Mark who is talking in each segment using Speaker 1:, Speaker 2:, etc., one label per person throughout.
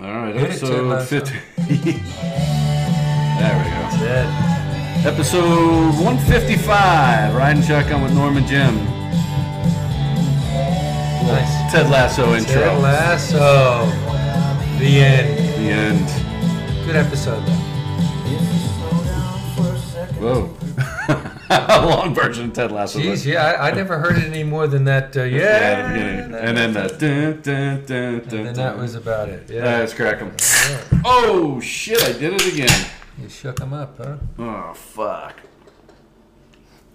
Speaker 1: All right,
Speaker 2: Hit it, Ted
Speaker 1: episode
Speaker 2: Lasso.
Speaker 1: 50. there we go.
Speaker 2: Dead.
Speaker 1: Episode 155, Riding Shotgun with Norman Jim.
Speaker 2: Nice.
Speaker 1: Ted Lasso intro.
Speaker 2: Ted Lasso. The end.
Speaker 1: the end.
Speaker 2: Good episode though.
Speaker 1: Whoa. A long version of Ted Lasso.
Speaker 2: Jeez, yeah, I, I never heard it any more than that. Uh, yeah.
Speaker 1: Yeah, the beginning.
Speaker 2: that-
Speaker 1: And then the dun, dun, dun, dun,
Speaker 2: and then
Speaker 1: dun.
Speaker 2: that was about it.
Speaker 1: Ah,
Speaker 2: Yeah.
Speaker 1: Let's crack 'em. Oh shit! I did it again.
Speaker 2: you shook him up, huh?
Speaker 1: Oh fuck!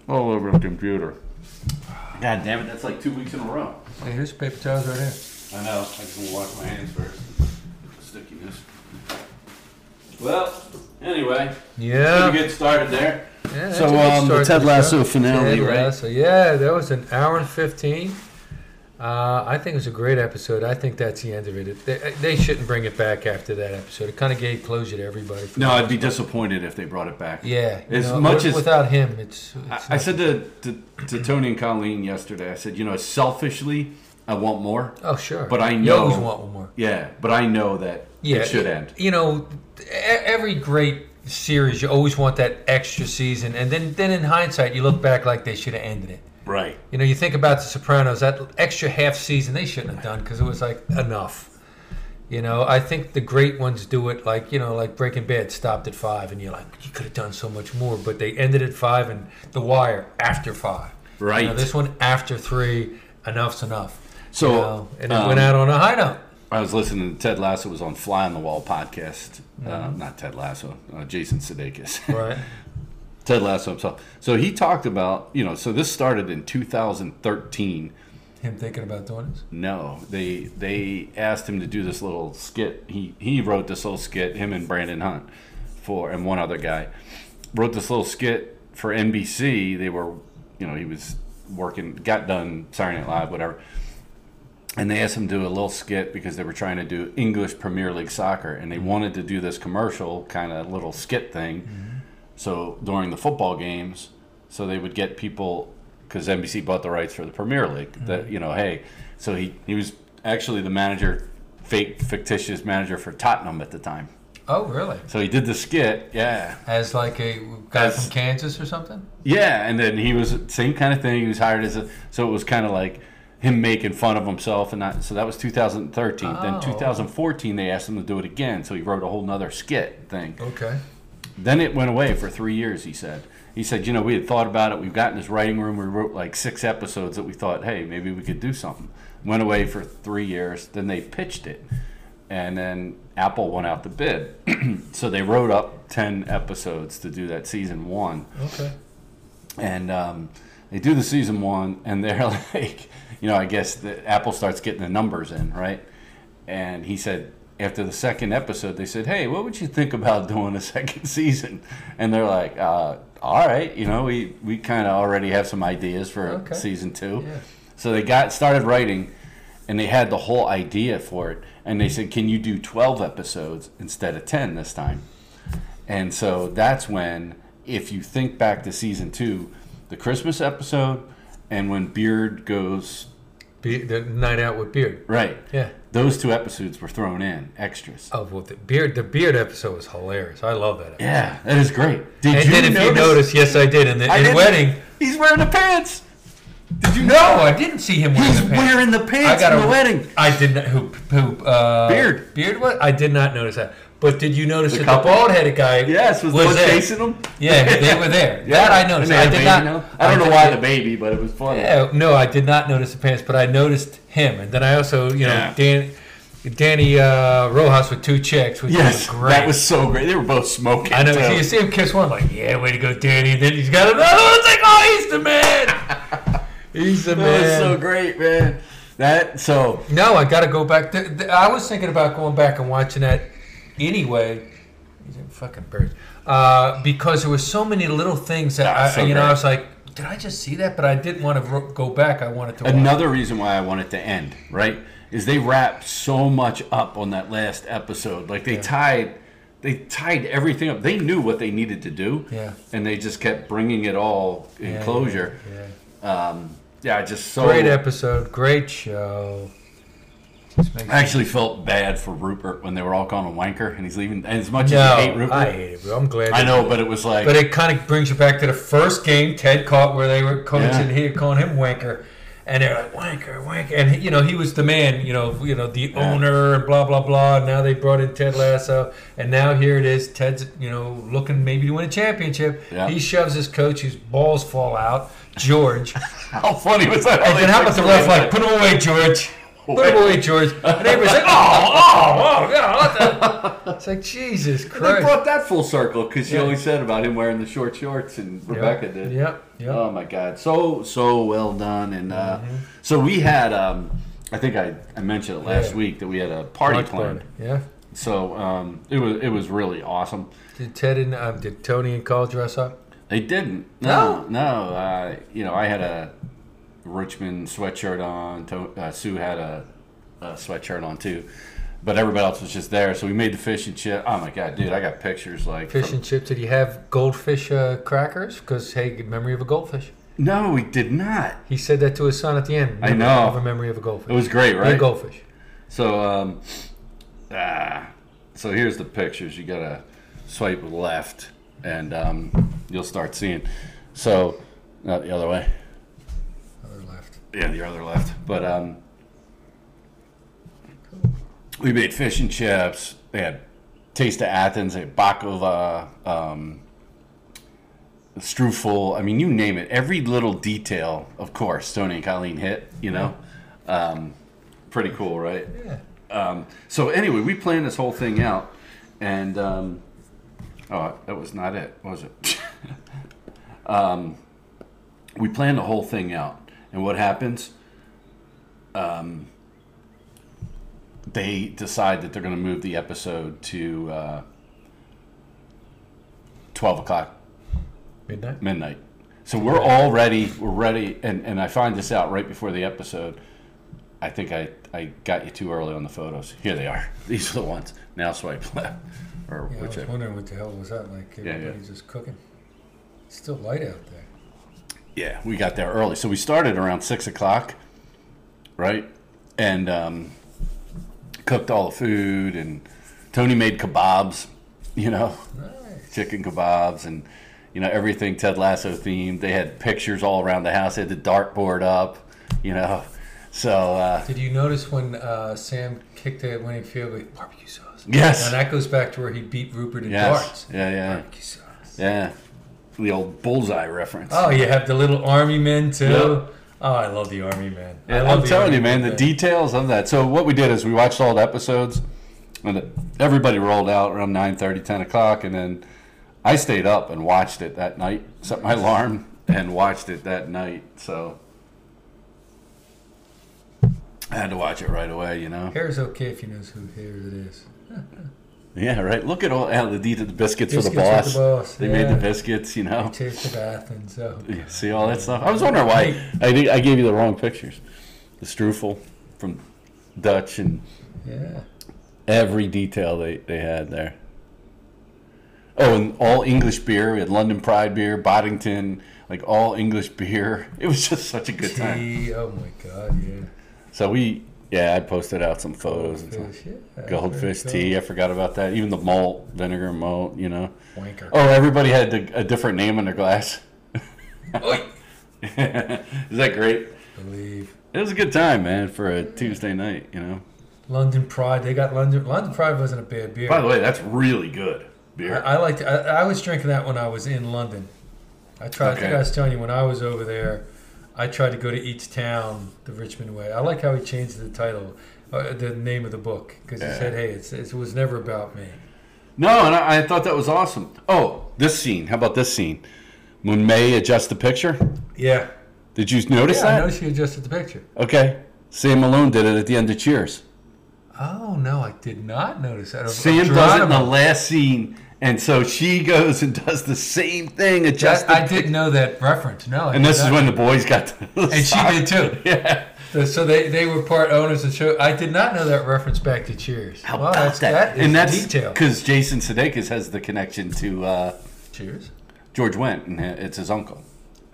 Speaker 1: All over the computer. God damn it! That's like two weeks in a row.
Speaker 2: Hey, here's paper towels right here.
Speaker 1: I know. I just want to wash my hands first. Stickiness. Well, anyway,
Speaker 2: Yeah.
Speaker 1: we get started there.
Speaker 2: yeah that's
Speaker 1: So,
Speaker 2: a good
Speaker 1: um, the
Speaker 2: start
Speaker 1: Ted
Speaker 2: to
Speaker 1: Lasso
Speaker 2: show.
Speaker 1: finale,
Speaker 2: Ted
Speaker 1: right?
Speaker 2: Lasso. Yeah, that was an hour and 15. Uh, I think it was a great episode. I think that's the end of it. It- They, they shouldn't bring it back after that episode. It kind of gave closure to everybody.
Speaker 1: No, I'd be disappointed if they brought it back.
Speaker 2: Yeah. you
Speaker 1: As
Speaker 2: know,
Speaker 1: much
Speaker 2: with-
Speaker 1: as-
Speaker 2: without him, it's.
Speaker 1: I,
Speaker 2: it's
Speaker 1: I said to, to to Tony and Colleen yesterday. I said, you know, selfishly, I want more.
Speaker 2: Oh sure.
Speaker 1: But I
Speaker 2: You always
Speaker 1: know-
Speaker 2: want one more.
Speaker 1: Yeah, but I know that
Speaker 2: Yeah.
Speaker 1: it should end.
Speaker 2: You know, e- every great series, you always want that extra season, and then then in hindsight, you look back like they should have ended it.
Speaker 1: Right.
Speaker 2: You know, you think about The Sopranos, that extra half season they shouldn't have done because it was like enough. You know, I think the great ones do it like you know, like Breaking Bad stopped at five, and you're like, you could have done so much more, but they ended at five, and The Wire after five. You know,
Speaker 1: Right.
Speaker 2: this one after three, enough's enough.
Speaker 1: So,
Speaker 2: you know, and it
Speaker 1: um,
Speaker 2: went out on a high note.
Speaker 1: I was listening to Ted Lasso was on Fly on the Wall podcast. Uh,
Speaker 2: Mm-hmm.
Speaker 1: not Ted Lasso, uh, Jason Sudeikis.
Speaker 2: Right.
Speaker 1: Ted Lasso himself. So he talked about you know. So this started in 2013.
Speaker 2: Him thinking about doing this?
Speaker 1: No, they they asked him to do this little skit. He he wrote this little skit. Him and Brandon Hunt, for and one other guy, wrote this little skit for NBC. They were, you know, he was working, got done Saturday Night Live, whatever. And they asked him to do a little skit because they were trying to do English Premier League soccer, and they wanted to do this commercial kind of little skit thing. So during the football games, so they would get people because NBC bought the rights for the Premier League. That you know, hey, so he he was actually the manager, fake fictitious manager for Tottenham at the time.
Speaker 2: Oh, really?
Speaker 1: So he did the skit, yeah,
Speaker 2: As like a guy
Speaker 1: As-
Speaker 2: from Kansas or something?
Speaker 1: yeah, and then he was same kind of thing. He was hired as a so it was kind of like him making fun of himself and that. So that was 2013.
Speaker 2: Oh.
Speaker 1: Then 2014 they asked him to do it again. So he wrote a whole nother skit thing.
Speaker 2: Okay.
Speaker 1: Then it went away for three years, he said. He said, you know, we had thought about it. We've got in this writing room. We wrote like six episodes that we thought, hey, maybe we could do something. Went away for three years. Then they pitched it. And then Apple went out to bid. so they wrote up 10 episodes to do that season one
Speaker 2: Okay.
Speaker 1: and um, they do the season one, and they're like, you know, I guess the, Apple starts getting the numbers in, right? And he said after the second episode, they said, "Hey, what would you think about doing a second season?" And they're like, uh, "All right, you know, we we kind of already have some ideas for
Speaker 2: Okay.
Speaker 1: season two.
Speaker 2: Yeah.
Speaker 1: So they got started writing, and they had the whole idea for it. And they said, "Can you do twelve episodes instead of ten this time?" And so that's when, if you think back to season two, the Christmas episode, and when Beard goes
Speaker 2: Be- the night out with Beard.
Speaker 1: right,
Speaker 2: Yeah.
Speaker 1: those two episodes were thrown in extras.
Speaker 2: Oh, well, the Beard, the Beard episode was hilarious. I love that. Episode.
Speaker 1: Yeah, that is great. Did
Speaker 2: and then if you notice, yes, I did. In the
Speaker 1: I
Speaker 2: in
Speaker 1: didn't-
Speaker 2: wedding.
Speaker 1: he's wearing the pants. Did you
Speaker 2: No, I didn't see him wearing
Speaker 1: He's
Speaker 2: the pants.
Speaker 1: wearing the
Speaker 2: I
Speaker 1: pants
Speaker 2: got
Speaker 1: in
Speaker 2: a-
Speaker 1: the wedding.
Speaker 2: I did not. Who? Who? Uh,
Speaker 1: Beard.
Speaker 2: Beard. What? I did not notice that. But did you notice
Speaker 1: The
Speaker 2: that
Speaker 1: couple.
Speaker 2: the bald-headed guy?
Speaker 1: Yes, was, was
Speaker 2: there?
Speaker 1: chasing him.
Speaker 2: Yeah, they were there. That I
Speaker 1: And
Speaker 2: noticed.
Speaker 1: they had
Speaker 2: I
Speaker 1: a
Speaker 2: did
Speaker 1: baby
Speaker 2: not.
Speaker 1: now. I don't know
Speaker 2: did-
Speaker 1: why the baby, but it was funny.
Speaker 2: Yeah, no, I did not notice the pants, but I noticed him, and then I also, you know,
Speaker 1: Yeah.
Speaker 2: Dan, Danny uh, Rojas with two chicks, which
Speaker 1: Yes,
Speaker 2: was great.
Speaker 1: that was so great. They were both smoking.
Speaker 2: I know.
Speaker 1: too.
Speaker 2: So you see him kiss one, like, yeah, way to go, Danny. And then he's got another one. It's like, oh, he's the man. he's the
Speaker 1: That was
Speaker 2: man.
Speaker 1: so great, man. That so
Speaker 2: no, I got to go back. Th- th- I was thinking about going back and watching that anyway. These are fucking birds. Uh, because there were so many little things that I,
Speaker 1: That's so
Speaker 2: you know, I
Speaker 1: great.
Speaker 2: was like, did I just see that? But I didn't want to ro- go back. I wanted to. watch.
Speaker 1: another reason why I want it to end, right? Is they wrapped so much up on that last episode. Like they tied they tied everything up. They knew what they needed to do.
Speaker 2: Yeah.
Speaker 1: And they just kept bringing it all in
Speaker 2: Yeah,
Speaker 1: closure.
Speaker 2: yeah, yeah.
Speaker 1: Um yeah, just so
Speaker 2: Great episode, great show. Just makes-
Speaker 1: I actually felt bad for Rupert when they were all calling him wanker and he's leaving. And as much as
Speaker 2: no,
Speaker 1: I hate Rupert,
Speaker 2: I
Speaker 1: I,
Speaker 2: hate it, bro. I'm glad. they
Speaker 1: know,
Speaker 2: did.
Speaker 1: but it was like,
Speaker 2: But it kind of brings you back to the first game Ted caught where they were coaching
Speaker 1: Yeah.
Speaker 2: here, calling him Wanker. And they're like, Wanker, Wanker. And, you know, he was the man, you know, you know, the owner and blah, blah, blah. And now they brought in Ted Lasso. And now here it is. Ted's, you know, looking maybe to win a championship.
Speaker 1: Yeah.
Speaker 2: He shoves his coach whose balls fall out, George.
Speaker 1: how funny was that?
Speaker 2: and then how about the ref like, put him away, George. Put him away, George. And everybody's like, oh, oh, oh, God, what the? It's like, Jesus
Speaker 1: They
Speaker 2: Christ.
Speaker 1: brought that full circle because you
Speaker 2: Yeah.
Speaker 1: always said about him wearing the short shorts, and Rebecca did.
Speaker 2: Yep, yep.
Speaker 1: Oh my God, so so well done, and uh,
Speaker 2: Mm-hmm.
Speaker 1: so we had. Um, I think I, I mentioned it last
Speaker 2: Yeah.
Speaker 1: week that we had a party planned.
Speaker 2: Yeah.
Speaker 1: So um, it was it was really awesome.
Speaker 2: Did Ted and um, did Tony and Cole dress up?
Speaker 1: They didn't. No, no. Uh, you know, I had a Richmond sweatshirt on. To, uh, Sue had a, a sweatshirt on too, but everybody else was just there. So we made the fish and chip. Oh my god, dude! I got pictures like
Speaker 2: Fish
Speaker 1: from-
Speaker 2: and chips. Did he have goldfish uh, crackers? Because hey, good memory of a goldfish.
Speaker 1: no, we did not.
Speaker 2: He said that to his son at the end.
Speaker 1: I
Speaker 2: Memory
Speaker 1: know.
Speaker 2: Of a memory of a
Speaker 1: It
Speaker 2: goldfish.
Speaker 1: was great,
Speaker 2: Big
Speaker 1: right?
Speaker 2: goldfish.
Speaker 1: So um, ah, so here's the pictures. You gotta swipe left, and um, you'll start seeing. So not the other way.
Speaker 2: Other left.
Speaker 1: Yeah, the other left. But um, we made fish and chips. They had taste of Athens. They had baklava, um, strufel. I mean, you name it. Every little detail, of course, Tony and Colleen hit. You know, um, pretty cool, right?
Speaker 2: Yeah.
Speaker 1: Um, so anyway, we planned this whole thing out, and um, oh, that was not it, was it? um, we planned the whole thing out, and what happens? Um, they decide that they're going to move the episode to uh, twelve o'clock
Speaker 2: Midnight.
Speaker 1: midnight. So we're all ready. We're ready, and and I find this out right before the episode. I think I I got you too early on the photos. Here they are. These are the ones. Now swipe left, or
Speaker 2: Yeah, I was
Speaker 1: whichever.
Speaker 2: wondering what the hell was that like.
Speaker 1: yeah.
Speaker 2: Everybody's just cooking. It's still light out there.
Speaker 1: Yeah, we got there early. So we started around six o'clock, right? And um, cooked all the food, and Tony made kebabs. You know,
Speaker 2: Nice.
Speaker 1: chicken kebabs and you know everything Ted Lasso themed. They had pictures all around the house. They had the dartboard up, you know. So uh,
Speaker 2: Did you notice when uh, Sam kicked it at winning field with barbecue sauce?
Speaker 1: yes,
Speaker 2: Now that goes back to where he beat Rupert in
Speaker 1: yes,
Speaker 2: darts.
Speaker 1: yeah, yeah,
Speaker 2: Barbecue sauce.
Speaker 1: yeah. The old bullseye reference.
Speaker 2: Oh, you have the little army men too.
Speaker 1: Yeah.
Speaker 2: Oh, I love the army men. I
Speaker 1: Yeah,
Speaker 2: love
Speaker 1: I'm
Speaker 2: the
Speaker 1: telling
Speaker 2: army
Speaker 1: you, man, the
Speaker 2: men.
Speaker 1: details of that. So what we did is we watched all the episodes, and the, everybody rolled out around 9:30, 10 o'clock, and then I stayed up and watched it that night. Set my alarm and watched it that night. So I had to watch it right away, you know.
Speaker 2: Hair's okay if you knows who hair it is.
Speaker 1: Yeah, right. Look at all how the did the biscuits, for the
Speaker 2: Biscuits
Speaker 1: boss.
Speaker 2: with the boss,
Speaker 1: They
Speaker 2: yeah.
Speaker 1: made the biscuits, you know.
Speaker 2: Taste of Athens. Oh,
Speaker 1: You See all that stuff. I was wondering why I think I gave you the wrong pictures. The strufel from Dutch and
Speaker 2: yeah.
Speaker 1: every detail they, they had there. Oh, and all English beer. We had London Pride beer, Boddington, like all English beer. It was just such a good time.
Speaker 2: Tea. Oh my God. Yeah.
Speaker 1: So we, yeah, I posted out some photos and stuff.
Speaker 2: Goldfish, yeah,
Speaker 1: Goldfish
Speaker 2: very
Speaker 1: tea. I forgot about that. Even the malt, vinegar malt. You know.
Speaker 2: good. Wanker.
Speaker 1: Oh, everybody had a, a different name on their glass.
Speaker 2: Oy.
Speaker 1: Is that great?
Speaker 2: Believe.
Speaker 1: It was a good time, man, for a Tuesday night. You know.
Speaker 2: London Pride. They got London. London Pride wasn't a bad beer.
Speaker 1: By the way, that's really good beer.
Speaker 2: I, I liked. I, I was drinking that when I was in London. I tried. I think
Speaker 1: Okay.
Speaker 2: I was telling you when I was over there, I tried to go to each town the Richmond way. I like how he changed the title, uh, the name of the book, because he
Speaker 1: Yeah.
Speaker 2: said, "Hey, it's, it was never about me."
Speaker 1: No, and I, I thought that was awesome. Oh, this scene. How about this scene? When May adjusts the picture.
Speaker 2: Yeah.
Speaker 1: Did you notice
Speaker 2: Yeah, I
Speaker 1: that?
Speaker 2: noticed you adjusted the picture.
Speaker 1: Okay. Sam Malone did it at the end of Cheers.
Speaker 2: Oh no, I did not notice that. Of- of
Speaker 1: Sam does it in the
Speaker 2: Geronimo.
Speaker 1: last scene, and so she goes and does the same thing, adjusts
Speaker 2: That-
Speaker 1: the
Speaker 2: I didn't know that reference. No, I
Speaker 1: And
Speaker 2: did
Speaker 1: this is
Speaker 2: not.
Speaker 1: when the boys got to the
Speaker 2: and she
Speaker 1: side.
Speaker 2: did too.
Speaker 1: Yeah.
Speaker 2: So- So they, they were part owners of the show. I did not know that reference back to Cheers.
Speaker 1: How
Speaker 2: wow,
Speaker 1: about
Speaker 2: that's,
Speaker 1: that?
Speaker 2: that is
Speaker 1: and that's
Speaker 2: detail.
Speaker 1: because Jason Sudeikis has the connection to uh,
Speaker 2: Cheers.
Speaker 1: George Wendt, and uh, it's his uncle.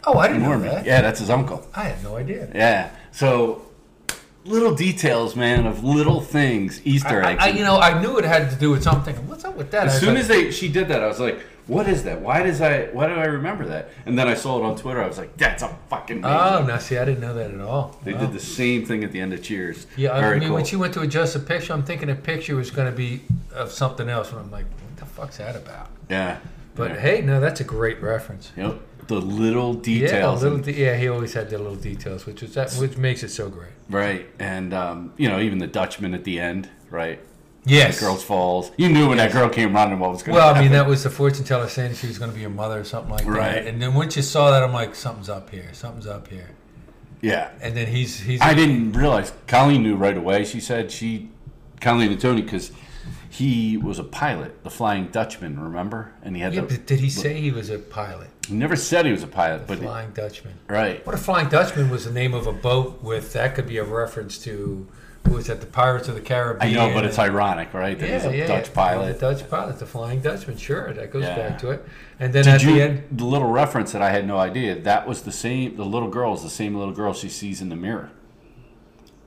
Speaker 2: Oh, I didn't know
Speaker 1: Norman.
Speaker 2: that.
Speaker 1: Yeah, that's his uncle.
Speaker 2: I had no idea.
Speaker 1: Yeah. So little details, man, of little things, Easter
Speaker 2: I,
Speaker 1: eggs.
Speaker 2: I, you know, I knew it had to do with something. What's up with that? I
Speaker 1: as
Speaker 2: was
Speaker 1: soon
Speaker 2: like,
Speaker 1: as they she did that, I was like, "What is that? Why does I? Why do I remember that?" And then I saw it on Twitter. I was like, "That's a fucking." name."
Speaker 2: oh, now see, I didn't know that at all.
Speaker 1: They
Speaker 2: Wow.
Speaker 1: did the same thing at the end of Cheers.
Speaker 2: Yeah, I
Speaker 1: Very
Speaker 2: mean, when
Speaker 1: cool.
Speaker 2: she went to adjust the picture, I'm thinking the picture was going to be of something else, and I'm like, what the fuck's that about?
Speaker 1: yeah,
Speaker 2: But
Speaker 1: yeah.
Speaker 2: hey, no, that's a great reference.
Speaker 1: Yep. The little
Speaker 2: Yeah,
Speaker 1: details.
Speaker 2: the
Speaker 1: and-
Speaker 2: little de- yeah, he always had the little details, which is that, which makes it so great.
Speaker 1: right. And, um, you know, even the Dutchman at the end, right?
Speaker 2: Yes,
Speaker 1: Girls Falls. You knew when that girl came running what was going to
Speaker 2: Well,
Speaker 1: happen.
Speaker 2: I mean, that was the fortune teller saying she was going to be your mother or something like
Speaker 1: Right.
Speaker 2: that. And then once you saw that, I'm like, something's up here, something's up here.
Speaker 1: Yeah.
Speaker 2: And then he's he's
Speaker 1: I didn't realize. Colleen knew right away. She said she, Colleen and Tony, because he was a pilot, the Flying Dutchman, remember? And he had
Speaker 2: Yeah,
Speaker 1: the.
Speaker 2: but did he say he was a pilot,
Speaker 1: He never said he was a pilot, but.
Speaker 2: Flying Dutchman?
Speaker 1: right.
Speaker 2: What a Flying Dutchman was the name of a boat with that could be a reference to who was that? The Pirates of the Caribbean.
Speaker 1: I know, but it's ironic, right? That he's a Dutch pilot.
Speaker 2: The Dutch pilot, the Flying Dutchman. Sure, that goes
Speaker 1: Yeah.
Speaker 2: back to it. And then at
Speaker 1: Did you,
Speaker 2: the
Speaker 1: the,
Speaker 2: end,
Speaker 1: little reference that I had no idea, that was the same, the little girl is the same little girl she sees in the mirror.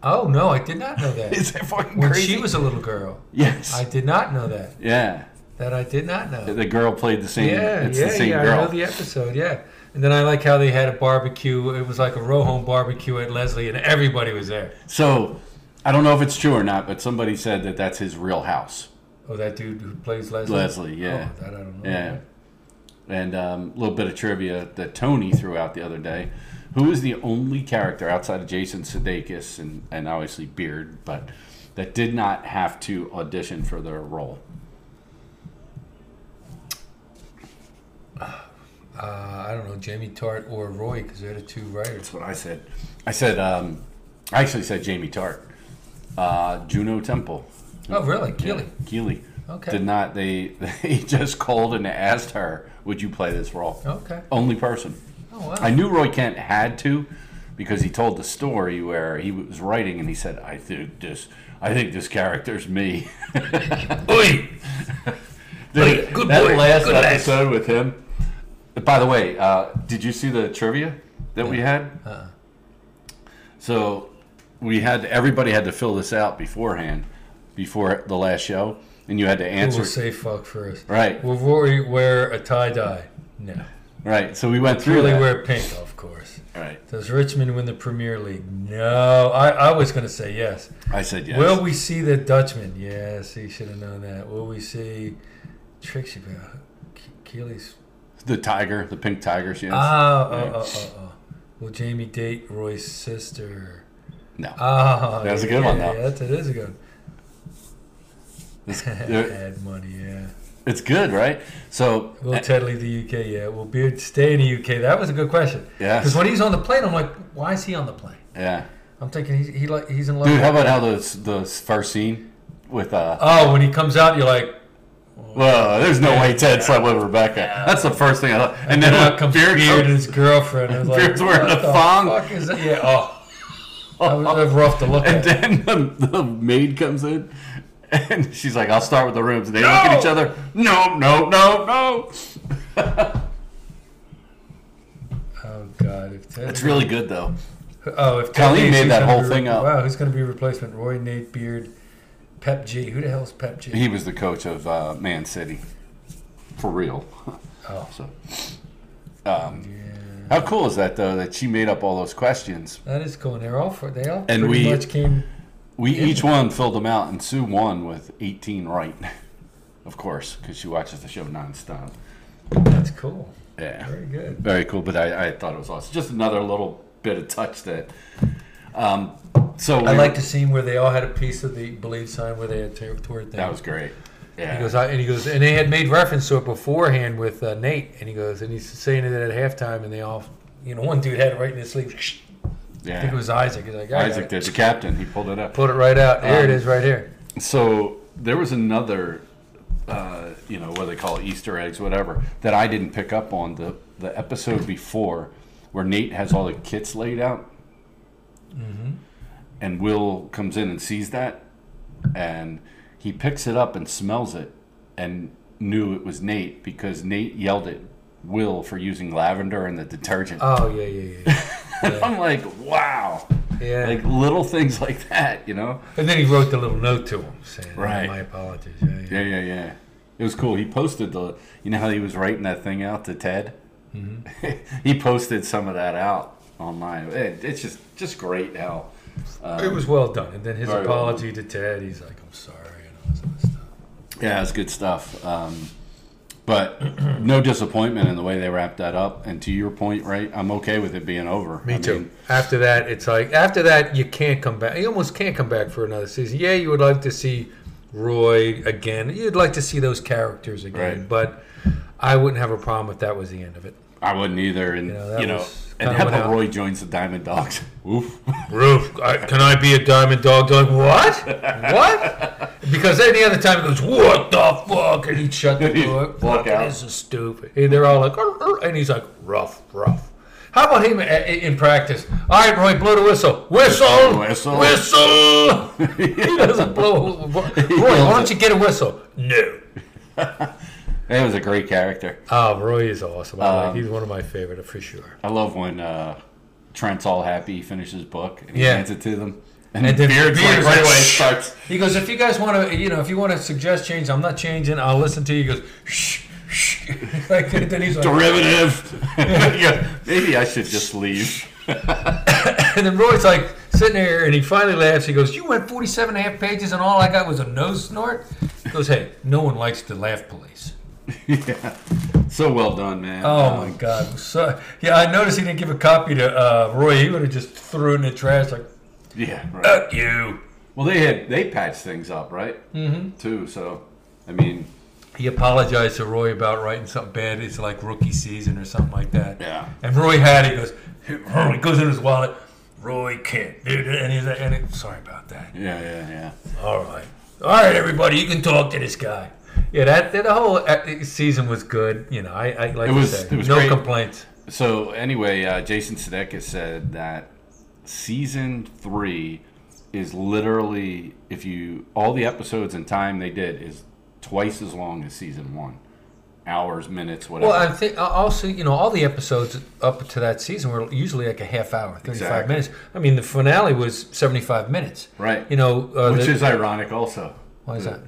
Speaker 2: oh no, I did not know that.
Speaker 1: Is that fucking
Speaker 2: when
Speaker 1: crazy?
Speaker 2: she was a little girl,
Speaker 1: yes.
Speaker 2: I did not know that.
Speaker 1: yeah.
Speaker 2: That I did not know.
Speaker 1: The girl played the same.
Speaker 2: Yeah,
Speaker 1: it's
Speaker 2: yeah,
Speaker 1: the same
Speaker 2: yeah. I
Speaker 1: girl.
Speaker 2: know the episode. Yeah, and then I like how they had a barbecue. It was like a row home barbecue at Leslie, and everybody was there.
Speaker 1: so I don't know if it's true or not, but somebody said that that's his real house,
Speaker 2: Oh, that dude who plays Leslie.
Speaker 1: Leslie. Yeah,
Speaker 2: Oh, that I don't know.
Speaker 1: yeah. And a little bit of trivia that Tony threw out the other day. Who is the only character outside of Jason Sudeikis and, and obviously Beard, but that did not have to audition for their role?
Speaker 2: Uh, I don't know Jamie Tart or Roy because they're the two writers.
Speaker 1: That's what I said. I said, um, I actually said Jamie Tart, uh, Juno Temple,
Speaker 2: Oh, really? Keely.
Speaker 1: Keely.
Speaker 2: Okay.
Speaker 1: Did not they? They just called and asked her, "Would you play this role?"
Speaker 2: Okay.
Speaker 1: Only person.
Speaker 2: Oh wow.
Speaker 1: I knew Roy Kent had to, because he told the story where he was writing and he said, "I think this, I think this character's me."
Speaker 2: Oi!
Speaker 1: Dude,
Speaker 2: Good
Speaker 1: that
Speaker 2: boy,
Speaker 1: last
Speaker 2: good lass.
Speaker 1: episode with him. By the way, uh, did you see the trivia that we had?
Speaker 2: Uh-uh.
Speaker 1: So we had everybody had to fill this out beforehand, before the last show, and you had to
Speaker 2: Who will
Speaker 1: answer.
Speaker 2: say fuck first?
Speaker 1: Right,
Speaker 2: Will Rory wear a tie dye? No.
Speaker 1: right. So we went through
Speaker 2: Really
Speaker 1: that.
Speaker 2: wear pink, of course.
Speaker 1: Right.
Speaker 2: Does Richmond win the Premier League? No. I, I was going to say yes.
Speaker 1: I said yes.
Speaker 2: Will we see the Dutchman? Yes, he should have known that. Will we see Trixie Bell? Ke- Keely's.
Speaker 1: the tiger, the pink tiger. She has.
Speaker 2: Ah, oh,
Speaker 1: Right.
Speaker 2: oh, oh, oh. Will Jamie date Roy's sister?
Speaker 1: No.
Speaker 2: Ah,
Speaker 1: That was a good one,
Speaker 2: yeah,
Speaker 1: though.
Speaker 2: Yeah, that's, it is a good
Speaker 1: It's-
Speaker 2: one. Add money, yeah.
Speaker 1: It's good, right? So
Speaker 2: Will Ted leave the UK? Yeah. Will Beard stay in the UK? That was a good question.
Speaker 1: Yeah.
Speaker 2: Because when he's on the plane, I'm like, why is he on the plane?
Speaker 1: yeah,
Speaker 2: I'm thinking he's, he like he's in love.
Speaker 1: dude.
Speaker 2: with-
Speaker 1: How about how the the first scene with uh,
Speaker 2: oh, when he comes out, you're like, Oh,
Speaker 1: Whoa, there's no way Ted slept with Rebecca. That's the first thing I thought. And then
Speaker 2: out
Speaker 1: look,
Speaker 2: comes
Speaker 1: beer
Speaker 2: Beard and
Speaker 1: geared.
Speaker 2: his girlfriend. I was like,
Speaker 1: Beard's wearing
Speaker 2: what
Speaker 1: a
Speaker 2: the
Speaker 1: thong.
Speaker 2: Fuck is that? Yeah. Oh. That was, that was rough to look
Speaker 1: And
Speaker 2: at.
Speaker 1: then the, the maid comes in, and she's like, "I'll start with the rooms." And they look at each
Speaker 2: No!
Speaker 1: other. No, no, no, no.
Speaker 2: Oh God, if Ted,
Speaker 1: It's really good though.
Speaker 2: oh, if
Speaker 1: Colleen
Speaker 2: Ted leaves,
Speaker 1: made
Speaker 2: who's
Speaker 1: that
Speaker 2: gonna
Speaker 1: whole
Speaker 2: be-
Speaker 1: thing up.
Speaker 2: Wow, who's going to be a replacement? Roy, Nate, Beard, Pep G. Who the hell's Pep G?
Speaker 1: He was the coach of uh, Man City, for real.
Speaker 2: oh,
Speaker 1: So, um,
Speaker 2: yeah,
Speaker 1: how cool is that though? That she made up all those questions.
Speaker 2: that is cool. And they're all for they all
Speaker 1: And
Speaker 2: pretty
Speaker 1: we-
Speaker 2: much came.
Speaker 1: We each one filled them out, and Sue won with 18 right, of course, because she watches the show nonstop.
Speaker 2: That's cool.
Speaker 1: Yeah.
Speaker 2: Very good.
Speaker 1: Very cool, but I, I thought it was awesome. Just another little bit of touch that. Um, so
Speaker 2: I
Speaker 1: we-
Speaker 2: like the scene where they all had a piece of the believe sign where they had to- toward things.
Speaker 1: that was great.
Speaker 2: He
Speaker 1: Yeah,
Speaker 2: goes, I, and he goes, and they had made reference to it beforehand with uh, Nate, and he goes, and he's saying it at halftime, and they all, you know, one dude had it right in his sleeve. I think
Speaker 1: yeah.
Speaker 2: it was Isaac. He's like, I
Speaker 1: Isaac, there's a captain. He pulled it up.
Speaker 2: Put it right out. There it
Speaker 1: Um,
Speaker 2: is, right here.
Speaker 1: So there was another, uh, you know, what they call it, Easter eggs, whatever, that I didn't pick up on the the episode before, where Nate has all the kits laid out,
Speaker 2: Mm-hmm.
Speaker 1: and Will comes in and sees that, and he picks it up and smells it, and knew it was Nate because Nate yelled at Will for using lavender and the detergent.
Speaker 2: Oh yeah, yeah, yeah.
Speaker 1: I'm like, wow,
Speaker 2: Yeah.
Speaker 1: Like little things like that, you know?
Speaker 2: And then he wrote the little note to him saying,
Speaker 1: Right.
Speaker 2: My apologies. Yeah, yeah.
Speaker 1: Yeah, yeah, yeah. It was cool. He posted the, you know how he was writing that thing out to Ted?
Speaker 2: Mm-hmm.
Speaker 1: he posted some of that out online. It, it's just, just great how.
Speaker 2: It was well done. And then his
Speaker 1: Very well
Speaker 2: apology to Ted, he's like, I'm sorry. And all this other stuff.
Speaker 1: Yeah, it's good stuff. Um, but no disappointment in the way they wrapped that up. And to your point, right? I'm okay with it being over.
Speaker 2: Me
Speaker 1: I
Speaker 2: too.
Speaker 1: mean,
Speaker 2: after that, it's like, after that, you can't come back. You almost can't come back for another season. Yeah, you would like to see Roy again. You'd like to see those characters again.
Speaker 1: Right.
Speaker 2: But I wouldn't have a problem if that was the end of it.
Speaker 1: I wouldn't either. And,
Speaker 2: Yeah, that
Speaker 1: you know,
Speaker 2: was
Speaker 1: and
Speaker 2: kinda
Speaker 1: how
Speaker 2: what
Speaker 1: about
Speaker 2: happened.
Speaker 1: Roy joins the Diamond Dogs? Oof.
Speaker 2: Roof, I, can I be a diamond dog? They're like, what? What? Because any other time he goes, what the fuck? And he shut the door.
Speaker 1: Walk out.
Speaker 2: This is stupid. And they're all like, "Arr, arr," and he's like, rough, rough. How about him uh, in practice? All right, Roy, blow the whistle. Whistle!
Speaker 1: Whistle.
Speaker 2: Whistle! he doesn't blow. Roy, why don't you get a whistle? No.
Speaker 1: That was a great character.
Speaker 2: Oh, Roy is awesome. I
Speaker 1: Um,
Speaker 2: like, he's one of my favorite for sure.
Speaker 1: I love when uh, Trent's all happy, he finishes his book, and he
Speaker 2: Yeah.
Speaker 1: hands it to them. And,
Speaker 2: And then
Speaker 1: Beard's like,
Speaker 2: Beard's
Speaker 1: right
Speaker 2: like,
Speaker 1: away
Speaker 2: "Shh."
Speaker 1: starts.
Speaker 2: He goes, if you guys want to, you know, if you want to suggest change, I'm not changing. I'll listen to you. He goes, shh, shh. like, then he's like,
Speaker 1: Derivative. Yeah, Maybe I should just leave.
Speaker 2: and then Roy's like sitting there and he finally laughs. He goes, you went 47 and a half pages and all I got was a nose snort? He goes, hey, no one likes the laugh police.
Speaker 1: yeah. So well done, man.
Speaker 2: Oh
Speaker 1: Um,
Speaker 2: my God. So, yeah, I noticed he didn't give a copy to uh, Roy. He would have just threw it in the trash like,
Speaker 1: Yeah. Right.
Speaker 2: fuck you.
Speaker 1: Well, they had they patched things up, right? Mm-hmm. Too. So, I mean,
Speaker 2: He apologized to Roy about writing something bad. It's like rookie season or something like that.
Speaker 1: Yeah.
Speaker 2: And Roy had it. He goes, he goes in his wallet. Roy can't do that. And he's like, and it, sorry about that.
Speaker 1: yeah, yeah, yeah.
Speaker 2: All right. All right, everybody, you can talk to this guy. Yeah, that, that the whole uh, season was good. You know, I, I like
Speaker 1: It
Speaker 2: to
Speaker 1: was-
Speaker 2: say,
Speaker 1: it was
Speaker 2: no
Speaker 1: great.
Speaker 2: complaints.
Speaker 1: So anyway, uh, Jason Sudeikis said that season three is literally if you all the episodes in time they did is twice as long as season one, hours, minutes, whatever.
Speaker 2: Well, I think uh, also, you know, all the episodes up to that season were usually like a half hour, 35
Speaker 1: Exactly.
Speaker 2: minutes. I mean, the finale was 75 minutes.
Speaker 1: Right.
Speaker 2: You know, uh,
Speaker 1: Which
Speaker 2: the-
Speaker 1: is ironic, also.
Speaker 2: why is that?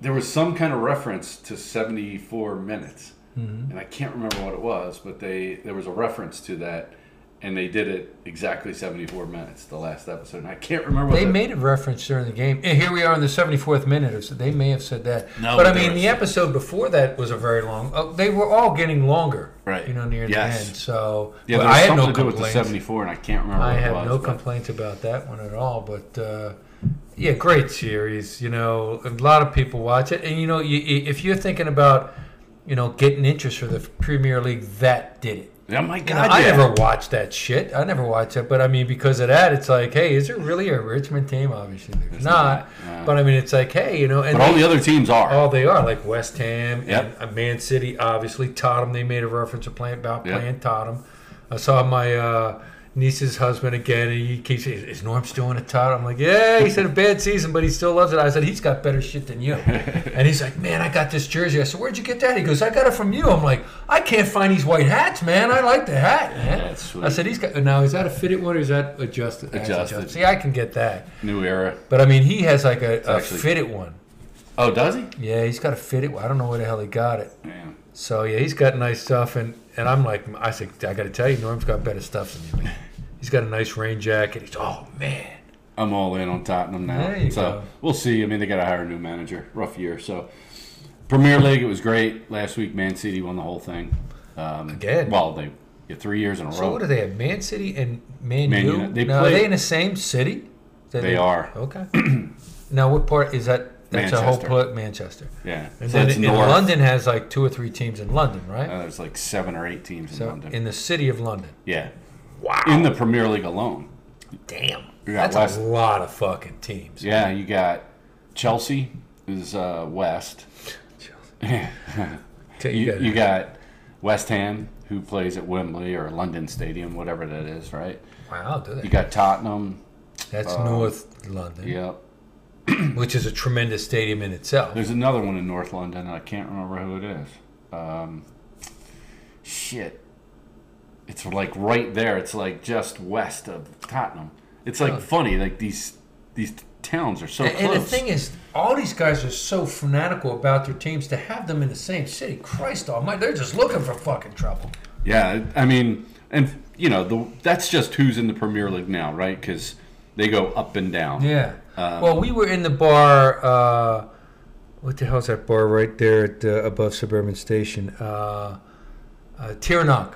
Speaker 1: There was some kind of reference to 74 minutes,
Speaker 2: Mm-hmm.
Speaker 1: and I can't remember what it was, but they there was a reference to that, and they did it exactly 74 minutes, the last episode. And I can't remember.
Speaker 2: They
Speaker 1: what
Speaker 2: made a reference during the game. And here we are in the 74th minute, or so they may have said that.
Speaker 1: No,
Speaker 2: but I
Speaker 1: they
Speaker 2: mean,
Speaker 1: were-
Speaker 2: the episode before that was a very long. Uh, they were all getting longer,
Speaker 1: Right.
Speaker 2: You know, near
Speaker 1: Yes.
Speaker 2: the end. So
Speaker 1: yeah,
Speaker 2: but
Speaker 1: there
Speaker 2: I
Speaker 1: was
Speaker 2: had
Speaker 1: something
Speaker 2: no
Speaker 1: to do with the
Speaker 2: complaints.
Speaker 1: 74, and I can't remember.
Speaker 2: I
Speaker 1: what
Speaker 2: have
Speaker 1: it was,
Speaker 2: no
Speaker 1: but-
Speaker 2: complaints about that one at all. But uh, yeah, great series. You know, a lot of people watch it, and you know, you, you- if you're thinking about you know getting interest for the Premier League, that did it.
Speaker 1: Oh my
Speaker 2: You know,
Speaker 1: god!
Speaker 2: I
Speaker 1: yeah.
Speaker 2: never watched that shit. I never watched it, but I mean, because of that, it's like, hey, is there really a Richmond team? Obviously, there's, not.
Speaker 1: not, no.
Speaker 2: But I mean, it's like, hey, you know, and
Speaker 1: But all
Speaker 2: they,
Speaker 1: the other teams are.
Speaker 2: all they are like West Ham
Speaker 1: Yep.
Speaker 2: and uh, Man City, obviously Tottenham. They made a reference to playing about
Speaker 1: Yep.
Speaker 2: playing Tottenham. I saw my uh, niece's husband again, and he keeps saying, "Is Norm still in a Tottenham?" I'm like, "Yeah." He said a bad season, but he still loves it. I said, "He's got better shit than you." and he's like, "Man, I got this jersey." I said, "Where'd you get that?" He goes, "I got it from you." I'm like, "I can't find these white hats, man. I like the hat, man."
Speaker 1: that's sweet.
Speaker 2: I said, "He's got now. Is that a fitted one or is that adjusted?" That's
Speaker 1: Adjusted.
Speaker 2: See, I can get that,
Speaker 1: New era.
Speaker 2: but I mean, he has like a, a
Speaker 1: actually-
Speaker 2: fitted one.
Speaker 1: Oh, does he?
Speaker 2: Yeah, he's got to fit it. I don't know where the hell he got it.
Speaker 1: Man.
Speaker 2: So yeah, he's got nice stuff, and and I'm like, I think I got to tell you, Norm's got better stuff than you. Man. He's got a nice rain jacket. He's oh man,
Speaker 1: I'm all in on Tottenham now.
Speaker 2: There you
Speaker 1: so
Speaker 2: go.
Speaker 1: we'll see. I mean, they got to hire a new manager. Rough year. So Premier League, it was great last week. Man City won the whole thing. Um,
Speaker 2: Again?
Speaker 1: Well, they yeah, three years in a
Speaker 2: so
Speaker 1: row.
Speaker 2: what do they have? Man City and Man,
Speaker 1: Man
Speaker 2: U.
Speaker 1: United. They
Speaker 2: now,
Speaker 1: play-
Speaker 2: are they in the same city? That
Speaker 1: They are.
Speaker 2: Okay. now what part is that? That's a whole
Speaker 1: Manchester.
Speaker 2: put Manchester.
Speaker 1: yeah.
Speaker 2: And
Speaker 1: so
Speaker 2: then
Speaker 1: it's
Speaker 2: in
Speaker 1: north.
Speaker 2: London has like two or three teams in London, right?
Speaker 1: Uh, there's like seven or eight teams in
Speaker 2: so
Speaker 1: London.
Speaker 2: in the city of London.
Speaker 1: yeah.
Speaker 2: Wow.
Speaker 1: In the Premier League alone.
Speaker 2: Damn.
Speaker 1: You got
Speaker 2: That's
Speaker 1: West-
Speaker 2: a lot of fucking teams.
Speaker 1: Yeah, you got Chelsea is uh, west. You, you got West Ham, who plays at Wembley or London Stadium, whatever that is, right?
Speaker 2: wow, do
Speaker 1: You
Speaker 2: they?
Speaker 1: got Tottenham.
Speaker 2: That's North London.
Speaker 1: Yep.
Speaker 2: which is a tremendous stadium in itself.
Speaker 1: There's another one in North London, and I can't remember who it is. Um, shit. it's like right there. It's like just west of Tottenham. It's like funny, like these these towns are so
Speaker 2: Oh. And, and
Speaker 1: close.
Speaker 2: the thing is, all these guys are so fanatical about their teams to have them in the same city. Christ almighty, they're just looking for fucking trouble.
Speaker 1: yeah, I mean, and you know, the, that's just who's in the Premier League now, right? Because they go up and down.
Speaker 2: Yeah. well, we were in the bar. Uh, what the hell's that bar right there at uh, above Suburban Station? Uh, uh, Tiernock.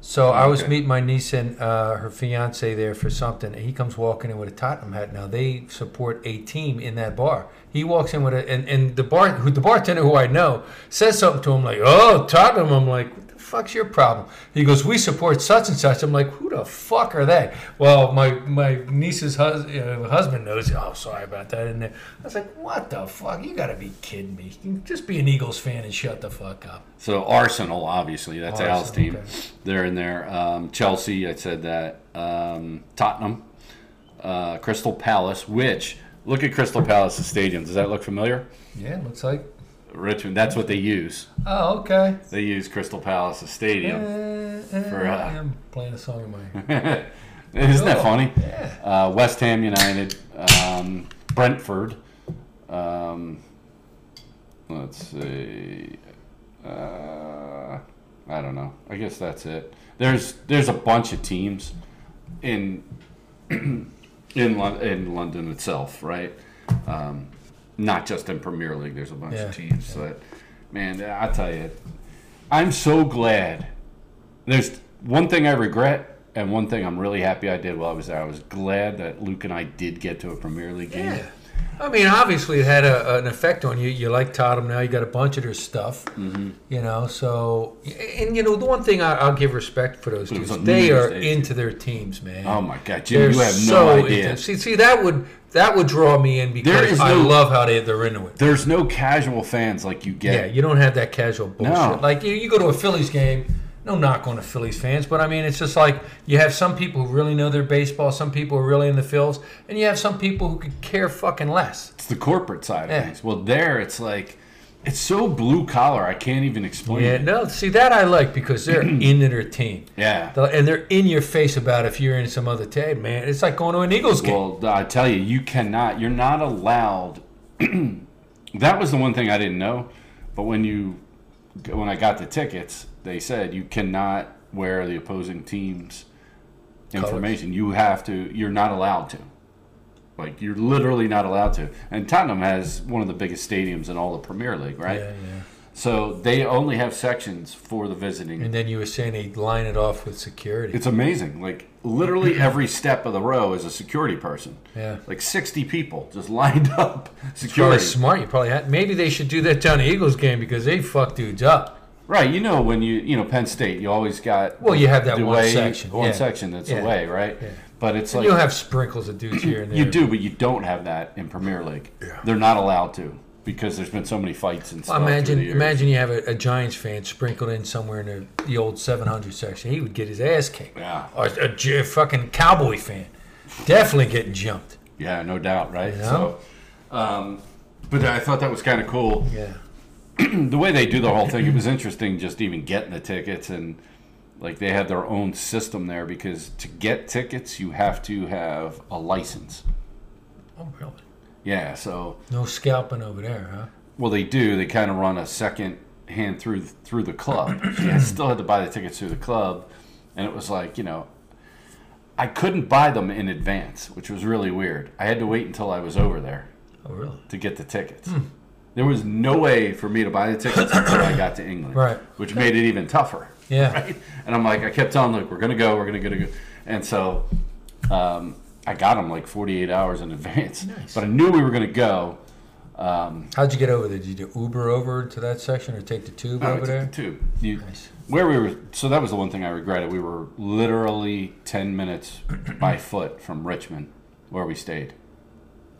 Speaker 2: So I was
Speaker 1: Okay.
Speaker 2: meeting my niece and uh, her fiance there for something, and he comes walking in with a Tottenham hat. Now they support a team in that bar. He walks in with a and, and the bar who the bartender who I know says something to him like, "Oh, Tottenham." I'm like, "What the fuck's your problem?" He goes, "We support such and such." I'm like, "Who the fuck are they?" Well, my my niece's hus- uh, husband knows. Oh, sorry about that. And I was like, "What the fuck? You got to be kidding me! Just be an Eagles fan and shut the fuck up."
Speaker 1: So Arsenal, obviously, that's
Speaker 2: Arsenal,
Speaker 1: Al's team.
Speaker 2: okay.
Speaker 1: They're in there. Um, Chelsea, I said that. Um, Tottenham, uh, Crystal Palace. Which look at Crystal Palace's stadium. Does that look familiar?
Speaker 2: Yeah, looks like.
Speaker 1: Richmond. That's what they use.
Speaker 2: Oh, okay.
Speaker 1: They use Crystal Palace's stadium.
Speaker 2: For,
Speaker 1: uh,
Speaker 2: I'm playing a song in my head.
Speaker 1: Isn't that
Speaker 2: Cool.
Speaker 1: funny?
Speaker 2: Oh, Yeah.
Speaker 1: Uh, West Ham United, um, Brentford. Um, let's see. Uh, I don't know. I guess that's it. There's there's a bunch of teams in in Lon- in London itself, right? Um, not just in Premier League. There's a bunch
Speaker 2: Yeah.
Speaker 1: of teams that, man, I tell you, I'm so glad. There's one thing I regret, and one thing I'm really happy I did while I was there. I was glad that Luke and I did get to a Premier League game.
Speaker 2: Yeah. I mean, obviously, it had a, an effect on you. You like Tottenham now. You got a bunch of their stuff. Mm-hmm. You know, so and you know the one thing I, I'll give respect for those
Speaker 1: it was
Speaker 2: dudes.
Speaker 1: on
Speaker 2: They
Speaker 1: New Year's
Speaker 2: are
Speaker 1: Day, too.
Speaker 2: into their teams, man.
Speaker 1: Oh my God,
Speaker 2: They're
Speaker 1: Jim, you have
Speaker 2: so
Speaker 1: no idea.
Speaker 2: into- see, see, that would that would draw me in because
Speaker 1: There is
Speaker 2: I
Speaker 1: no-
Speaker 2: love how they they're into it.
Speaker 1: There's no casual fans like you
Speaker 2: Yeah,
Speaker 1: get.
Speaker 2: you don't have that casual bullshit.
Speaker 1: No.
Speaker 2: Like you, you go to a Phillies game. No knock on the Phillies fans, but I mean it's just like you have some people who really know their baseball, some people who are really in the fields, and you have some people who could care fucking less.
Speaker 1: It's the corporate side of
Speaker 2: Yeah.
Speaker 1: things. Well, there it's like it's so blue collar. I can't even explain.
Speaker 2: Yeah,
Speaker 1: it.
Speaker 2: no, see that I like because they're into their team,
Speaker 1: yeah.
Speaker 2: They'll- and they're in your face about if you're in some other team. Man, it's like going to an Eagles game.
Speaker 1: Well, I tell you, you cannot. You're not allowed. that was the one thing I didn't know. But when you, when I got the tickets, they said you cannot wear the opposing team's information. You have to. You're not allowed to. Like you're literally not allowed to. And Tottenham has one of the biggest stadiums in all the Premier League, right?
Speaker 2: yeah, yeah.
Speaker 1: So they only have sections for the visiting
Speaker 2: And then you were saying they line it off with security.
Speaker 1: it's amazing. Like literally every step of the row is a security person.
Speaker 2: Yeah.
Speaker 1: Like sixty people just lined up
Speaker 2: Probably
Speaker 1: security.
Speaker 2: smart. You probably had. Maybe they should do that down the Eagles game because they fuck dudes up.
Speaker 1: Right. You know when you you know Penn State, you always got
Speaker 2: Well, you have that
Speaker 1: the
Speaker 2: one
Speaker 1: way-
Speaker 2: section.
Speaker 1: One
Speaker 2: Yeah.
Speaker 1: section that's
Speaker 2: Yeah.
Speaker 1: away, right? But it's like
Speaker 2: You'll have sprinkles of dudes here and there.
Speaker 1: you do, but you don't have that in Premier League. Yeah. They're not allowed to because there's been so many fights and stuff.
Speaker 2: Well,
Speaker 1: through
Speaker 2: imagine,
Speaker 1: the years.
Speaker 2: imagine you have a, a Giants fan sprinkled in somewhere in the, the old 700 section. He would get his ass kicked.
Speaker 1: Yeah.
Speaker 2: Or a, J- fucking Cowboy fan, definitely getting jumped.
Speaker 1: Yeah, no doubt, right?
Speaker 2: Yeah.
Speaker 1: So, um, but I thought that was kind of cool.
Speaker 2: Yeah.
Speaker 1: the way they do the whole thing, it was interesting just even getting the tickets and like they had their own system there because to get tickets you have to have a license.
Speaker 2: Oh, really?
Speaker 1: Yeah, so
Speaker 2: No scalping over there, huh?
Speaker 1: well they do, they kind of run a second hand through through the club. So I still had to buy the tickets through the club and it was like, you know, I couldn't buy them in advance, which was really weird. I had to wait until I was over there
Speaker 2: Oh, really?
Speaker 1: to get the tickets.
Speaker 2: Hmm.
Speaker 1: There was no way for me to buy the tickets until I got to England,
Speaker 2: Right.
Speaker 1: which made it even tougher.
Speaker 2: Yeah.
Speaker 1: right? And I'm like, I kept telling Luke, we're gonna go, we're gonna go, to go. and so um, I got them like 48 hours in advance.
Speaker 2: Nice.
Speaker 1: But I knew we were gonna go.
Speaker 2: How'd you get over there? Did you do Uber over to that section or take the tube
Speaker 1: I
Speaker 2: over
Speaker 1: took the
Speaker 2: there?
Speaker 1: tube. You-
Speaker 2: Nice.
Speaker 1: Where we were, so that was the one thing I regretted. We were literally 10 minutes by foot from Richmond, where we stayed,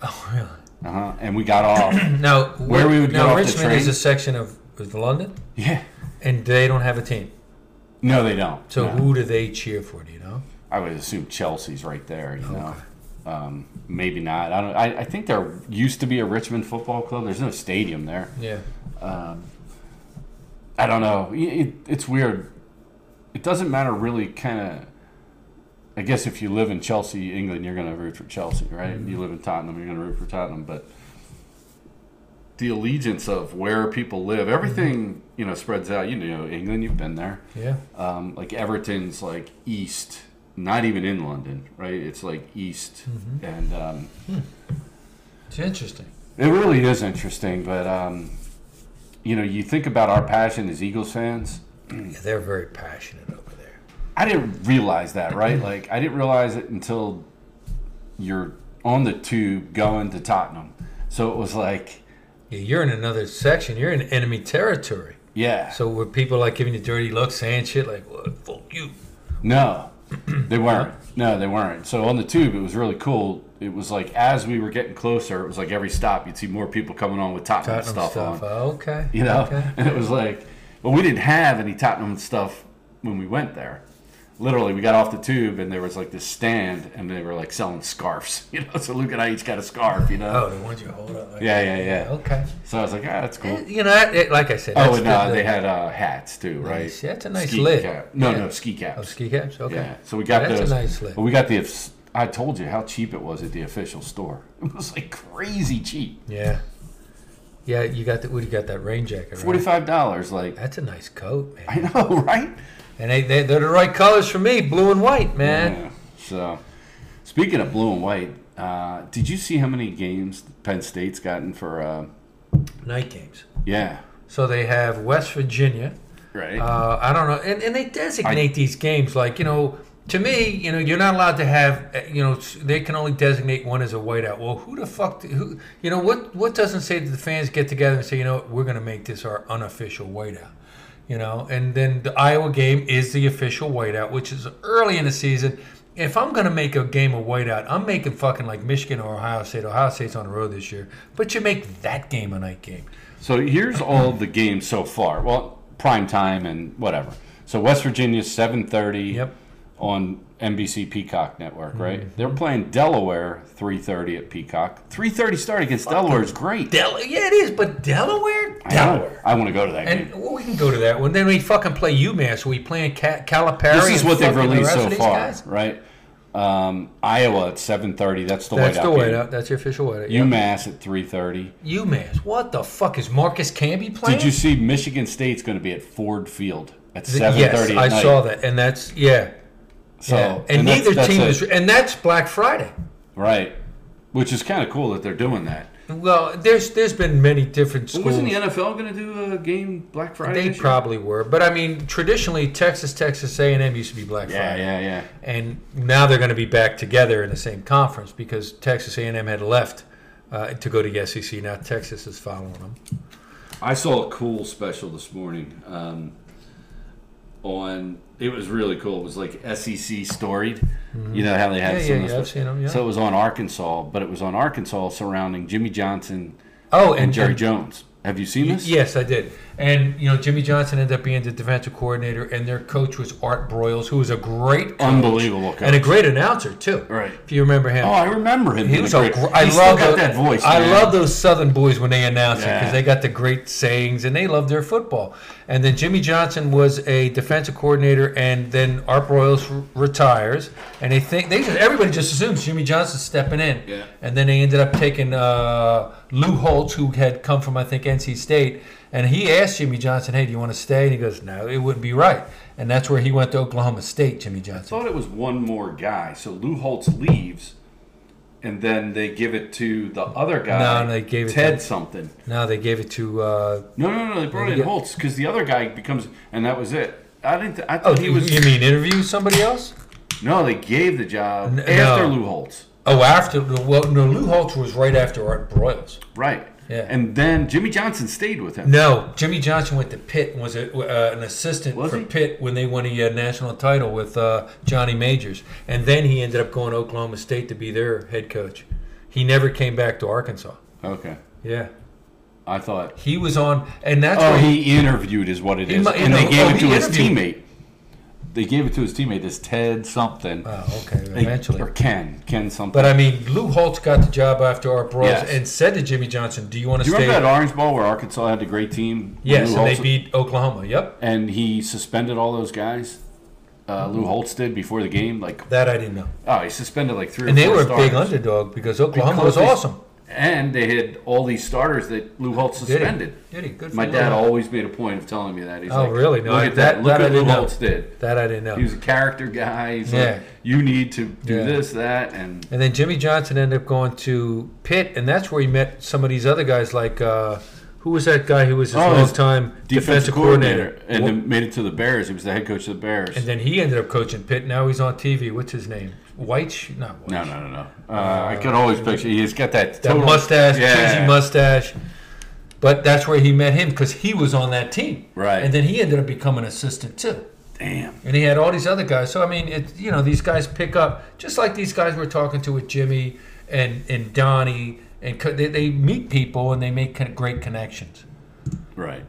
Speaker 2: Oh, really?
Speaker 1: uh-huh. and we got off.
Speaker 2: Now,
Speaker 1: Where we would get
Speaker 2: now
Speaker 1: off the
Speaker 2: Richmond is
Speaker 1: train?
Speaker 2: a section of, of London,
Speaker 1: yeah.
Speaker 2: and they don't have a team.
Speaker 1: No, they don't.
Speaker 2: So
Speaker 1: No.
Speaker 2: who do they cheer for? Do you know?
Speaker 1: I would assume Chelsea's right there. You know, um, maybe not. I don't. I, I think there used to be a Richmond football club. There's no stadium there. Um,
Speaker 2: Yeah.
Speaker 1: I don't know. It, it- it's weird. it doesn't matter really kind of I guess if you live in Chelsea, England, you're going to root for Chelsea, right? You live in Tottenham, you're going to root for Tottenham, but the allegiance of where people live, everything, you know, spreads out. You know, England, you've been there.
Speaker 2: Yeah.
Speaker 1: Um, like Everton's like east, not even in London, right? It's like east and um,
Speaker 2: It's interesting.
Speaker 1: it really is interesting, but um, you know, you think about our passion as Eagles fans,
Speaker 2: Yeah, they're very passionate over there.
Speaker 1: I didn't realize that, right? Like I didn't realize it until you're on the tube going to Tottenham. So it was like,
Speaker 2: Yeah, you're in another section. You're in enemy territory.
Speaker 1: yeah,
Speaker 2: So were people like giving you dirty looks, saying shit like "What fuck you"?
Speaker 1: no, they weren't. No, they weren't. So on the tube, it was really cool. It was like as we were getting closer, it was like every stop you'd see more people coming on with Tottenham,
Speaker 2: Tottenham
Speaker 1: stuff,
Speaker 2: stuff.
Speaker 1: on.
Speaker 2: Oh, okay.
Speaker 1: You know,
Speaker 2: Okay.
Speaker 1: and it was like, well, we didn't have any Tottenham stuff when we went there. Literally, we got off the tube and there was like this stand, and they were like selling scarves. You know, so Luke and I each got a scarf. You know,
Speaker 2: Oh, the ones you hold up. Like,
Speaker 1: Yeah, yeah, yeah.
Speaker 2: Okay.
Speaker 1: So I was like, ah, that's cool.
Speaker 2: You know, that- it, like I said.
Speaker 1: Oh,
Speaker 2: that's
Speaker 1: and
Speaker 2: the-
Speaker 1: uh,
Speaker 2: the-
Speaker 1: they had uh, hats too, right?
Speaker 2: Nice. Yeah, that's a nice
Speaker 1: ski
Speaker 2: lid.
Speaker 1: Cap. No,
Speaker 2: Yeah.
Speaker 1: no, ski
Speaker 2: Oh,
Speaker 1: caps.
Speaker 2: ski caps. Okay.
Speaker 1: Yeah. So we got
Speaker 2: That's a
Speaker 1: those.
Speaker 2: nice lid.
Speaker 1: But we got the. eff- I told you how cheap it was at the official store. It was like crazy cheap.
Speaker 2: Yeah. Yeah, you got the. What do you got? That rain jacket. Right?
Speaker 1: Forty-five dollars. Like
Speaker 2: That's a nice coat, man.
Speaker 1: I know, right?
Speaker 2: And they, they they're the right colors for me, blue and white, man.
Speaker 1: Yeah. So, speaking of blue and white, uh, did you see how many games Penn State's gotten for? Uh,
Speaker 2: Night games.
Speaker 1: yeah.
Speaker 2: So they have West Virginia.
Speaker 1: Right.
Speaker 2: Uh, I don't know, and, and they designate these games like you know. To me, you know, you're not allowed to have, uh, you know, s- they can only designate one as a whiteout. Well, who the fuck, do- who, you know, what what doesn't say that the fans get together and say, you know, what, we're going to make this our unofficial whiteout, you know, and then the Iowa game is the official whiteout, which is early in the season. If I'm going to make a game of whiteout, I'm making fucking like Michigan or Ohio State. Ohio State's on the road this year, but you make that game a night game.
Speaker 1: So here's all the games so far. Well, prime time and whatever. So West Virginia 7:30
Speaker 2: Yep. Mm-hmm.
Speaker 1: on NBC Peacock network, right? They're playing Delaware 3:30 at Peacock. 3:30 start against Delaware is great.
Speaker 2: Del- yeah, it is, but Delaware?
Speaker 1: I know.
Speaker 2: Delaware.
Speaker 1: I want to go to that
Speaker 2: And
Speaker 1: game.
Speaker 2: well, we can go to that one. Then we fucking play UMass. We playing Ca- Calipari.
Speaker 1: This is
Speaker 2: and
Speaker 1: what they've
Speaker 2: fucking the
Speaker 1: released
Speaker 2: rest of
Speaker 1: so
Speaker 2: these
Speaker 1: far,
Speaker 2: guys?
Speaker 1: right? Um, Iowa at 7:30. That's the
Speaker 2: That's
Speaker 1: whiteout
Speaker 2: the
Speaker 1: game.
Speaker 2: whiteout. That's your official whiteout. yeah.
Speaker 1: UMass at 3:30.
Speaker 2: UMass. What the fuck is Marcus Camby playing?
Speaker 1: Did you see Michigan State's going to be at Ford Field at 7:30
Speaker 2: Yes,
Speaker 1: at
Speaker 2: I
Speaker 1: night?
Speaker 2: saw that, and that's yeah.
Speaker 1: So,
Speaker 2: yeah. and,
Speaker 1: that's-
Speaker 2: neither
Speaker 1: that's
Speaker 2: team
Speaker 1: it.
Speaker 2: is, and that's Black Friday.
Speaker 1: right, which is kind of cool that they're doing that.
Speaker 2: Well, there's there's been many different schools.
Speaker 1: Wasn't the NFL going to do a game Black Friday?
Speaker 2: they
Speaker 1: this year?
Speaker 2: probably were, but I mean, traditionally Texas, Texas A and M used to be Black
Speaker 1: Yeah,
Speaker 2: Friday.
Speaker 1: yeah, yeah.
Speaker 2: and now they're going to be back together in the same conference because Texas A&M had left uh, to go to the SEC. Now Texas is following them.
Speaker 1: I saw a cool special this morning. Um, on it was really cool. It was like SEC storied. You know how they had
Speaker 2: Mm-hmm.
Speaker 1: some of
Speaker 2: Yeah, yeah, yeah,
Speaker 1: the stuff?
Speaker 2: I've seen 'em, yeah.
Speaker 1: So it was on Arkansas, but it was on Arkansas surrounding Jimmy Johnson
Speaker 2: Oh,
Speaker 1: and,
Speaker 2: and,
Speaker 1: Jerry
Speaker 2: and-
Speaker 1: Jones. Have you seen this?
Speaker 2: Yes, I did. And you know, Jimmy Johnson ended up being the defensive coordinator, and their coach was Art Broyles, who was a great, coach
Speaker 1: Unbelievable
Speaker 2: and a
Speaker 1: coach.
Speaker 2: great announcer too.
Speaker 1: Right.
Speaker 2: If you remember him,
Speaker 1: Oh, I remember him.
Speaker 2: He
Speaker 1: being
Speaker 2: was
Speaker 1: a
Speaker 2: a
Speaker 1: great-
Speaker 2: gr- I
Speaker 1: he's still
Speaker 2: love
Speaker 1: got
Speaker 2: tho-
Speaker 1: that voice.
Speaker 2: I
Speaker 1: man.
Speaker 2: love those Southern boys when they announce it
Speaker 1: Yeah.
Speaker 2: because they got the great sayings and they love their football. And then Jimmy Johnson was a defensive coordinator, and then Art Royals r- retires, and they think they just everybody just assumes Jimmy Johnson's stepping in.
Speaker 1: Yeah.
Speaker 2: And then they ended up taking uh, Lou Holtz, who had come from I think NC State, and he asked Jimmy Johnson, "Hey, do you want to stay?" And he goes, "No, it wouldn't be right." And that's where he went to Oklahoma State, Jimmy Johnson.
Speaker 1: thought it was one more guy. So Lou Holtz leaves, and then they give it to the other guy.
Speaker 2: No, no, they gave it
Speaker 1: Ted
Speaker 2: to-
Speaker 1: something.
Speaker 2: Now they gave it to uh,
Speaker 1: No, no, no. They brought in
Speaker 2: Yeah.
Speaker 1: Holtz because the other guy becomes, and that was it. I didn't. Th- I
Speaker 2: oh,
Speaker 1: thought he was.
Speaker 2: you mean interview somebody else?
Speaker 1: No, they gave the job
Speaker 2: N-
Speaker 1: after
Speaker 2: no.
Speaker 1: Lou Holtz.
Speaker 2: Oh, after well, no, Lou Holtz was right after Art Broyles.
Speaker 1: Right.
Speaker 2: Yeah.
Speaker 1: And then Jimmy Johnson stayed with him.
Speaker 2: No, Jimmy Johnson went to Pitt and was a, uh, an assistant
Speaker 1: Was
Speaker 2: for
Speaker 1: he?
Speaker 2: Pitt when they won a uh, national title with uh, Johnny Majors, and then he ended up going to Oklahoma State to be their head coach. He never came back to Arkansas.
Speaker 1: Okay.
Speaker 2: Yeah,
Speaker 1: I thought.
Speaker 2: he was on, and that's
Speaker 1: Oh,
Speaker 2: where he,
Speaker 1: he interviewed is what it
Speaker 2: He
Speaker 1: is,
Speaker 2: mu-
Speaker 1: and
Speaker 2: no,
Speaker 1: they gave
Speaker 2: oh,
Speaker 1: it to
Speaker 2: he
Speaker 1: his
Speaker 2: interviewed.
Speaker 1: teammate. They gave it to his teammate, this Ted something,
Speaker 2: Oh, okay,
Speaker 1: They-
Speaker 2: eventually.
Speaker 1: or Ken, Ken something.
Speaker 2: But I mean, Lou Holtz got the job after Art Broyles
Speaker 1: Yes.
Speaker 2: and said to Jimmy Johnson, "Do you want to
Speaker 1: Do you
Speaker 2: stay?"
Speaker 1: remember that Orange Bowl where Arkansas had the great team?
Speaker 2: yes,
Speaker 1: Lou
Speaker 2: and they
Speaker 1: Holtz-
Speaker 2: beat Oklahoma. Yep.
Speaker 1: and he suspended all those guys. uh, Lou Holtz did before the game. Like,
Speaker 2: That I didn't know.
Speaker 1: oh, he suspended like three.
Speaker 2: And
Speaker 1: or
Speaker 2: they
Speaker 1: four
Speaker 2: were a
Speaker 1: starters.
Speaker 2: big underdog because Oklahoma was
Speaker 1: Because they-
Speaker 2: awesome.
Speaker 1: And they had all these starters that Lou Holtz
Speaker 2: Did he?
Speaker 1: suspended.
Speaker 2: Did he? Good for
Speaker 1: My
Speaker 2: him.
Speaker 1: dad always made a point of telling me that. He's
Speaker 2: Oh,
Speaker 1: like,
Speaker 2: really? No,
Speaker 1: look
Speaker 2: I-
Speaker 1: at that.
Speaker 2: that-
Speaker 1: Look
Speaker 2: that I
Speaker 1: at Lou
Speaker 2: didn't know.
Speaker 1: Holtz did.
Speaker 2: That I didn't know.
Speaker 1: He was a character guy. He's
Speaker 2: Yeah.
Speaker 1: like, you need to do
Speaker 2: Yeah.
Speaker 1: this, that, and
Speaker 2: And then Jimmy Johnson ended up going to Pitt, and that's where he met some of these other guys like uh, who was that guy who was his
Speaker 1: Oh, his
Speaker 2: longtime defensive,
Speaker 1: defensive
Speaker 2: coordinator?
Speaker 1: coordinator, and
Speaker 2: Wha-
Speaker 1: then made it to the Bears. He was the head coach of the Bears.
Speaker 2: and then he ended up coaching Pitt. Now he's on TV. What's his name? White? Not White.
Speaker 1: no, no, no, no. Uh, I could always picture. He's got that,
Speaker 2: That
Speaker 1: total-
Speaker 2: mustache,
Speaker 1: Yeah.
Speaker 2: cheesy mustache. But that's where he met him because he was on that team.
Speaker 1: Right.
Speaker 2: And then he ended up becoming assistant too.
Speaker 1: Damn.
Speaker 2: And he had all these other guys. So I mean, it you know these guys pick up just like these guys we're talking to with Jimmy and and Donnie and co- they, they meet people and they make con- great connections.
Speaker 1: Right.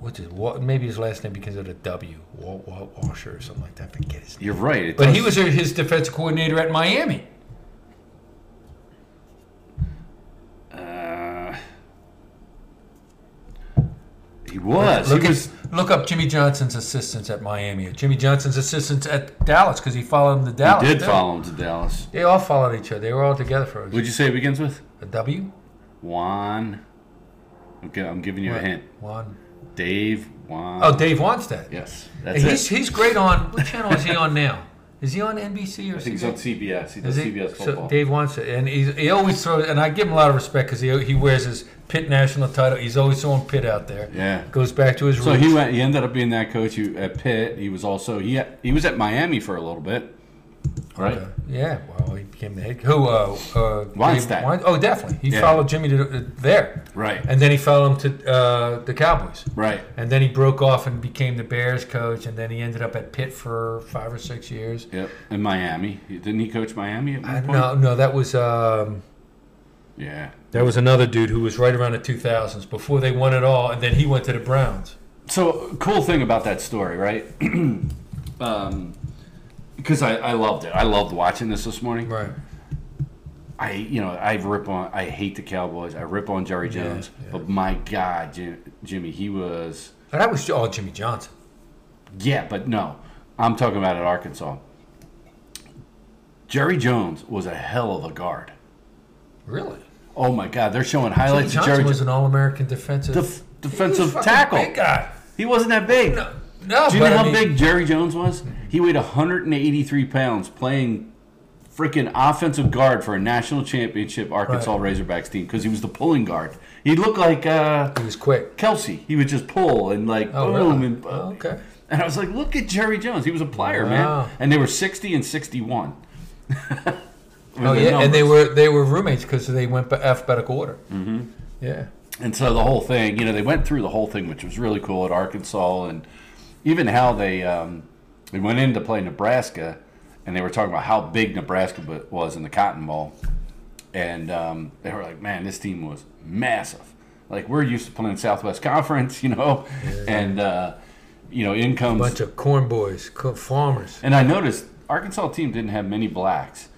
Speaker 2: What's his what? Maybe his last name begins with a W, Walt, Walt Washer or something like that. Forget his name.
Speaker 1: You're right. It
Speaker 2: But he
Speaker 1: does-
Speaker 2: was his defensive coordinator at Miami.
Speaker 1: Uh, he was.
Speaker 2: Look,
Speaker 1: he
Speaker 2: at-
Speaker 1: was.
Speaker 2: look up Jimmy Johnson's assistants at Miami. Or Jimmy Johnson's assistants at Dallas because he followed him to Dallas.
Speaker 1: He did
Speaker 2: too.
Speaker 1: follow him to Dallas.
Speaker 2: They all followed each other. They were all together for a,
Speaker 1: What'd you say it begins with?
Speaker 2: a W.
Speaker 1: Juan. Okay, I'm giving you a hint.
Speaker 2: One.
Speaker 1: Dave Juan.
Speaker 2: Oh, Dave wants that.
Speaker 1: yes,
Speaker 2: And
Speaker 1: that's
Speaker 2: he's
Speaker 1: it.
Speaker 2: he's great on what channel is he on now? Is he on NBC or
Speaker 1: I think he's
Speaker 2: CBS?
Speaker 1: on CBS. He does
Speaker 2: Is he?
Speaker 1: CBS
Speaker 2: So
Speaker 1: football.
Speaker 2: Dave wants it, and he's, he always throws. And I give him a lot of respect because he he wears his Pitt national title. He's always throwing Pitt out there.
Speaker 1: yeah.
Speaker 2: Goes back to his
Speaker 1: So
Speaker 2: roots.
Speaker 1: he went. He ended up being that coach you- at Pitt. He was also he he was at Miami for a little bit, right?
Speaker 2: Uh, yeah. Well, he became the head. Who? Uh, uh, Dave
Speaker 1: Weinstein.
Speaker 2: Wein- oh, definitely. He
Speaker 1: Yeah.
Speaker 2: followed Jimmy to, uh, there,
Speaker 1: Right,
Speaker 2: and then he followed him to uh, the Cowboys.
Speaker 1: right.
Speaker 2: And then he broke off and became the Bears coach, and then he ended up at Pitt for five or six years.
Speaker 1: Yep. In Miami, didn't he coach Miami at one
Speaker 2: I,
Speaker 1: point?
Speaker 2: no, no, that was um,
Speaker 1: Yeah.
Speaker 2: There was another dude who was right around the 2000s before they won it all, and then he went to the Browns.
Speaker 1: So cool thing about that story, right? um, because I, I loved it. I loved watching this this morning.
Speaker 2: Right.
Speaker 1: I you know I rip on I hate the Cowboys. I rip on Jerry Jones,
Speaker 2: yeah.
Speaker 1: but my God, Jim, Jimmy, he was
Speaker 2: And that was all Jimmy Johnson.
Speaker 1: yeah, but no, I'm talking about at Arkansas. Jerry Jones was a hell of a guard.
Speaker 2: Really?
Speaker 1: Oh my God, they're showing
Speaker 2: Jimmy
Speaker 1: highlights of
Speaker 2: Johnson
Speaker 1: Jerry
Speaker 2: was
Speaker 1: Jones.
Speaker 2: an All American defensive
Speaker 1: Def-
Speaker 2: He was a
Speaker 1: defensive
Speaker 2: fucking
Speaker 1: tackle.
Speaker 2: Big guy.
Speaker 1: He wasn't that big.
Speaker 2: No, no
Speaker 1: Do you
Speaker 2: but
Speaker 1: know
Speaker 2: I
Speaker 1: how
Speaker 2: mean,
Speaker 1: big Jerry Jones was? He weighed 183 pounds playing freaking offensive guard for a national championship Arkansas Razorbacks team because he was the pulling guard. He looked like uh,
Speaker 2: He was quick.
Speaker 1: Kelsey. He would just pull and like
Speaker 2: Oh,
Speaker 1: boom.
Speaker 2: really?
Speaker 1: And, uh,
Speaker 2: Oh, okay.
Speaker 1: and I was like, look at Jerry Jones. He was a player,
Speaker 2: Wow.
Speaker 1: man. And they were 60 and 61. With
Speaker 2: Oh
Speaker 1: the
Speaker 2: yeah, and they
Speaker 1: numbers.
Speaker 2: were they were roommates because they went by alphabetical order. Mm-hmm. Yeah.
Speaker 1: And so the whole thing, you know, they went through the whole thing, which was really cool at Arkansas, and even how they um, they went in to play Nebraska, and they were talking about how big Nebraska bu- was in the Cotton Bowl, and um, they were like, "Man, this team was massive. Like we're used to playing Southwest Conference, you know, and uh, you know, in comes
Speaker 2: Bunch of corn boys, co- farmers.
Speaker 1: and I noticed Arkansas team didn't have many blacks.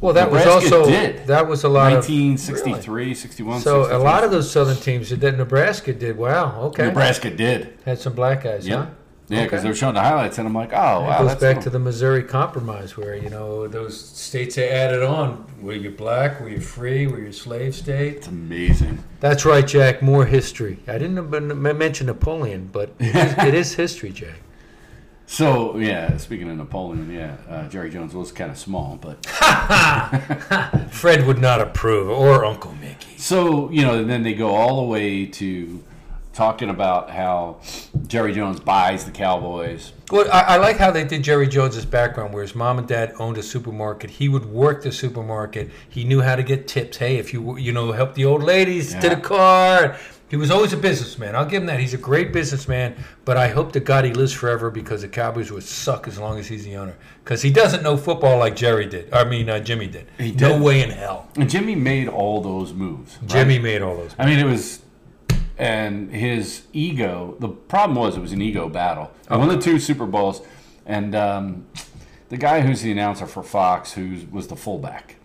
Speaker 2: Well, that was
Speaker 1: Nebraska
Speaker 2: also
Speaker 1: did.
Speaker 2: that was a lot of
Speaker 1: 1963, 61,
Speaker 2: So a
Speaker 1: 63.
Speaker 2: lot of those Southern teams did that. Nebraska did. Wow. Okay.
Speaker 1: Nebraska did.
Speaker 2: Had some black guys.
Speaker 1: Yeah.
Speaker 2: Huh?
Speaker 1: Yeah, because
Speaker 2: Okay.
Speaker 1: they were showing the highlights, and I'm like, oh, wow.
Speaker 2: It goes
Speaker 1: that's
Speaker 2: back
Speaker 1: cool.
Speaker 2: to the Missouri Compromise, where you know those states they added on: were you black, were you free, were you a slave state?
Speaker 1: It's amazing.
Speaker 2: That's right, Jack. More history. I didn't m- m- mention Napoleon, but it is, it is history, Jack.
Speaker 1: So yeah, speaking of Napoleon, yeah, uh, Jerry Jones was kind of small, but
Speaker 2: Fred would not approve, or Uncle Mickey.
Speaker 1: so you know, and then they go all the way to talking about how Jerry Jones buys the Cowboys.
Speaker 2: Well, I, I like how they did Jerry Jones's background, where his mom and dad owned a supermarket. He would work the supermarket. He knew how to get tips. Hey, if you you know help the old ladies to
Speaker 1: Yeah.
Speaker 2: the car. He was always a businessman. I'll give him that. He's a great businessman. But I hope to God he lives forever because the Cowboys would suck as long as he's the owner. Because he doesn't know football like Jerry did. I mean, uh, Jimmy did.
Speaker 1: He
Speaker 2: No
Speaker 1: didn't.
Speaker 2: way in hell.
Speaker 1: And Jimmy made all those moves. right?
Speaker 2: Jimmy made all those.
Speaker 1: I mean, it was, and his ego. The problem was it was an ego battle. I won the two Super Bowls, and um, the guy who's the announcer for Fox, who was the fullback,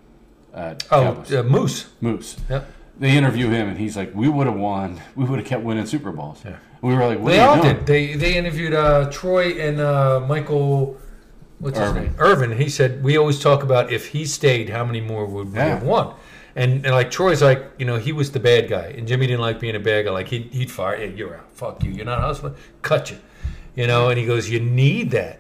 Speaker 1: uh,
Speaker 2: Oh,
Speaker 1: Cowboys,
Speaker 2: uh, Moose.
Speaker 1: Moose.
Speaker 2: Yep.
Speaker 1: They interview him, and he's like, "We would have won. We would have kept winning Super Bowls."
Speaker 2: Yeah.
Speaker 1: We were like, "What
Speaker 2: They
Speaker 1: are you
Speaker 2: all
Speaker 1: doing?"
Speaker 2: did. They they interviewed uh, Troy and uh, Michael. What's
Speaker 1: Irvin.
Speaker 2: his name? Irvin. He said we always talk about if he stayed, how many more would we
Speaker 1: Yeah.
Speaker 2: have won? And, and like Troy's like, you know, he was the bad guy, and Jimmy didn't like being a bad guy. Like he'd, he'd fire, yeah, you're out, fuck you, you're not hustling, cut you, you know. And he goes, you need that,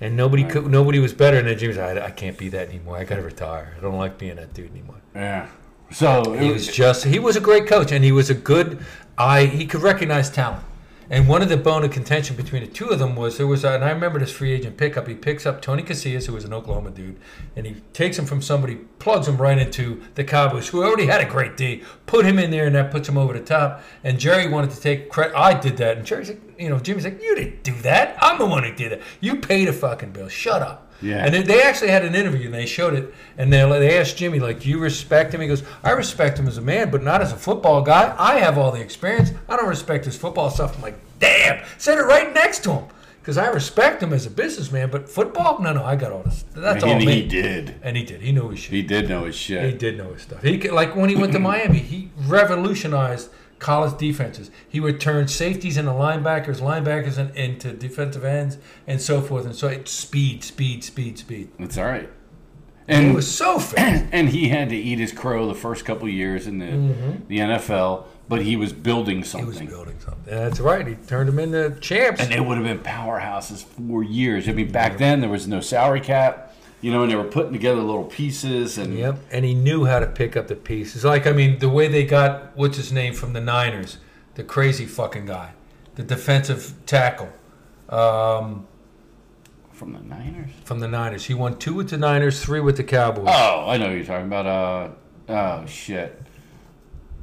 Speaker 2: and nobody could, nobody was better. And then Jimmy's like, I, I can't be that anymore. I gotta retire. I don't like being that dude anymore.
Speaker 1: Yeah. So it
Speaker 2: He
Speaker 1: was,
Speaker 2: was just he was a great coach and he was a good I he could recognize talent. And one of the bone of contention between the two of them was there was a, and I remember this free agent pickup. He picks up Tony Casillas, who was an Oklahoma dude, and he takes him from somebody, plugs him right into the Cowboys, who already had a great D, put him in there, and that puts him over the top. And Jerry wanted to take credit. I did that, and Jerry's like, you know, Jimmy's like, you didn't do that. I'm the one who did it. You paid a fucking bill. Shut up.
Speaker 1: Yeah.
Speaker 2: And and they actually had an interview and they showed it and they, they asked Jimmy like, "Do you respect him?" He goes, "I respect him as a man, but not as a football guy. I have all the experience. I don't respect his football stuff." I'm like, "Damn!" Said it right next to him because I respect him as a businessman, but football? No, no, I got all this. That's all
Speaker 1: and
Speaker 2: me.
Speaker 1: he did.
Speaker 2: And he did. He knew his shit.
Speaker 1: He did know his
Speaker 2: He
Speaker 1: shit.
Speaker 2: did know his stuff. He could- like when he went to Miami, he revolutionized college defenses. He would turn safeties into linebackers, linebackers in, into defensive ends, and so forth. And so it's speed, speed, speed, speed.
Speaker 1: It's all right.
Speaker 2: It
Speaker 1: And
Speaker 2: was so fast.
Speaker 1: and he had to eat his crow the first couple years in the the NFL, but he was building
Speaker 2: Mm-hmm. he was
Speaker 1: something.
Speaker 2: building something. That's right. He turned him into champs.
Speaker 1: and they would have been powerhouses for years. I mean, back then there was no salary cap, you know, and they were putting together little pieces and
Speaker 2: yep. And he knew how to pick up the pieces. Like I mean, the way they got what's his name from the Niners, the crazy fucking guy, the defensive tackle
Speaker 1: from the Niners.
Speaker 2: from the Niners. He won two with the Niners, three with the Cowboys.
Speaker 1: Oh, I know who you're talking about. Uh, oh shit.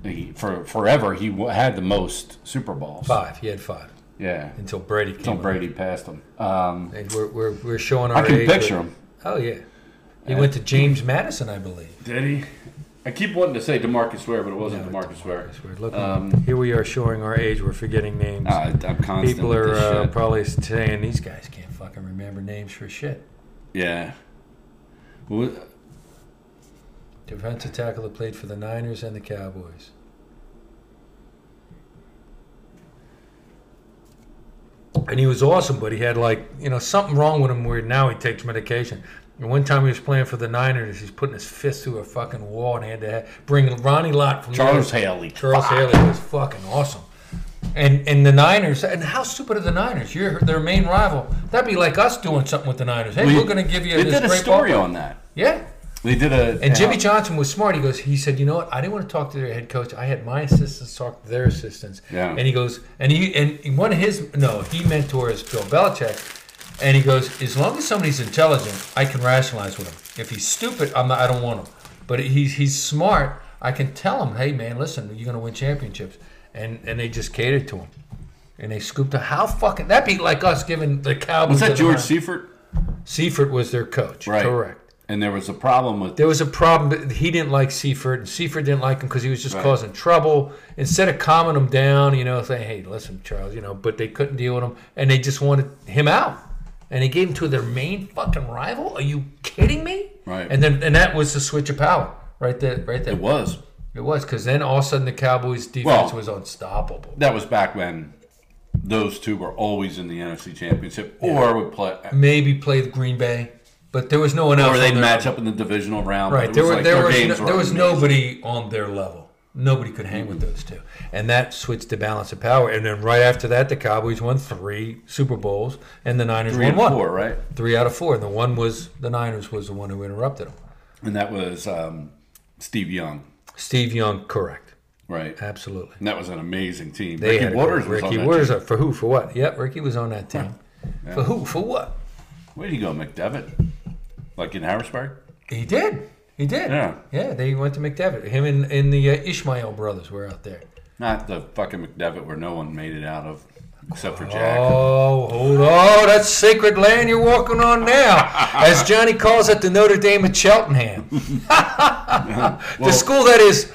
Speaker 1: He, for forever, he wa- had the most Super Bowls.
Speaker 2: Five. He had five
Speaker 1: Yeah,
Speaker 2: until Brady came.
Speaker 1: until
Speaker 2: along.
Speaker 1: Brady passed him. Um,
Speaker 2: And we're, we're, we're showing
Speaker 1: I
Speaker 2: our
Speaker 1: can
Speaker 2: age, but-
Speaker 1: picture him.
Speaker 2: Oh yeah. He went to James Madison, I believe.
Speaker 1: Did he? I keep wanting to say DeMarcus Ware, but it wasn't
Speaker 2: No,
Speaker 1: DeMarcus Ware.
Speaker 2: We're looking-
Speaker 1: Um,
Speaker 2: here we are showing our age. We're forgetting names.
Speaker 1: Ah, I'm constant.
Speaker 2: People
Speaker 1: with
Speaker 2: are
Speaker 1: this
Speaker 2: uh,
Speaker 1: shit.
Speaker 2: probably saying these guys can't fucking remember names for shit.
Speaker 1: yeah. Well,
Speaker 2: Defensive tackle that played for the Niners and the Cowboys. And he was awesome, but he had like you know something wrong with him where now he takes medication. And one time he was playing for the Niners, he's putting his fist through a fucking wall and had to ha bring Ronnie Lott from the
Speaker 1: Charles
Speaker 2: other-
Speaker 1: Haley.
Speaker 2: Charles Haley was fucking awesome. And and the Niners, and how stupid are the Niners? You're their main rival. That'd be like us doing something with the Niners. Hey,
Speaker 1: We-
Speaker 2: we, are going to give you
Speaker 1: They
Speaker 2: this
Speaker 1: did a
Speaker 2: great
Speaker 1: story
Speaker 2: ball.
Speaker 1: on that.
Speaker 2: Yeah.
Speaker 1: They did a uh,
Speaker 2: And Jimmy Johnson was smart. He goes, he said, you know what? I didn't want to talk to their head coach. I had my assistants talk to their assistants.
Speaker 1: Yeah.
Speaker 2: And he goes, and he and one of his no, he mentors Bill Belichick, and he goes, as long as somebody's intelligent, I can rationalize with him. If he's stupid, I'm not, I don't want him. But he's he's smart. I can tell him, hey man, listen, you're gonna win championships, and and they just catered to him, and they scooped him. How fucking that'd be like us giving the Cowboys.
Speaker 1: was that
Speaker 2: the-
Speaker 1: George Seifert,
Speaker 2: Seifert was their coach?
Speaker 1: right?
Speaker 2: Correct
Speaker 1: And there was a problem with
Speaker 2: there was a problem. But he didn't like Seifert, and Seifert didn't like him because he was just causing trouble. Instead of calming him down, you know, saying, "Hey, listen, Charles," you know, but they couldn't deal with him, and they just wanted him out. And they gave him to their main fucking rival. Are you kidding me?
Speaker 1: Right.
Speaker 2: And then, and that was the switch of power, right there, right there.
Speaker 1: it was
Speaker 2: It was because then all of a sudden the Cowboys' defense
Speaker 1: Well-
Speaker 2: was unstoppable.
Speaker 1: that was back when those two were always in the NFC Championship or would play
Speaker 2: Maybe played Green Bay, but there was no one else.
Speaker 1: or they'd
Speaker 2: on their-
Speaker 1: match up in the divisional round.
Speaker 2: Right.
Speaker 1: It
Speaker 2: There
Speaker 1: was
Speaker 2: were
Speaker 1: like
Speaker 2: there
Speaker 1: their
Speaker 2: was
Speaker 1: games
Speaker 2: no,
Speaker 1: were
Speaker 2: there was
Speaker 1: amazing.
Speaker 2: nobody on their level. Nobody could hang with those two, and that switched the balance of power. And then right after that, the Cowboys won three Super Bowls, and the Niners
Speaker 1: three
Speaker 2: won
Speaker 1: and
Speaker 2: one.
Speaker 1: four, right?
Speaker 2: Three out of four, and the one was the Niners was the one who interrupted them.
Speaker 1: And that was um, Steve Young,
Speaker 2: Steve Young, correct,
Speaker 1: right?
Speaker 2: absolutely.
Speaker 1: And that was an amazing team.
Speaker 2: They had
Speaker 1: Ricky
Speaker 2: a-
Speaker 1: Waters was
Speaker 2: Ricky
Speaker 1: on that
Speaker 2: Waters
Speaker 1: team.
Speaker 2: uh, for who for what? Yep, Ricky was on that team. For who for what?
Speaker 1: Where would you go, McDevitt? Like in Harrisburg?
Speaker 2: He did. He did.
Speaker 1: Yeah.
Speaker 2: Yeah. They went to McDevitt. Him and, and the uh, Ishmael brothers were out there.
Speaker 1: Not the fucking McDevitt where no one made it out of, except for Jack.
Speaker 2: Oh, hold on. That's sacred land you're walking on now. As Johnny calls it, the Notre Dame at Cheltenham. the school that is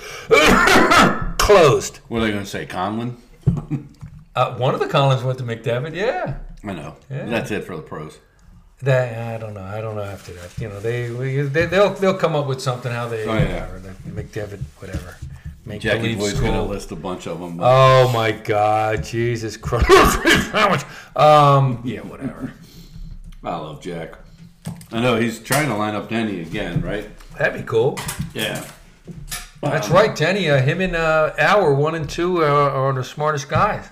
Speaker 2: closed.
Speaker 1: What are they going to say, Conlon?
Speaker 2: Uh, one of the Collins went to McDevitt, yeah.
Speaker 1: I know.
Speaker 2: Yeah.
Speaker 1: That's it for the pros.
Speaker 2: That, I don't know. I don't know after that. You know, they, we- they they'll they'll come up with something how they
Speaker 1: Oh, yeah.
Speaker 2: whatever, the McDevitt whatever Make
Speaker 1: Jackie
Speaker 2: believe
Speaker 1: Boy's
Speaker 2: school.
Speaker 1: gonna list a bunch of them.
Speaker 2: Oh my God, Jesus Christ! um, yeah, whatever.
Speaker 1: I love Jack. I know he's trying to line up Denny again, right?
Speaker 2: That'd be cool.
Speaker 1: Yeah.
Speaker 2: That's right, Denny. Uh, him and uh, Hour one and two are, are the smartest guys.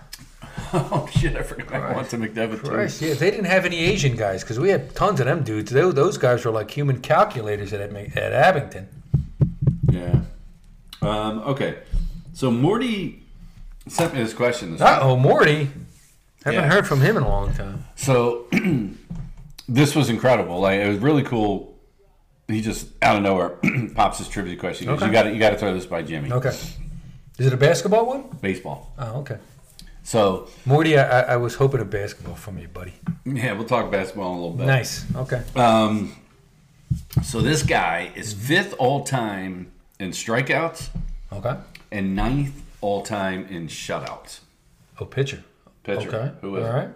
Speaker 1: oh shit! I forgot I want to McDevitt too.
Speaker 2: Christ, yeah, they didn't have any Asian guys because we had tons of them dudes. Tho- those guys were like human calculators at Edmi- at Abington.
Speaker 1: Yeah. Um, okay. So Morty sent me this question. This
Speaker 2: Uh oh, Morty. Haven't
Speaker 1: Yeah.
Speaker 2: heard from him in a long time.
Speaker 1: So this was incredible. Like it was really cool. He just out of nowhere pops his trivia question. He goes,
Speaker 2: Okay.
Speaker 1: You got to you got to throw this by Jimmy.
Speaker 2: Okay, is it a basketball one?
Speaker 1: Baseball.
Speaker 2: Oh, okay.
Speaker 1: So
Speaker 2: Morty, I, I- I was hoping a basketball from you, buddy.
Speaker 1: yeah, we'll talk basketball in a little bit.
Speaker 2: Nice. Okay.
Speaker 1: Um, so this guy is fifth all time in strikeouts
Speaker 2: Okay.
Speaker 1: and ninth all time in shutouts.
Speaker 2: Oh, pitcher.
Speaker 1: Pitcher.
Speaker 2: Okay.
Speaker 1: Who is
Speaker 2: All
Speaker 1: it?
Speaker 2: right.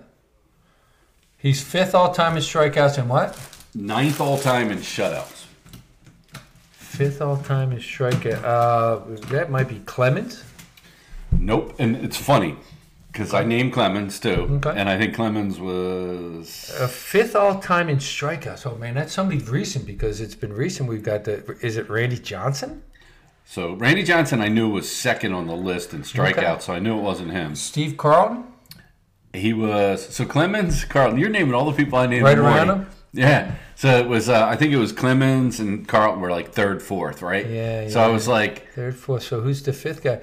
Speaker 2: He's fifth all time in strikeouts and what?
Speaker 1: ninth all time in shutouts?
Speaker 2: Fifth all time in strikeout. Uh, that might be Clement.
Speaker 1: Nope. And it's funny because I named Clemens too,
Speaker 2: Okay.
Speaker 1: and I think Clemens was
Speaker 2: A fifth all time in strikeouts. Oh man, that's somebody recent because it's been recent. We've got the. Is it Randy Johnson?
Speaker 1: So Randy Johnson, I knew was second on the list in strikeouts, so I knew it wasn't him.
Speaker 2: Steve Carlton.
Speaker 1: He was so Clemens, Carlton. You're naming all the people I named
Speaker 2: Right
Speaker 1: in the
Speaker 2: around
Speaker 1: morning.
Speaker 2: him?
Speaker 1: Yeah. So it was. Uh, I think it was Clemens and Carlton were like third, fourth, right?
Speaker 2: Yeah,
Speaker 1: So I was like,
Speaker 2: Third, fourth. So who's the fifth guy?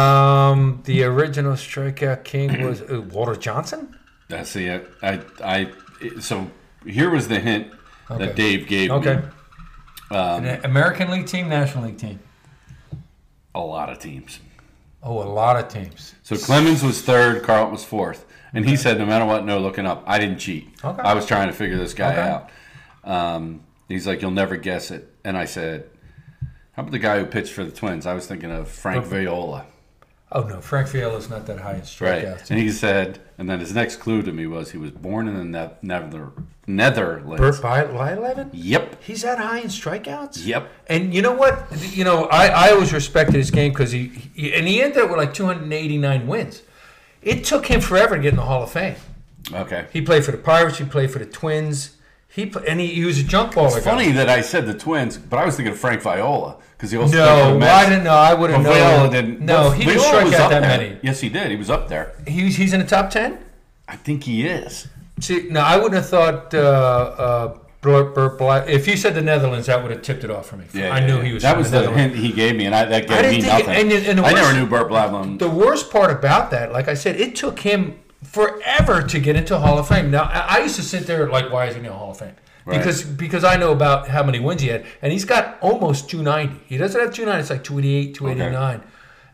Speaker 2: Um, the original strikeout king was uh, Walter Johnson.
Speaker 1: that's the. uh, I. I. it- So here was the hint
Speaker 2: Okay.
Speaker 1: that Dave gave
Speaker 2: Okay.
Speaker 1: me. Um,
Speaker 2: An American League team, National League team.
Speaker 1: A lot of teams.
Speaker 2: Oh, a lot of teams.
Speaker 1: So Clemens was third, Carlton was fourth, and he said, no matter what, no looking up. I didn't cheat.
Speaker 2: Okay.
Speaker 1: I was trying to figure this guy
Speaker 2: Okay.
Speaker 1: out. Um, he's like, you'll never guess it, and I said, how about the guy who pitched for the Twins? I was thinking of Frank Viola,
Speaker 2: Oh no, Frank Fiala's not that high in
Speaker 1: right?
Speaker 2: strikeouts.
Speaker 1: And he said, and then his next clue to me was he was born in the ne- Nether- Netherlands.
Speaker 2: Burt Lylevin?
Speaker 1: Yep,
Speaker 2: He's that high in strikeouts?
Speaker 1: yep.
Speaker 2: And you know what? You know, I, I always respected his game because he, he and he ended up with like 289 wins. It took him forever to get in the Hall of Fame.
Speaker 1: Okay.
Speaker 2: He played for the Pirates. He played for the Twins. He pl- and he, he was a junk baller. guy.
Speaker 1: Funny that I said the Twins, but I was thinking of Frank Viola because he also played for the
Speaker 2: No, why
Speaker 1: Mets.
Speaker 2: didn't no, I would have
Speaker 1: But Viola
Speaker 2: known.
Speaker 1: didn't.
Speaker 2: No, he didn't
Speaker 1: Viola
Speaker 2: strike
Speaker 1: was
Speaker 2: out
Speaker 1: up
Speaker 2: that
Speaker 1: there.
Speaker 2: many.
Speaker 1: Yes, he did. He was up there.
Speaker 2: He's he's in the top ten.
Speaker 1: I think he is.
Speaker 2: See, no, I wouldn't have thought. Uh, uh, Burt, Burt Bly- if you said the Netherlands, that would have tipped it off for me. I knew he was.
Speaker 1: That
Speaker 2: from
Speaker 1: was
Speaker 2: the
Speaker 1: the
Speaker 2: Netherlands.
Speaker 1: hint he gave me, and I, that gave
Speaker 2: didn't
Speaker 1: me
Speaker 2: think it-
Speaker 1: nothing.
Speaker 2: and the- and the
Speaker 1: I never
Speaker 2: worst-
Speaker 1: knew Burt Blablam.
Speaker 2: The worst part about that, like I said, it took him forever to get into Hall of Fame. Now I I used to sit there like, why is he in the Hall of Fame?
Speaker 1: Right.
Speaker 2: Because because I know about how many wins he had, and he's got almost 290. He doesn't have 290; it's like 288, 289.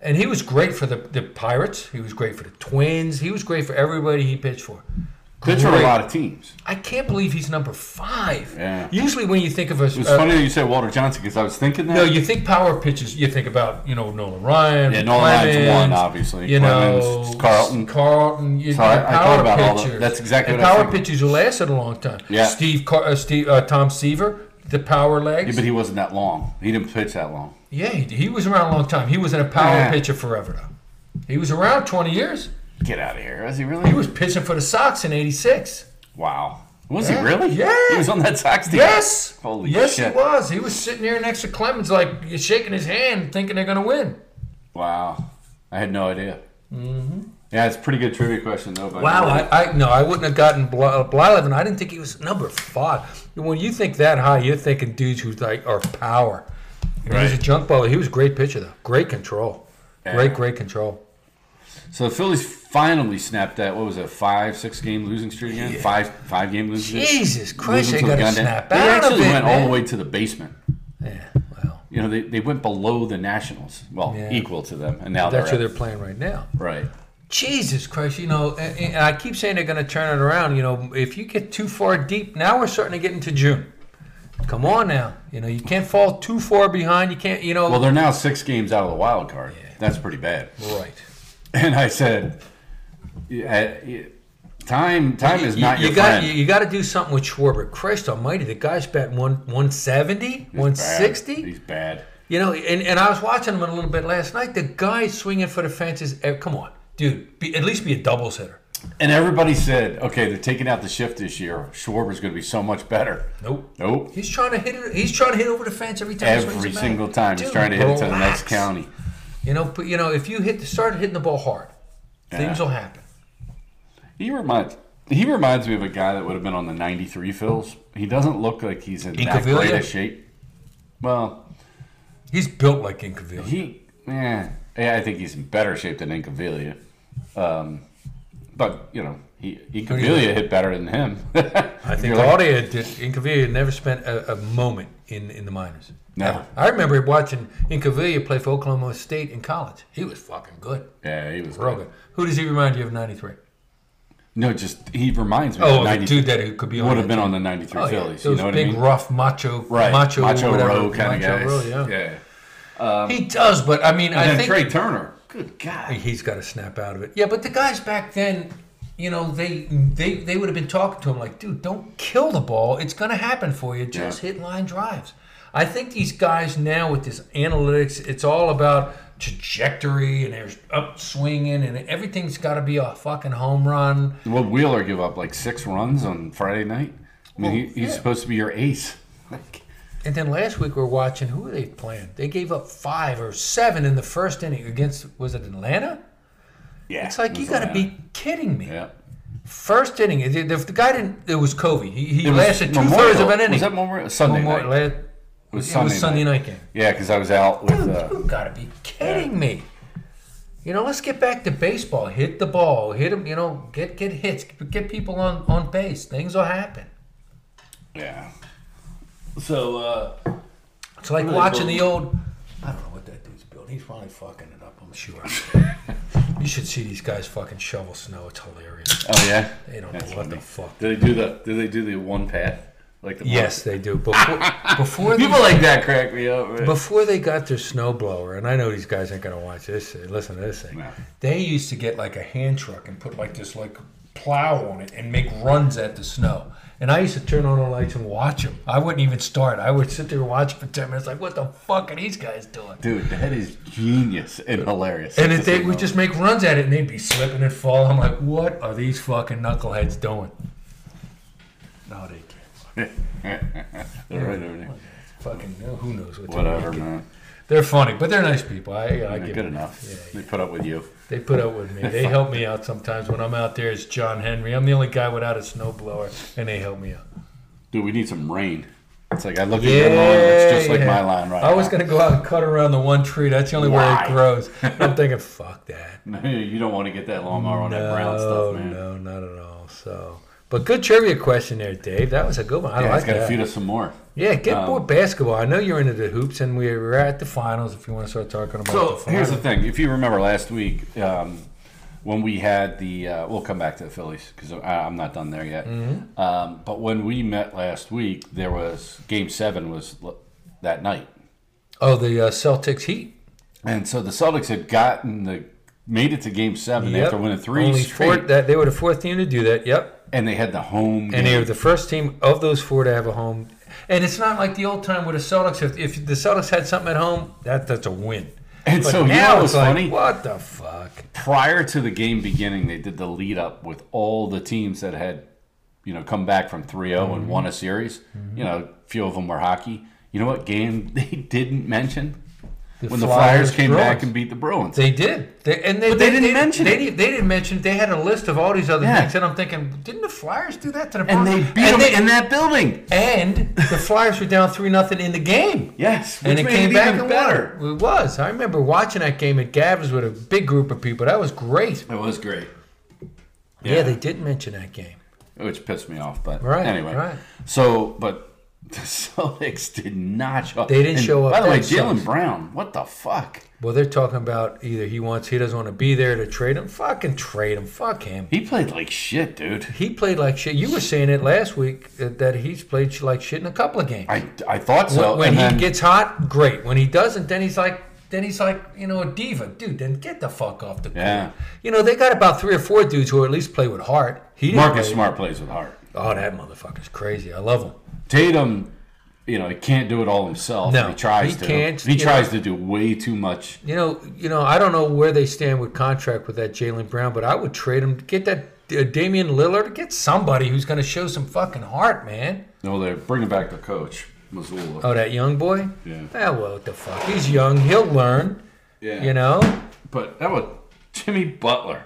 Speaker 2: And he was great for the, the Pirates. He was great for the Twins. He was great for everybody he pitched for.
Speaker 1: Pitched for a
Speaker 2: Great.
Speaker 1: lot of teams.
Speaker 2: I can't believe he's number five.
Speaker 1: Yeah.
Speaker 2: Usually, when you think of a,
Speaker 1: It was
Speaker 2: uh,
Speaker 1: funny that you said Walter Johnson because I was thinking that.
Speaker 2: no, you think power pitches. You think about you know Nolan Ryan.
Speaker 1: yeah, Nolan Lyons
Speaker 2: Clemens,
Speaker 1: won, obviously.
Speaker 2: You know
Speaker 1: Clemens, Carlton.
Speaker 2: Carlton. You
Speaker 1: So
Speaker 2: know,
Speaker 1: I- I
Speaker 2: power
Speaker 1: thought about all the-
Speaker 2: pitchers.
Speaker 1: that's exactly
Speaker 2: and
Speaker 1: what I
Speaker 2: power
Speaker 1: figured.
Speaker 2: pitchers who lasted a long time.
Speaker 1: Yeah.
Speaker 2: Steve Car- uh, Steve uh, Tom Seaver, the power
Speaker 1: Yeah,
Speaker 2: legs.
Speaker 1: but he wasn't that long. He didn't pitch that long.
Speaker 2: Yeah, he, he was around a long time. He was in a power
Speaker 1: Yeah.
Speaker 2: pitcher forever though. He was around 20 years.
Speaker 1: Get out of here. Was he
Speaker 2: He
Speaker 1: really?
Speaker 2: was pitching for the Sox in '86.
Speaker 1: wow. Was
Speaker 2: Yeah.
Speaker 1: he really?
Speaker 2: Yeah.
Speaker 1: He was on that Sox team.
Speaker 2: Yes.
Speaker 1: Holy
Speaker 2: yes,
Speaker 1: shit.
Speaker 2: he was. He was sitting here next to Clemens, like shaking his hand, thinking they're going to win.
Speaker 1: Wow. I had no idea. Mm-hmm. Yeah, it's a pretty good trivia question, though. by
Speaker 2: Wow,
Speaker 1: the way.
Speaker 2: I, I no, I wouldn't have gotten Bly- Blyleven. I didn't think he was number five. When you think that high, you're thinking dudes who like are power. You know, He was a
Speaker 1: Right.
Speaker 2: junk baller. He was a great pitcher though. Great control.
Speaker 1: Yeah.
Speaker 2: Great, great control.
Speaker 1: So the Phillies finally snapped that. What was it? Five, six game losing streak again. Five, five game losing. streak?
Speaker 2: Jesus Christ,
Speaker 1: Losing
Speaker 2: they
Speaker 1: to the
Speaker 2: got to
Speaker 1: Gun-
Speaker 2: snap
Speaker 1: They
Speaker 2: out
Speaker 1: actually
Speaker 2: of it,
Speaker 1: went all
Speaker 2: man.
Speaker 1: the way to the basement.
Speaker 2: Yeah, well,
Speaker 1: You know, they, they went below the Nationals. Well,
Speaker 2: Yeah.
Speaker 1: equal to them, and now
Speaker 2: that's
Speaker 1: they're
Speaker 2: who they're playing right now.
Speaker 1: right.
Speaker 2: Jesus Christ, you know, and, and I keep saying they're going to turn it around. You know, if you get too far deep, now we're starting to get into June. Come on now, you know, you can't fall too far behind. You can't, you know.
Speaker 1: Well, they're now six games out of the wild card. That's pretty bad.
Speaker 2: right.
Speaker 1: And I said, yeah, yeah, time time is not
Speaker 2: you,
Speaker 1: your
Speaker 2: got,
Speaker 1: friend.
Speaker 2: You, got to do something with Schwarber. Christ Almighty, the guy's batting one 170,
Speaker 1: He's bad.
Speaker 2: 160.
Speaker 1: He's bad.
Speaker 2: You know, and, and I was watching him a little bit last night. The guy swinging for the fences. eh, Come on, dude. Be, at least be a doubles hitter.
Speaker 1: And everybody said, okay, they're taking out the shift this year. Schwarber's going to be so much better.
Speaker 2: Nope.
Speaker 1: Nope.
Speaker 2: He's trying to hit it. He's trying to hit over the fence every time. he swings
Speaker 1: Every
Speaker 2: the bat.
Speaker 1: single time he's
Speaker 2: Dude,
Speaker 1: trying to hit it to the
Speaker 2: relax.
Speaker 1: next county.
Speaker 2: You know, but you know, if you hit the start hitting the ball hard, things will happen.
Speaker 1: He reminds he reminds me of a guy that would have been on the '93 Phils. He doesn't look like he's in that
Speaker 2: Incaviglia?
Speaker 1: great a shape. Well,
Speaker 2: He's built like Incavilla.
Speaker 1: he eh, yeah, I think he's in better shape than Incavilia. Um, but you know, he Incavilia hit better than him.
Speaker 2: I think
Speaker 1: You're like,
Speaker 2: Claudia did, Incavilla never spent a, a moment in, in the minors.
Speaker 1: No.
Speaker 2: Ever. I remember watching Incavilla play for Oklahoma State in college. He was fucking good.
Speaker 1: yeah, he was
Speaker 2: Real good. Who does he remind you of 93?
Speaker 1: no, just he reminds me.
Speaker 2: Oh,
Speaker 1: of
Speaker 2: the
Speaker 1: 90,
Speaker 2: dude that who could be on
Speaker 1: would have
Speaker 2: that
Speaker 1: been
Speaker 2: team.
Speaker 1: on the '93
Speaker 2: Oh, yeah.
Speaker 1: Phillies.
Speaker 2: Those
Speaker 1: you know what I
Speaker 2: big,
Speaker 1: mean?
Speaker 2: rough, macho,
Speaker 1: right,
Speaker 2: macho, whatever,
Speaker 1: row kind
Speaker 2: macho
Speaker 1: of guys.
Speaker 2: row, yeah.
Speaker 1: yeah.
Speaker 2: he does, but I mean,
Speaker 1: And
Speaker 2: I
Speaker 1: then
Speaker 2: think
Speaker 1: Trey Turner. Good God.
Speaker 2: he's got to snap out of it. Yeah, but the guys back then, you know, they they they would have been talking to him like, dude, don't kill the ball. It's going to happen for you. Just hit line drives. I think these guys now with this analytics, it's all about trajectory and there's up swinging and everything's got to be a fucking home run.
Speaker 1: Well, Wheeler give up like six runs on Friday night. I mean, he,
Speaker 2: Well,
Speaker 1: he's
Speaker 2: yeah.
Speaker 1: supposed to be your ace. Like,
Speaker 2: And then last week we are watching who were they playing? They gave up five or seven in the first inning against was it Atlanta?
Speaker 1: yeah,
Speaker 2: It's like you got to be kidding me.
Speaker 1: Yeah,
Speaker 2: First inning, the, the, the guy didn't. It was Covey. He, he
Speaker 1: It was
Speaker 2: lasted two
Speaker 1: Memorial-
Speaker 2: thirds of an inning.
Speaker 1: Was that Memorial Sunday
Speaker 2: Memorial-
Speaker 1: night?
Speaker 2: la-
Speaker 1: It was
Speaker 2: it
Speaker 1: Sunday,
Speaker 2: was Sunday
Speaker 1: night.
Speaker 2: night, game.
Speaker 1: Yeah, because I was out with.
Speaker 2: Dude,
Speaker 1: Uh,
Speaker 2: you gotta be kidding me. You know, let's get back to baseball. Hit the ball. Hit them. You know, get get hits. Get people on on base. Things will happen.
Speaker 1: yeah. So uh,
Speaker 2: It's like
Speaker 1: Really
Speaker 2: watching
Speaker 1: cool.
Speaker 2: the old. I don't know what that dude's building. He's probably fucking it up. I'm sure. you should see these guys fucking shovel snow. It's hilarious.
Speaker 1: oh yeah.
Speaker 2: They don't
Speaker 1: That's
Speaker 2: know what
Speaker 1: funny.
Speaker 2: the fuck.
Speaker 1: Did they do the? Did they do the one path? Like the
Speaker 2: Yes, they do. Before before
Speaker 1: People like that crack me up. man.
Speaker 2: Before they got their snowblower, and I know these guys aren't going to watch this, uh, listen to this thing.
Speaker 1: No.
Speaker 2: They used to get like a hand truck and put like this like plow on it and make runs at the snow. And I used to turn on the lights and watch them. I wouldn't even start. I would sit there and watch for ten minutes, like, what the fuck are these guys doing?
Speaker 1: Dude, that is genius and hilarious.
Speaker 2: And
Speaker 1: at
Speaker 2: if
Speaker 1: the
Speaker 2: they
Speaker 1: same
Speaker 2: would
Speaker 1: moment.
Speaker 2: just make runs at it, and they'd be slipping and falling. I'm like, what are these fucking knuckleheads doing? No, they can't.
Speaker 1: They're right over there.
Speaker 2: Fucking who knows what? they're
Speaker 1: Whatever,
Speaker 2: thinking.
Speaker 1: man.
Speaker 2: They're funny, but they're nice people. I, I
Speaker 1: They're
Speaker 2: give
Speaker 1: good
Speaker 2: them-
Speaker 1: enough.
Speaker 2: Yeah,
Speaker 1: They put up with you.
Speaker 2: They put up with me. They help me out sometimes when I'm out there. It's John Henry. I'm the only guy without a snowblower, and they help me out.
Speaker 1: Dude, we need some rain. It's like I look at your line, it's just like my line right
Speaker 2: I was
Speaker 1: now.
Speaker 2: gonna go out and cut around the one tree. That's the only
Speaker 1: Why?
Speaker 2: way it grows. And I'm thinking, fuck that.
Speaker 1: you don't want to get that lawnmower on that brown
Speaker 2: No,
Speaker 1: stuff, man.
Speaker 2: no, not at all. So, but good trivia question there, Dave. That was a good one. I
Speaker 1: Yeah,
Speaker 2: like
Speaker 1: it's got Um, to
Speaker 2: that.
Speaker 1: feed us some more.
Speaker 2: yeah, get more basketball. I know you're into the hoops, and we we're at the finals. If you want to start talking about
Speaker 1: So
Speaker 2: the finals,
Speaker 1: here's the thing. If you remember last week, um, when we had the, uh, we'll come back to the Phillies because I'm not done there yet.
Speaker 2: Mm-hmm.
Speaker 1: Um, but when we met last week, there was game seven was l- that night.
Speaker 2: oh, the uh, Celtics Heat.
Speaker 1: And so the Celtics had gotten the, made it to game seven
Speaker 2: Yep.
Speaker 1: after winning three
Speaker 2: Only
Speaker 1: straight.
Speaker 2: four, that, they were the fourth team to do that. Yep.
Speaker 1: and they had the home
Speaker 2: And they
Speaker 1: game.
Speaker 2: were the first team of those four to have a home. And it's not like the old time with the Celtics. If, if the Celtics had something at home, that that's a win.
Speaker 1: And
Speaker 2: but
Speaker 1: so you know
Speaker 2: now
Speaker 1: what's
Speaker 2: it's like,
Speaker 1: funny?
Speaker 2: what the fuck?
Speaker 1: prior to the game beginning, they did the lead up with all the teams that had, you know, come back from 3 0
Speaker 2: Mm-hmm.
Speaker 1: and won a series. You know, a few of them were hockey. You know what game they didn't mention? when the Flyers, came back and beat the Bruins.
Speaker 2: they did. They, and they,
Speaker 1: But they didn't mention
Speaker 2: they,
Speaker 1: it.
Speaker 2: didn't- They didn't mention. it. They had a list of all these other
Speaker 1: Yeah.
Speaker 2: things, and I'm thinking, didn't the Flyers do that to the
Speaker 1: and
Speaker 2: Bronx?
Speaker 1: they beat them
Speaker 2: and,
Speaker 1: in that building.
Speaker 2: and the Flyers were down three nothing in the game.
Speaker 1: Yes.
Speaker 2: and it
Speaker 1: which made
Speaker 2: came
Speaker 1: even
Speaker 2: back and better. It was. I remember watching that game at Gavin's with a big group of people. That was great.
Speaker 1: It was great.
Speaker 2: yeah they did mention that game.
Speaker 1: which pissed me off. But
Speaker 2: Right,
Speaker 1: anyway,
Speaker 2: right.
Speaker 1: so but the Celtics did not show up.
Speaker 2: They didn't
Speaker 1: And
Speaker 2: show up.
Speaker 1: By the way,
Speaker 2: That
Speaker 1: Jalen
Speaker 2: sucks.
Speaker 1: Brown, what the fuck?
Speaker 2: Well, they're talking about either he wants, he doesn't want to be there to trade him. Fucking trade him. Fuck him.
Speaker 1: He played like shit, dude.
Speaker 2: He played like shit. You were saying it last week that, that he's played sh- like shit in a couple of games.
Speaker 1: I, I thought so.
Speaker 2: when when
Speaker 1: and
Speaker 2: he
Speaker 1: then-
Speaker 2: gets hot, great. When he doesn't, then he's like, then he's like, you know, a diva, dude. Then get the fuck off the court.
Speaker 1: Yeah.
Speaker 2: You know, they got about three or four dudes who at least play with heart. He didn't
Speaker 1: Marcus
Speaker 2: play-
Speaker 1: Smart plays with heart.
Speaker 2: Oh, that motherfucker's crazy. I love him.
Speaker 1: Tatum you know, he can't do it all himself.
Speaker 2: No,
Speaker 1: he tries
Speaker 2: he
Speaker 1: to.
Speaker 2: can't,
Speaker 1: he
Speaker 2: you
Speaker 1: tries
Speaker 2: know.
Speaker 1: to do way too much.
Speaker 2: You know, you know, I don't know where they stand with contract with that Jalen Brown, but I would trade him. Get that uh, Damian Lillard. Get somebody who's going to show some fucking heart, man.
Speaker 1: No, they're bringing back the coach, Missoula.
Speaker 2: Oh, that young boy.
Speaker 1: Yeah.
Speaker 2: Ah, well, what the fuck? He's young. He'll learn.
Speaker 1: yeah,
Speaker 2: You know.
Speaker 1: But that was Jimmy Butler.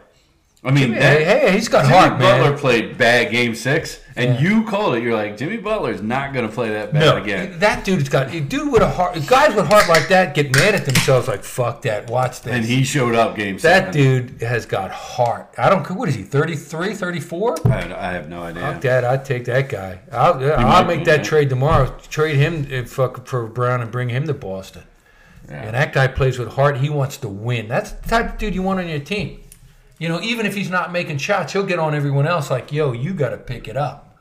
Speaker 1: I mean, that,
Speaker 2: Hey, hey, he's got
Speaker 1: Jimmy
Speaker 2: heart, man.
Speaker 1: Butler played bad game six, and you called it. You're like, Jimmy Butler's not going to play that bad
Speaker 2: No,
Speaker 1: again.
Speaker 2: that dude's got a dude with a heart. Guys with heart like that get mad at themselves, like fuck that. Watch this.
Speaker 1: And he showed up game seven.
Speaker 2: that dude has got heart. I don't care. What is he? 33, 34?
Speaker 1: I, I have no idea.
Speaker 2: Fuck that. I'd take that guy. I'll, yeah,
Speaker 1: might
Speaker 2: I'll make
Speaker 1: be,
Speaker 2: that
Speaker 1: yeah.
Speaker 2: trade tomorrow. Trade him uh, fuck for Brown and bring him to Boston.
Speaker 1: Yeah.
Speaker 2: And that guy plays with heart. He wants to win. That's the type of dude you want on your team. You know, even if he's not making shots, he'll get on everyone else like, yo, you got to pick it up.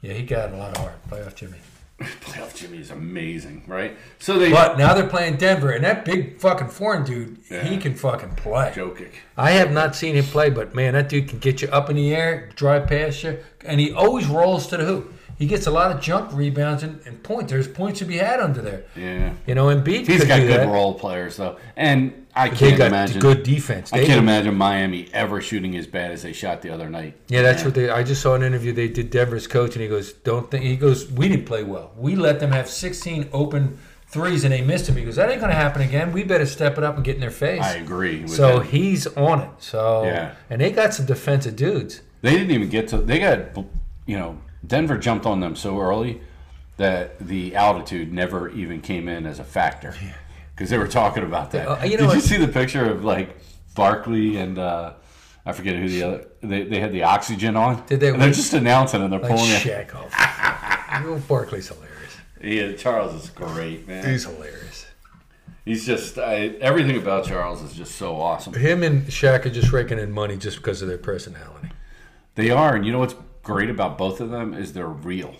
Speaker 2: Yeah, he got a lot of heart. Playoff Jimmy.
Speaker 1: Playoff Jimmy is amazing, right? So they
Speaker 2: But now they're playing Denver, and that big fucking foreign dude,
Speaker 1: Yeah.
Speaker 2: he can fucking play.
Speaker 1: Joe kick.
Speaker 2: I have not seen him play, but man, that dude can get you up in the air, drive past you, and he always rolls to the hoop. He gets a lot of junk rebounds and, and points. There's points to be had under there.
Speaker 1: Yeah,
Speaker 2: You know, Embiid
Speaker 1: he's
Speaker 2: could
Speaker 1: got
Speaker 2: do
Speaker 1: good
Speaker 2: that.
Speaker 1: role players though, and I
Speaker 2: They
Speaker 1: can't
Speaker 2: got
Speaker 1: imagine.
Speaker 2: good defense.
Speaker 1: I
Speaker 2: They-
Speaker 1: can't imagine Miami ever shooting as bad as they shot the other night.
Speaker 2: Yeah, that's what they. I just saw an interview they did Denver's coach, and he goes, "Don't think." He goes, "We didn't play well. We let them have 16 open threes, and they missed them." He goes, "That ain't going to happen again. We better step it up and get in their face."
Speaker 1: I agree. With
Speaker 2: So
Speaker 1: that.
Speaker 2: he's on it. So
Speaker 1: Yeah.
Speaker 2: and they got some defensive dudes.
Speaker 1: they didn't even get to. They got you know Denver jumped on them so early that the altitude never even came in as a factor because they were talking about that.
Speaker 2: Uh, you know
Speaker 1: Did you
Speaker 2: what-
Speaker 1: see the picture of like Barkley and? uh I forget who the other. They, they had the oxygen on.
Speaker 2: Did they-
Speaker 1: And they're just announcing and they're
Speaker 2: Like
Speaker 1: pulling it.
Speaker 2: Shaq. Oh, fuck. Barkley's hilarious.
Speaker 1: Yeah, Charles is great, man.
Speaker 2: He's hilarious.
Speaker 1: He's just I, everything about Charles is just so awesome.
Speaker 2: Him and Shaq are just raking in money just because of their personality.
Speaker 1: They are, and you know what's great about both of them is they're real.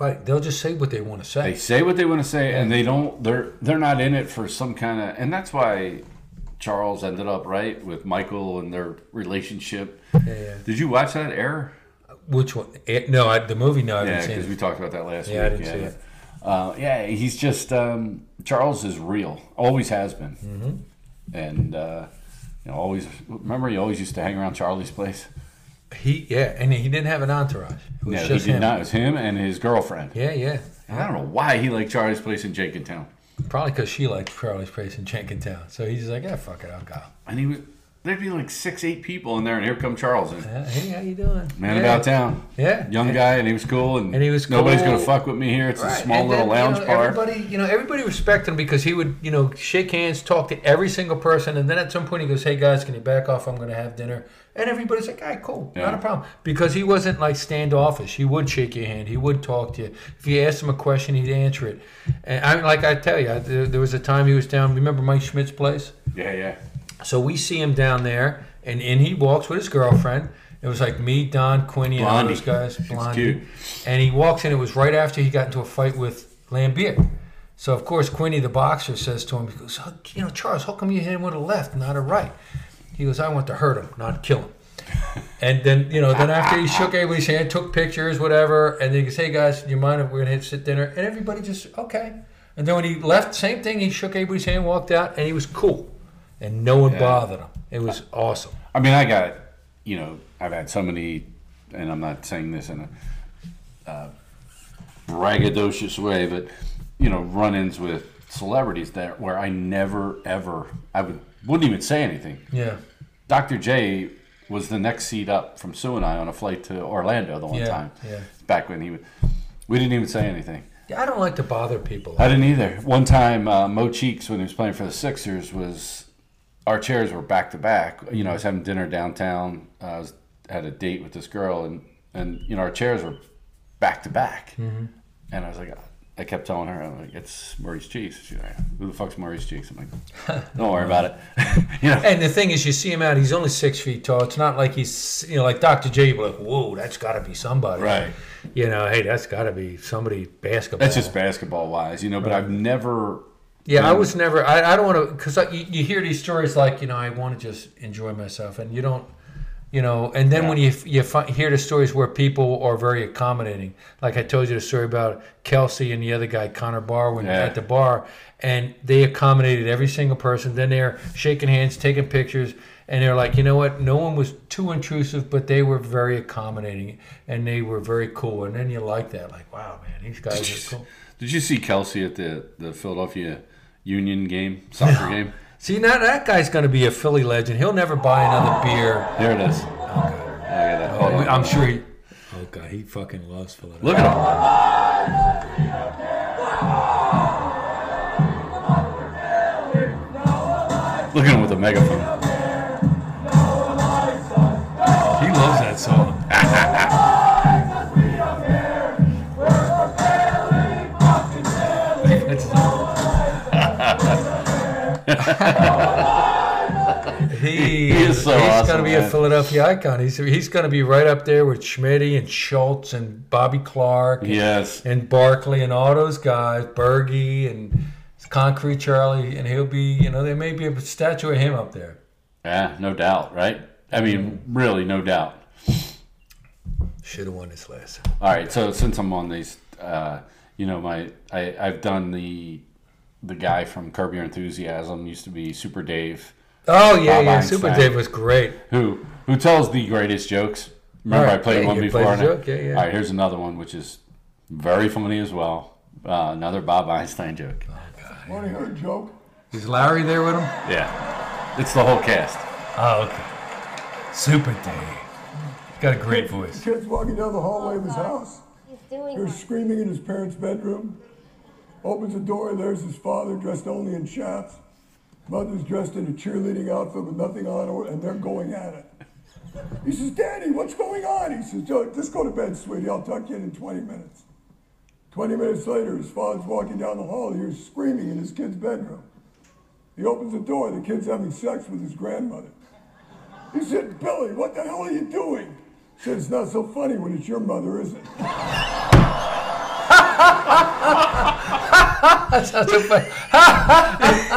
Speaker 2: Like they'll just say what they want to
Speaker 1: They
Speaker 2: say.
Speaker 1: say what they want to say, and they don't. They're they're not in it for some kind of, and that's why Charles ended up right with Michael and their relationship.
Speaker 2: Yeah, yeah.
Speaker 1: Did you watch that error?
Speaker 2: Which one? Eh, No, I, the movie. No, I haven't
Speaker 1: Yeah,
Speaker 2: seen
Speaker 1: because
Speaker 2: it.
Speaker 1: we talked about that last
Speaker 2: Yeah, I
Speaker 1: week.
Speaker 2: didn't see it.
Speaker 1: Uh, yeah, he's just um, Charles is real, always has been,
Speaker 2: Mm-hmm.
Speaker 1: and uh, you know, always remember he always used to hang around Charlie's place.
Speaker 2: He yeah, and he didn't have an entourage. It was
Speaker 1: Yeah, he
Speaker 2: just
Speaker 1: did
Speaker 2: him.
Speaker 1: not. It was him and his girlfriend.
Speaker 2: Yeah, yeah.
Speaker 1: And I don't know why he liked Charlie's place in Jenkintown.
Speaker 2: Probably because she liked Charlie's Place in Jenkintown, so he's just like, yeah, fuck it, I'll go.
Speaker 1: And he was, there'd be like six, eight people in there, and here come Charles in.
Speaker 2: Yeah, hey, how you doing?
Speaker 1: Man
Speaker 2: yeah.
Speaker 1: about town.
Speaker 2: Yeah.
Speaker 1: Young guy, and he was cool, and,
Speaker 2: And he was
Speaker 1: nobody's
Speaker 2: cool.
Speaker 1: gonna fuck with me here. It's a
Speaker 2: Right,
Speaker 1: small
Speaker 2: and
Speaker 1: little
Speaker 2: then, you
Speaker 1: lounge
Speaker 2: know,
Speaker 1: bar.
Speaker 2: Everybody, you know, everybody respected him because he would, you know, shake hands, talk to every single person, and then at some point he goes, "Hey guys, can you back off? I'm going to have dinner." And everybody's like, "All right, cool,
Speaker 1: Yeah.
Speaker 2: not a problem," because he wasn't like standoffish. He would shake your hand. He would talk to you. If you asked him a question, he'd answer it. And I, like I tell you, I, there, there was a time he was down. Remember Mike Schmidt's place?
Speaker 1: Yeah, yeah.
Speaker 2: So we see him down there, and in he walks with his girlfriend. It was like me, Don, Quinny, and all
Speaker 1: Blondie.
Speaker 2: those guys.
Speaker 1: cute.
Speaker 2: Blondie. And he walks in. It was right after he got into a fight with Lambier. So of course, Quinny, the boxer, says to him, he goes, "How- "You know, Charles, how come you hit him with a left, not a right?" He goes, "I want to hurt him, not kill him." And then you know, then after he shook everybody's hand, took pictures, whatever, and then he goes, "Hey guys, do you mind if we're gonna hit sit dinner?" And everybody just okay. And then when he left, same thing. He shook everybody's hand, walked out, and he was cool, and no one bothered him. It was awesome.
Speaker 1: I mean, I got, you know, I've had so many, and I'm not saying this in a uh, braggadocious way, but you know, run-ins with celebrities that where I never ever I would wouldn't even say anything.
Speaker 2: Yeah,
Speaker 1: Dr. J was the next seat up from Sue and I on a flight to Orlando the one
Speaker 2: Yeah,
Speaker 1: time.
Speaker 2: yeah.
Speaker 1: Back when he was, we didn't even say anything.
Speaker 2: yeah. I don't like to bother people.
Speaker 1: I didn't either. One time, uh, Mo Cheeks, when he was playing for the Sixers, was our chairs were back to back. You know, I was having dinner downtown. I was had a date with this girl, and and you know our chairs were back to back. And I was like, I kept telling her, I'm like, it's Maurice Cheeks. She's like, who the fuck's Maurice Cheeks? I'm like, don't worry about it. you know,
Speaker 2: And the thing is, you see him out. He's only six feet tall. It's not like he's you know like Dr. J. You're like, whoa, that's got to be somebody,
Speaker 1: Right.
Speaker 2: You know, hey, that's got to be somebody basketball.
Speaker 1: that's just basketball wise, you know. But I've never.
Speaker 2: Yeah, I was never. I, I don't want to because you, you hear these stories like you know I want to just enjoy myself, and you don't. you know. And then
Speaker 1: Yeah.
Speaker 2: when you you fi- hear the stories where people are very accommodating, like I told you the story about Kelsey and the other guy Connor Barwin
Speaker 1: Yeah.
Speaker 2: at the bar, and they accommodated every single person. Then they're shaking hands, taking pictures, and they're like, you know what? No one was too intrusive, but they were very accommodating and they were very cool. And then you like that, like, wow, man, these guys are cool.
Speaker 1: Did you see Kelsey at the, the Philadelphia Union game, soccer game?
Speaker 2: See, now that guy's going to be a Philly legend. He'll never buy another beer.
Speaker 1: There it is. Look at that. Hold on.
Speaker 2: I'm sure he. Oh god, he fucking loves Philadelphia.
Speaker 1: Oh, uh, Look at him. Look at him with a megaphone.
Speaker 2: He loves that song. he,
Speaker 1: He is so
Speaker 2: he's
Speaker 1: awesome,
Speaker 2: gonna be a
Speaker 1: man.
Speaker 2: Philadelphia icon. He's he's gonna be right up there with Schmitty and Schultz and Bobby Clark and,
Speaker 1: Yes.
Speaker 2: and Barkley and all those guys, Bergie and Concrete Charlie, and he'll be you know there may be a statue of him up there.
Speaker 1: Yeah, no doubt, right? I mean, really, no doubt.
Speaker 2: Should have won this last.
Speaker 1: All right. So since I'm on these, uh, you know, my I, I've done the the guy from Curb Your Enthusiasm used to be Super Dave,
Speaker 2: Oh yeah,
Speaker 1: Bob
Speaker 2: yeah. Super
Speaker 1: Einstein.
Speaker 2: Dave was great.
Speaker 1: who who tells the greatest jokes. Remember,
Speaker 2: All
Speaker 1: I
Speaker 2: right,
Speaker 1: played
Speaker 2: yeah,
Speaker 1: one
Speaker 2: you
Speaker 1: before.
Speaker 2: played
Speaker 1: and
Speaker 2: the
Speaker 1: I-
Speaker 2: joke, yeah, yeah.
Speaker 1: All right, here's another one, which is very funny as well. Uh, another Bob Einstein joke.
Speaker 3: Want to hear a joke?
Speaker 2: Is Larry there with him?
Speaker 1: Yeah, it's the whole cast.
Speaker 2: Oh, okay. Super Dave. He's got a great
Speaker 3: The
Speaker 2: voice.
Speaker 3: kid's walking down the hallway of his house.
Speaker 4: He's doing
Speaker 3: Hears screaming in his parents' bedroom. Opens the door, and there's his father dressed only in chaps. Mother's dressed in a cheerleading outfit with nothing on, or- and they're going at it. He says, Daddy, what's going on? He says, "Joe, Just go to bed, sweetie. I'll tuck you in in 20 minutes. 20 minutes later, his father's walking down the hall. He hears screaming in his kid's bedroom. He opens the door. The kid's having sex with his grandmother. He said, Billy, what the hell are you doing? He said, It's not so funny when it's your mother, is it?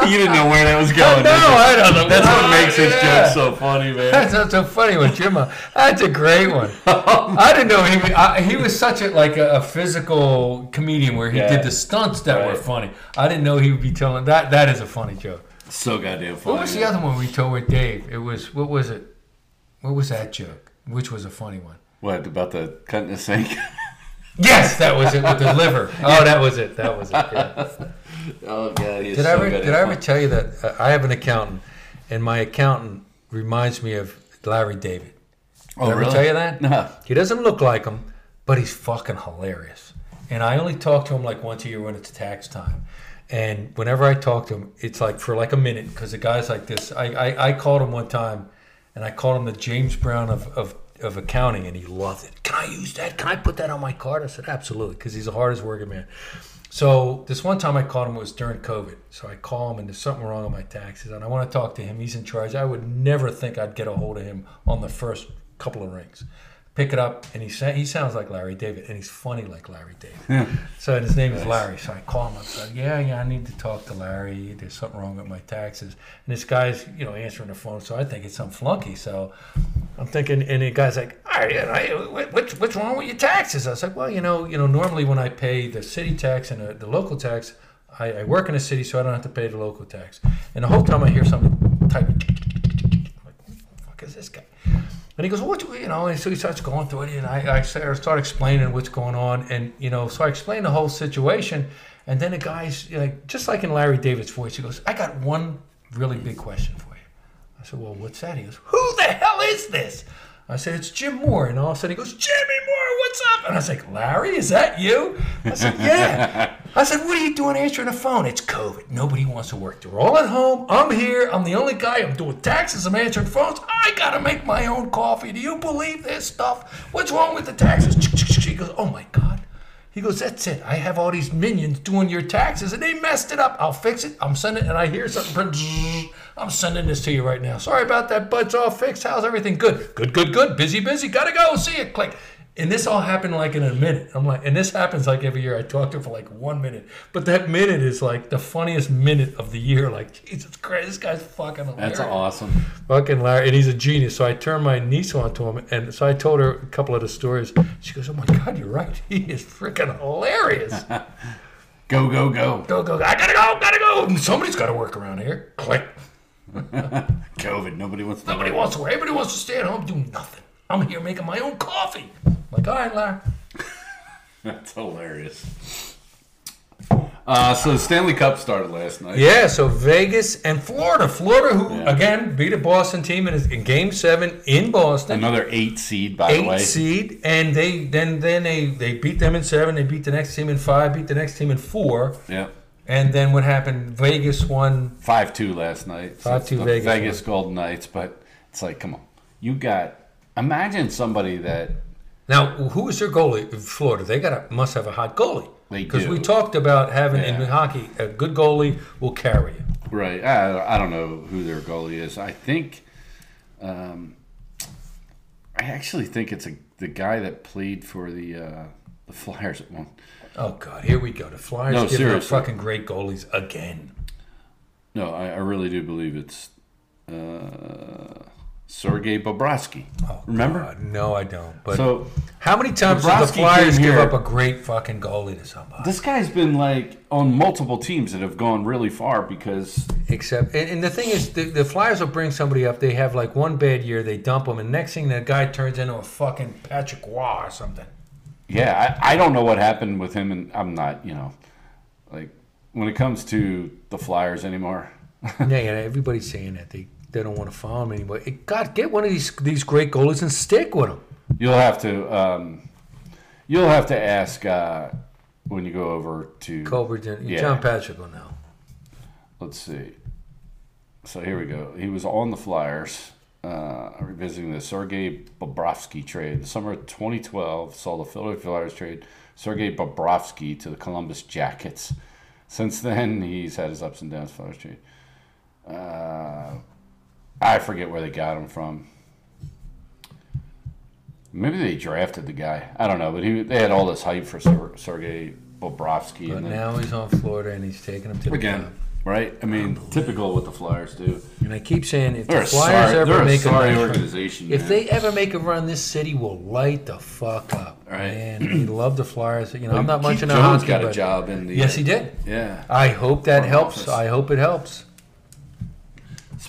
Speaker 1: You didn't know where that was going.
Speaker 2: No,
Speaker 1: did you?
Speaker 2: I don't know. Oh,
Speaker 1: That's what makes this
Speaker 2: Yeah.
Speaker 1: joke so funny, man.
Speaker 2: That's not so funny with Jim. That's a great one. I didn't know he was, I, he was such a like a, a physical comedian where he
Speaker 1: Yeah.
Speaker 2: did the stunts that were
Speaker 1: Right.
Speaker 2: funny. I didn't know he would be telling that. That is a funny joke.
Speaker 1: So goddamn funny.
Speaker 2: What was the other one we told with Dave? It was what was it? What was that joke? Which was a funny one?
Speaker 1: What about the cut in the sink?
Speaker 2: Yes, that was it with the liver. Oh, that was it. That was it. yeah.
Speaker 1: oh god, he's
Speaker 2: Did
Speaker 1: so
Speaker 2: I ever,
Speaker 1: good at
Speaker 2: did I ever
Speaker 1: fun-
Speaker 2: tell you that uh, I have an accountant, and my accountant reminds me of Larry David?
Speaker 1: Oh,
Speaker 2: Did I ever
Speaker 1: really?
Speaker 2: tell you that?
Speaker 1: No.
Speaker 2: He doesn't look like him, but he's fucking hilarious. And I only talk to him like once a year when it's tax time. And whenever I talk to him, it's like for like a minute because the guy's like this. I, I, I called him one time and I called him the James Brown of, of, of accounting and he loved it. Can I use that? Can I put that on my card? I said, absolutely, because he's the hardest working man. So this one time I called him it was during COVID. So I call him and there's something wrong on my taxes and I want to talk to him. He's in charge. I would never think I'd get a hold of him on the first couple of rings pick it up, and he sa- he sounds like Larry David, and he's funny like Larry David. So and his name is Larry. So I call him up. So yeah, yeah, I need to talk to Larry. There's something wrong with my taxes. And this guy's you know answering the phone, so I think it's some flunky. So I'm thinking, and the guy's like, all right, and I, what- what's what's wrong with your taxes? I was like, well, you know, you know, normally when I pay the city tax and uh, the, the local tax. I, I work in a city, so I don't have to pay the local tax. And the whole time I hear something type, I'm like, who the fuck is this guy? And he goes, what, you know, and so he starts going through it, and I, I sa- start explaining what's going on, and, you know, so I explain the whole situation, and then the guy's, like, just like in Larry David's voice, he goes, I got one really big question for you. I said, well, what's that? He goes, who the hell is this? I said, it's Jim Moore. And all of a sudden he goes, Jimmy Moore, what's up? And I was like, Larry, is that you? I said, yeah. I said, what are you doing answering the phone? It's COVID. Nobody wants to work. They're all at home. I'm here. I'm the only guy. I'm doing taxes. I'm answering phones. I got to make my own coffee. Do you believe this stuff? What's wrong with the taxes? He goes, oh my God. He goes, that's it. I have all these minions doing your taxes, and they messed it up. I'll fix it. I'm sending, and I hear something. I'm sending this to you right now. Sorry about that, bud. It's all fixed. How's everything? Good. Good. Good. Good. Busy. Busy. Gotta go. See you. Click. And this all happened like in a minute. I'm like, and this happens like every year. I talk to him for like one minute, but that minute is like the funniest minute of the year. Like, Jesus Christ, this guy's fucking hilarious.
Speaker 1: That's awesome.
Speaker 2: Fucking Larry, and he's a genius. So I turned my niece on to him, and so I told her a couple of the stories. She goes, "Oh my God, you're right. He is freaking hilarious."
Speaker 1: Go, go, go.
Speaker 2: go, go, go! I gotta go, gotta go. Somebody's got to work around here. Click.
Speaker 1: COVID. Nobody wants to.
Speaker 2: Nobody wants to work. Everybody wants to stay at home doing nothing. I'm here making my own coffee. like, all right, Larry.
Speaker 1: That's hilarious. Uh, so the Stanley Cup started last night.
Speaker 2: Yeah, so Vegas and Florida. Florida, who
Speaker 1: Yeah.
Speaker 2: again beat a Boston team in, in Game Seven in Boston.
Speaker 1: Another eight seed, by the
Speaker 2: eight
Speaker 1: way.
Speaker 2: seed, and they then then they they beat them in seven. They beat the next team in five. Beat the next team in four.
Speaker 1: Yeah.
Speaker 2: And then what happened? Vegas won.
Speaker 1: Five two last night. So
Speaker 2: 5-2
Speaker 1: it's the
Speaker 2: Vegas
Speaker 1: Vegas Golden Knights, but it's like, come on, you got. Imagine somebody that
Speaker 2: Now, who was their goalie? in Florida. They got a, must have a hot goalie.
Speaker 1: They
Speaker 2: Because
Speaker 1: do.
Speaker 2: we talked about having in
Speaker 1: Yeah.
Speaker 2: hockey a good goalie will carry you.
Speaker 1: right. I, I don't know who their goalie is. I think, um, I actually think it's a, the guy that played for the uh, the Flyers at one.
Speaker 2: Oh God, here we go. The Flyers
Speaker 1: No,
Speaker 2: giving up
Speaker 1: seriously.
Speaker 2: fucking great goalies again.
Speaker 1: No, I, I really do believe it's uh, Sergei Bobrovsky.
Speaker 2: Oh,
Speaker 1: Remember?
Speaker 2: God. No, I don't. But
Speaker 1: So
Speaker 2: how many times did the
Speaker 1: Bobrovsky
Speaker 2: Flyers
Speaker 1: came
Speaker 2: give
Speaker 1: here-
Speaker 2: up a great fucking goalie to somebody?
Speaker 1: this guy's been like on multiple teams that have gone really far because
Speaker 2: Except, and, and the thing is, the, the Flyers will bring somebody up. They have like one bad year, they dump them, and next thing that guy turns into a fucking Patrick Waugh or something.
Speaker 1: Yeah, I, I don't know what happened with him, and I'm not, you know, like when it comes to the Flyers anymore.
Speaker 2: yeah, yeah, everybody's saying that they they don't want to follow him anymore. It- God, get one of these these great goalies and stick with them.
Speaker 1: You'll have to, um, you'll have to ask uh, when you go over to.
Speaker 2: Colbert, and
Speaker 1: Yeah.
Speaker 2: John Patrick will know.
Speaker 1: Let's see. So here we go. He was on the Flyers, uh, revisiting the Sergei Bobrovsky trade. The summer of 2012 saw the Philadelphia Flyers trade Sergei Bobrovsky to the Columbus Jackets. Since then, he's had his ups and downs. Flyers trade. Uh, I forget where they got him from. Maybe they drafted the guy. I don't know, but he, they had all this hype for Ser- Sergei Bobrovsky.
Speaker 2: But
Speaker 1: and then-
Speaker 2: now he's on Florida and he's taking them to the
Speaker 1: again,
Speaker 2: top.
Speaker 1: right? I mean, typical what the Flyers do.
Speaker 2: And I keep saying if
Speaker 1: They're
Speaker 2: the
Speaker 1: a
Speaker 2: Flyers
Speaker 1: sorry,
Speaker 2: ever
Speaker 1: they're a
Speaker 2: make a
Speaker 1: sorry
Speaker 2: run,
Speaker 1: organization.
Speaker 2: if
Speaker 1: man.
Speaker 2: they ever make a run, this city will light the fuck up.
Speaker 1: All right.
Speaker 2: Man, we love the Flyers. You know, I'm not
Speaker 1: Keith
Speaker 2: much into
Speaker 1: Jones
Speaker 2: hockey,
Speaker 1: got
Speaker 2: but
Speaker 1: a job in the
Speaker 2: yes, he did.
Speaker 1: yeah.
Speaker 2: I hope that
Speaker 1: Front
Speaker 2: helps.
Speaker 1: office.
Speaker 2: I hope it helps.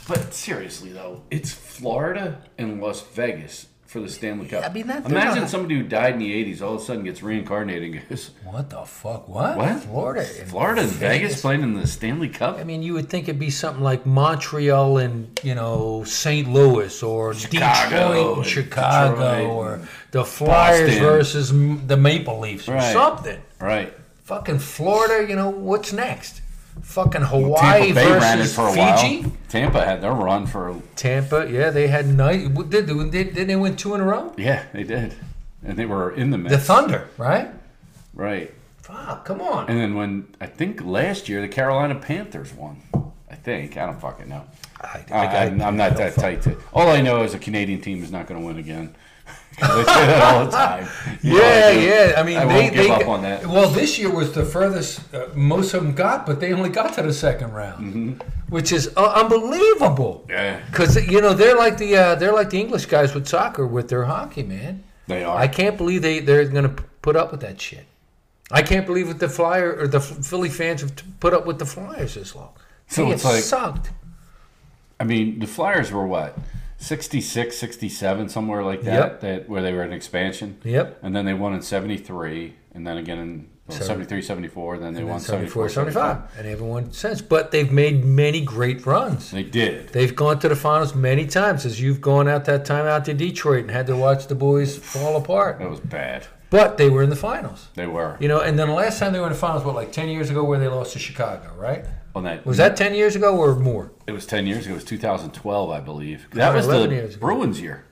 Speaker 1: But seriously though, it's Florida and Las Vegas for the Stanley Cup.
Speaker 2: I mean, that- they're
Speaker 1: imagine
Speaker 2: not-
Speaker 1: somebody who died in the '80s all of a sudden gets reincarnated and goes,
Speaker 2: What the fuck? What?
Speaker 1: "What?
Speaker 2: Florida? and
Speaker 1: Florida and Vegas, playing in the Stanley Cup?
Speaker 2: I mean, you would think it'd be something like Montreal and you know St. Louis or Detroit and
Speaker 1: and
Speaker 2: Chicago
Speaker 1: Detroit
Speaker 2: or
Speaker 1: and
Speaker 2: the Flyers
Speaker 1: Boston.
Speaker 2: versus m- the Maple Leafs or
Speaker 1: Right.
Speaker 2: something.
Speaker 1: right?
Speaker 2: Fucking Florida, you know what's next? Fucking
Speaker 1: Tampa Bay
Speaker 2: Hawaii versus
Speaker 1: ran it for a
Speaker 2: Fiji.
Speaker 1: while. Tampa had their run for
Speaker 2: Tampa, yeah, they had night. Did did, did did they win two in a row?
Speaker 1: yeah, they did, and they were in the mix,
Speaker 2: The Thunder, right?
Speaker 1: right?
Speaker 2: Fuck, come on.
Speaker 1: And then when I think last year the Carolina Panthers won. I think I don't fucking know.
Speaker 2: I,
Speaker 1: I, am I'm not that tight to. All I know is a Canadian team is not going to win again. they say that all the time. You know,
Speaker 2: Yeah,
Speaker 1: I do.
Speaker 2: yeah. I mean,
Speaker 1: I
Speaker 2: they,
Speaker 1: won't give
Speaker 2: they-
Speaker 1: up on that.
Speaker 2: Well, this year was the furthest uh, most of them got, but they only got to the second round, which is uh, unbelievable.
Speaker 1: Mm-hmm. Yeah.
Speaker 2: Because you know they're like the uh, they're like the English guys with soccer with their hockey, man.
Speaker 1: They are.
Speaker 2: I can't believe they they're going to put up with that shit. I can't believe what the flyer or the Philly fans have t- put up with the Flyers this long.
Speaker 1: So
Speaker 2: They
Speaker 1: it's
Speaker 2: have
Speaker 1: like-
Speaker 2: sucked.
Speaker 1: I mean, the Flyers were what 66, 67, somewhere like that.
Speaker 2: Yep.
Speaker 1: That where they were in expansion.
Speaker 2: Yep.
Speaker 1: And then they won in '73, and then again in well,
Speaker 2: Seven-
Speaker 1: 73, 74. Then they won
Speaker 2: 74,
Speaker 1: 74,
Speaker 2: 75, and they haven't won since. But they've made many great runs.
Speaker 1: They did.
Speaker 2: They've gone to the finals many times as you've gone out that time out to Detroit and had to watch the boys fall apart.
Speaker 1: That was bad.
Speaker 2: But they were in the finals.
Speaker 1: They were
Speaker 2: You know, and then the last time they were in the finals, what, like 10 years ago, where they lost to Chicago, right?
Speaker 1: on that.
Speaker 2: Was that 10 years ago or more?
Speaker 1: It was 10 years ago. It was 2012, I believe. That was
Speaker 2: 11
Speaker 1: the
Speaker 2: years ago.
Speaker 1: Bruins year.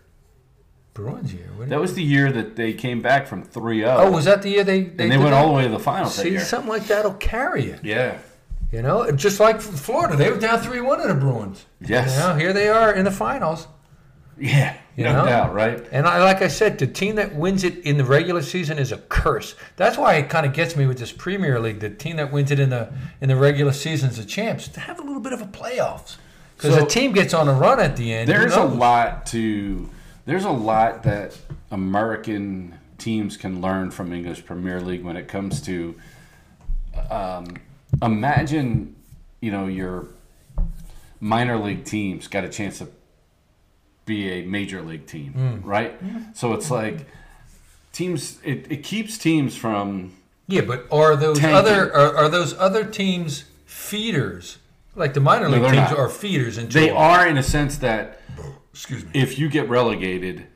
Speaker 2: Bruins year. wasn't it?
Speaker 1: That was the year that they came back from 3 0.
Speaker 2: oh, was that the year they they,
Speaker 1: and they
Speaker 2: did
Speaker 1: went
Speaker 2: that?
Speaker 1: all the way to the finals that
Speaker 2: See,
Speaker 1: year.
Speaker 2: something like that'll carry you.
Speaker 1: Yeah.
Speaker 2: You know, just like Florida, they were down 3 1 to the Bruins.
Speaker 1: Yes.
Speaker 2: Now, here they are in the finals.
Speaker 1: Yeah.
Speaker 2: You
Speaker 1: no
Speaker 2: know?
Speaker 1: doubt, right?
Speaker 2: And I, like I said, the team that wins it in the regular season is a curse. That's why it kind of gets me with this Premier League. The team that wins it in the in the regular season is the champs. To have a little bit of a playoffs, because
Speaker 1: So-
Speaker 2: a team gets on a run at the end. who
Speaker 1: There's a
Speaker 2: knows?
Speaker 1: lot to. There's a lot that American teams can learn from English Premier League when it comes to. Um, imagine, you know, your minor league team's got a chance to be a major league team, right? So it's like teams. It, it keeps teams from
Speaker 2: Yeah, but are those
Speaker 1: Tanking.
Speaker 2: other are, are those other teams feeders? Like the minor league
Speaker 1: they're
Speaker 2: teams
Speaker 1: not.
Speaker 2: are feeders, and
Speaker 1: They are in a sense that
Speaker 2: Excuse me.
Speaker 1: if you get relegated,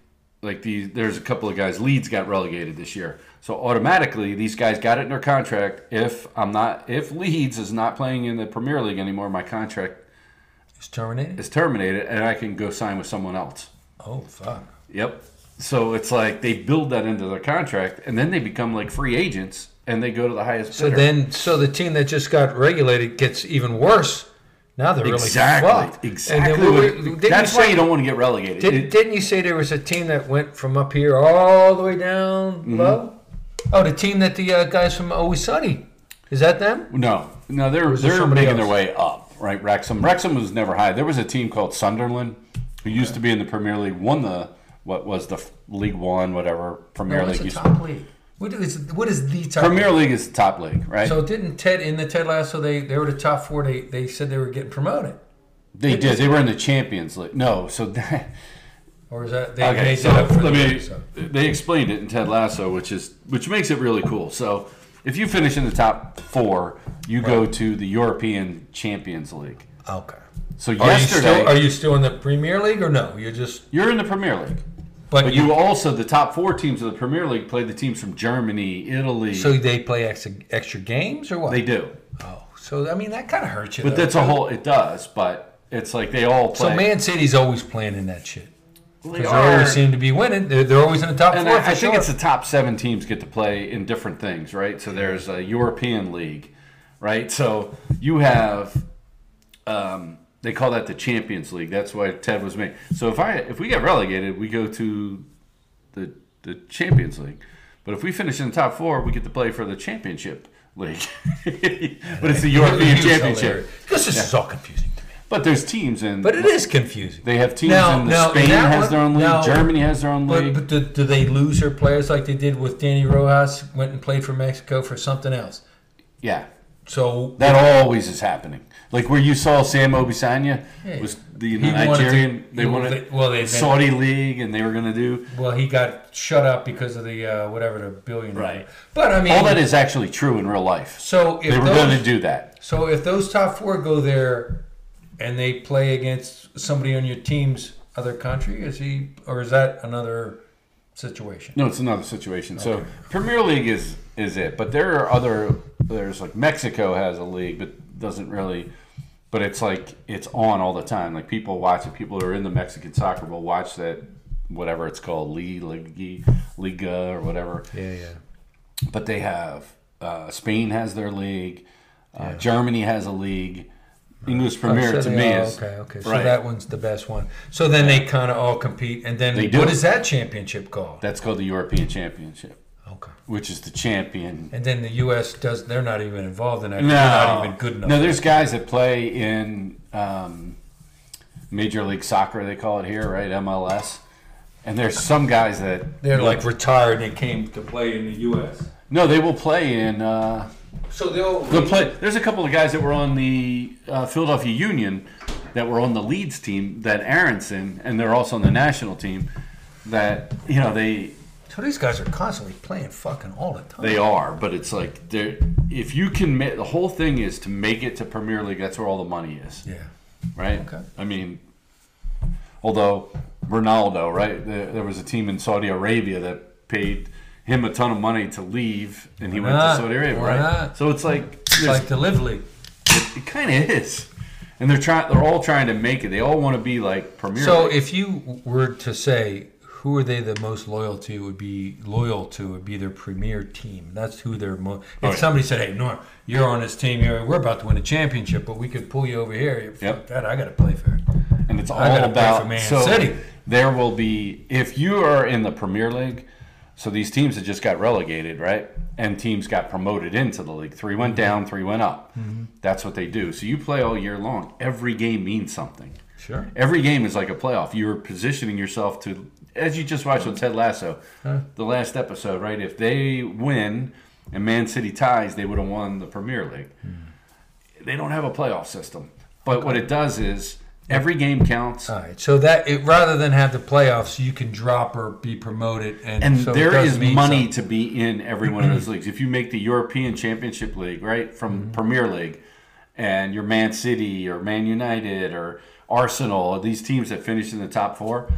Speaker 1: like these, there's a couple of guys. Leeds got relegated this year, so automatically these guys got it in their contract. If I'm not, if Leeds is not playing in the Premier League anymore, my contract
Speaker 2: It's terminated.
Speaker 1: is terminated, and I can go sign with someone else.
Speaker 2: Oh fuck.
Speaker 1: Yep. So it's like they build that into their contract, and then they become like free agents, and they go to the highest
Speaker 2: So
Speaker 1: bidder.
Speaker 2: then, so the team that just got regulated gets even worse. Now they're
Speaker 1: exactly,
Speaker 2: really fucked. And
Speaker 1: exactly.
Speaker 2: then what
Speaker 1: what
Speaker 2: were-
Speaker 1: it-
Speaker 2: didn't
Speaker 1: that's
Speaker 2: you
Speaker 1: why
Speaker 2: say-
Speaker 1: you don't want to get relegated. It-
Speaker 2: Did, not you say there was a team that went from up here all the way down
Speaker 1: Mm-hmm.
Speaker 2: low? Oh, the team that the uh, guys from Always Sunny. Is that them?
Speaker 1: No, no, they're
Speaker 2: there
Speaker 1: they're
Speaker 2: somebody
Speaker 1: making their
Speaker 2: else?
Speaker 1: way up, right? Wrexham. Wrexham was never high. There was a team called Sunderland who used to be in the Premier League, won the what was the f- League One, whatever Premier
Speaker 2: No, it's
Speaker 1: League.
Speaker 2: a
Speaker 1: used-
Speaker 2: top league. What is, what is the top
Speaker 1: Premier League is the top league, right?
Speaker 2: So didn't Ted, in the Ted Lasso, they, they were the top four. They, they said they were getting promoted.
Speaker 1: they did. They were in the Champions League. No, so that,
Speaker 2: Or is that they,
Speaker 1: okay.
Speaker 2: they
Speaker 1: So
Speaker 2: did it for
Speaker 1: let
Speaker 2: the
Speaker 1: me.
Speaker 2: episode.
Speaker 1: They explained it in Ted Lasso, which is which makes it really cool. So if you finish in the top four, you go to the European Champions League.
Speaker 2: Okay.
Speaker 1: So
Speaker 2: Are you,
Speaker 1: yesterday,
Speaker 2: still, are you still in the Premier League or no? You're just.
Speaker 1: you're in the Premier League.
Speaker 2: But,
Speaker 1: But
Speaker 2: you.
Speaker 1: you also the top four teams of the Premier League play the teams from Germany, Italy.
Speaker 2: So they play extra, extra games or what?
Speaker 1: they do,
Speaker 2: Oh, so I mean that kind of hurts you.
Speaker 1: but
Speaker 2: though.
Speaker 1: that's a whole. It does, but it's like they all play.
Speaker 2: So Man City's always playing in that shit.
Speaker 1: they
Speaker 2: Because they
Speaker 1: are,
Speaker 2: always seem to be winning. They're, they're always in the top
Speaker 1: and
Speaker 2: four.
Speaker 1: I,
Speaker 2: for
Speaker 1: I think
Speaker 2: sure.
Speaker 1: it's the top seven teams get to play in different things, right? So there's a European league, right? So you have, um, they call that the Champions League. That's why Ted was made. So if I if we get relegated, we go to the the Champions League. But if we finish in the top four, we get to play for the Championship League. but it's the European
Speaker 2: It's
Speaker 1: Championship.
Speaker 2: hilarious. This is all confusing to me.
Speaker 1: But there's teams in.
Speaker 2: But it is confusing.
Speaker 1: They have teams
Speaker 2: Now-
Speaker 1: in the
Speaker 2: now,
Speaker 1: Spain
Speaker 2: that
Speaker 1: has
Speaker 2: one-
Speaker 1: their own league.
Speaker 2: now-
Speaker 1: Germany has their own
Speaker 2: But,
Speaker 1: league.
Speaker 2: but do, do they lose their players like they did with Danny Rojas? Went and played for Mexico for something else.
Speaker 1: yeah.
Speaker 2: So
Speaker 1: That always is happening. Like where you saw Sam Obisanya
Speaker 2: Yeah.
Speaker 1: was the
Speaker 2: He wanted
Speaker 1: Nigerian.
Speaker 2: to-
Speaker 1: they
Speaker 2: he-
Speaker 1: wanted
Speaker 2: well, they-
Speaker 1: Saudi league, and they were going to do
Speaker 2: well, he got shut up because of the uh, whatever the billion.
Speaker 1: Right.
Speaker 2: But I mean,
Speaker 1: all that is actually true in real life.
Speaker 2: so if
Speaker 1: They were
Speaker 2: those,
Speaker 1: going to do that.
Speaker 2: So if those top four go there, and they play against somebody on your team's other country, is he or is that another situation?
Speaker 1: No, it's another situation. So Premier League is is it, but there are other. There's like Mexico has a league, but doesn't really. But it's like it's on all the time. Like people watch it. People who are in the Mexican soccer will watch that, whatever it's called, Lee Liga, Liga or whatever.
Speaker 2: Yeah, yeah.
Speaker 1: but they have uh, Spain has their league, uh, Germany has a league, English Premier
Speaker 2: So
Speaker 1: to
Speaker 2: they
Speaker 1: me
Speaker 2: all-
Speaker 1: is
Speaker 2: Oh, okay, okay. So
Speaker 1: right.
Speaker 2: that one's the best one. So then they kind of all compete, and then
Speaker 1: They do.
Speaker 2: what is that championship called?
Speaker 1: that's called the European Championship,
Speaker 2: Okay.
Speaker 1: which is the champion.
Speaker 2: And then the U.S. does. They're not even involved in that.
Speaker 1: No,
Speaker 2: They're not even good enough.
Speaker 1: No, there's guys that play in um, Major League Soccer, they call it here, right? MLS, and there's some guys that
Speaker 2: they're like retired and they came to play in the U.S.
Speaker 1: no, they will play in. Uh,
Speaker 2: So they'll.
Speaker 1: The play, there's a couple of guys that were on the uh, Philadelphia Union that were on the Leeds team that Aronson, and they're also on the national team. That you know they
Speaker 2: So these guys are constantly playing fucking all the time.
Speaker 1: they are, but it's like they're if you can make the whole thing is to make it to Premier League. That's where all the money is,
Speaker 2: Yeah.
Speaker 1: right?
Speaker 2: Okay.
Speaker 1: I mean, although Ronaldo, right? There, there was a team in Saudi Arabia that paid him a ton of money to leave, and he
Speaker 2: Why
Speaker 1: went
Speaker 2: not?
Speaker 1: to Saudi Arabia,
Speaker 2: Why
Speaker 1: right?
Speaker 2: not?
Speaker 1: So it's like
Speaker 2: It's
Speaker 1: there's
Speaker 2: like the live league.
Speaker 1: It kind of is, and they're trying. They're all trying to make it. They all want to be like Premier.
Speaker 2: So
Speaker 1: League.
Speaker 2: if you were to say who are they the most loyal to would be loyal to would be their premier team. That's who they're most. If
Speaker 1: Oh, yeah.
Speaker 2: somebody said, "Hey, Norm, you're on this team. You're, we're about to win a championship, but we could pull you over here." Fuck
Speaker 1: Yep.
Speaker 2: that I got to play fair.
Speaker 1: and it's all
Speaker 2: I gotta play
Speaker 1: about
Speaker 2: for Man
Speaker 1: so
Speaker 2: City.
Speaker 1: there will be if you are in the Premier League. So these teams that just got relegated, right? And teams got promoted into the league. Three
Speaker 2: Mm-hmm.
Speaker 1: went down, three went up. That's what they do. So you play all year long. Every game means something.
Speaker 2: Sure.
Speaker 1: Every game is like a playoff. You're positioning yourself to, as you just watched with Ted Lasso, the last episode, right? If they win and Man City ties, they would have won the Premier League. They don't have a playoff system. But what it does is every game counts.
Speaker 2: All right. So that it, rather than have the playoffs, you can drop or be promoted, and
Speaker 1: and
Speaker 2: so it
Speaker 1: there
Speaker 2: does
Speaker 1: is
Speaker 2: mean
Speaker 1: money
Speaker 2: something.
Speaker 1: to be in every one of those leagues. If you make the European Championship League, right, from
Speaker 2: Mm-hmm.
Speaker 1: Premier League, and you're Man City or Man United or Arsenal, or these teams that finish in the top four,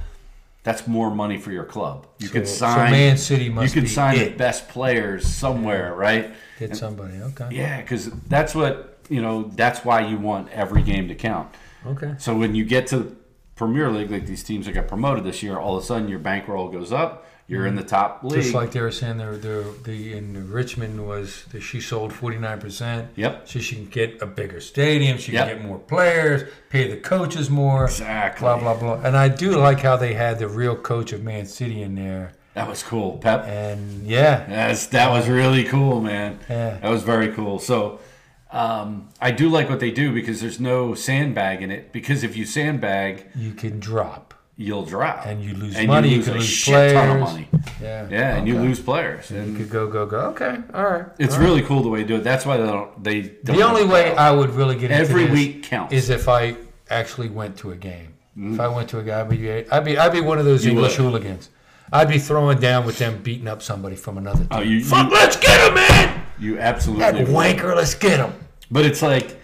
Speaker 1: that's more money for your club. You could
Speaker 2: So- so
Speaker 1: sign
Speaker 2: Man City must
Speaker 1: You could
Speaker 2: be
Speaker 1: sign the
Speaker 2: it.
Speaker 1: best players somewhere, right?
Speaker 2: Get somebody. Okay.
Speaker 1: Yeah, because that's what you know. That's why you want every game to count.
Speaker 2: Okay.
Speaker 1: So when you get to the Premier League, like these teams that got promoted this year, all of a sudden your bankroll goes up. You're in the top league.
Speaker 2: Mm-hmm. Just like they were saying, there, the the in Richmond was that she sold forty nine percent.
Speaker 1: Yep.
Speaker 2: So she can get a bigger stadium. She
Speaker 1: Yep.
Speaker 2: can get more players. Pay the coaches more.
Speaker 1: Exactly.
Speaker 2: Blah blah blah. And I do like how they had the real coach of Man City in there.
Speaker 1: That was cool, Pep.
Speaker 2: And yeah,
Speaker 1: That's, that was really cool, man.
Speaker 2: Yeah.
Speaker 1: That was very cool. So um, I do like what they do because there's no sandbag in it. Because if you sandbag,
Speaker 2: you can drop
Speaker 1: you'll drop.
Speaker 2: and you lose money. You,
Speaker 1: lose
Speaker 2: can
Speaker 1: a
Speaker 2: lose
Speaker 1: shit
Speaker 2: players.
Speaker 1: ton of money.
Speaker 2: Yeah.
Speaker 1: Yeah, and you
Speaker 2: Okay.
Speaker 1: lose players.
Speaker 2: You
Speaker 1: And
Speaker 2: could go go go. Okay. All right.
Speaker 1: it's
Speaker 2: all right.
Speaker 1: really cool the way they do it. That's why they don't. They don't
Speaker 2: The only way I would really get into
Speaker 1: Every
Speaker 2: this
Speaker 1: week counts. Mm-hmm.
Speaker 2: is if I actually went to a game. If I went to a game, I'd be I'd be, I'd be one of those
Speaker 1: You
Speaker 2: English
Speaker 1: would.
Speaker 2: hooligans. I'd be throwing down with them, beating up somebody from another team.
Speaker 1: Oh, you,
Speaker 2: Fuck,
Speaker 1: you,
Speaker 2: let's get him, man!
Speaker 1: you
Speaker 2: That
Speaker 1: absolutely. would.
Speaker 2: wanker, let's get him.
Speaker 1: But it's like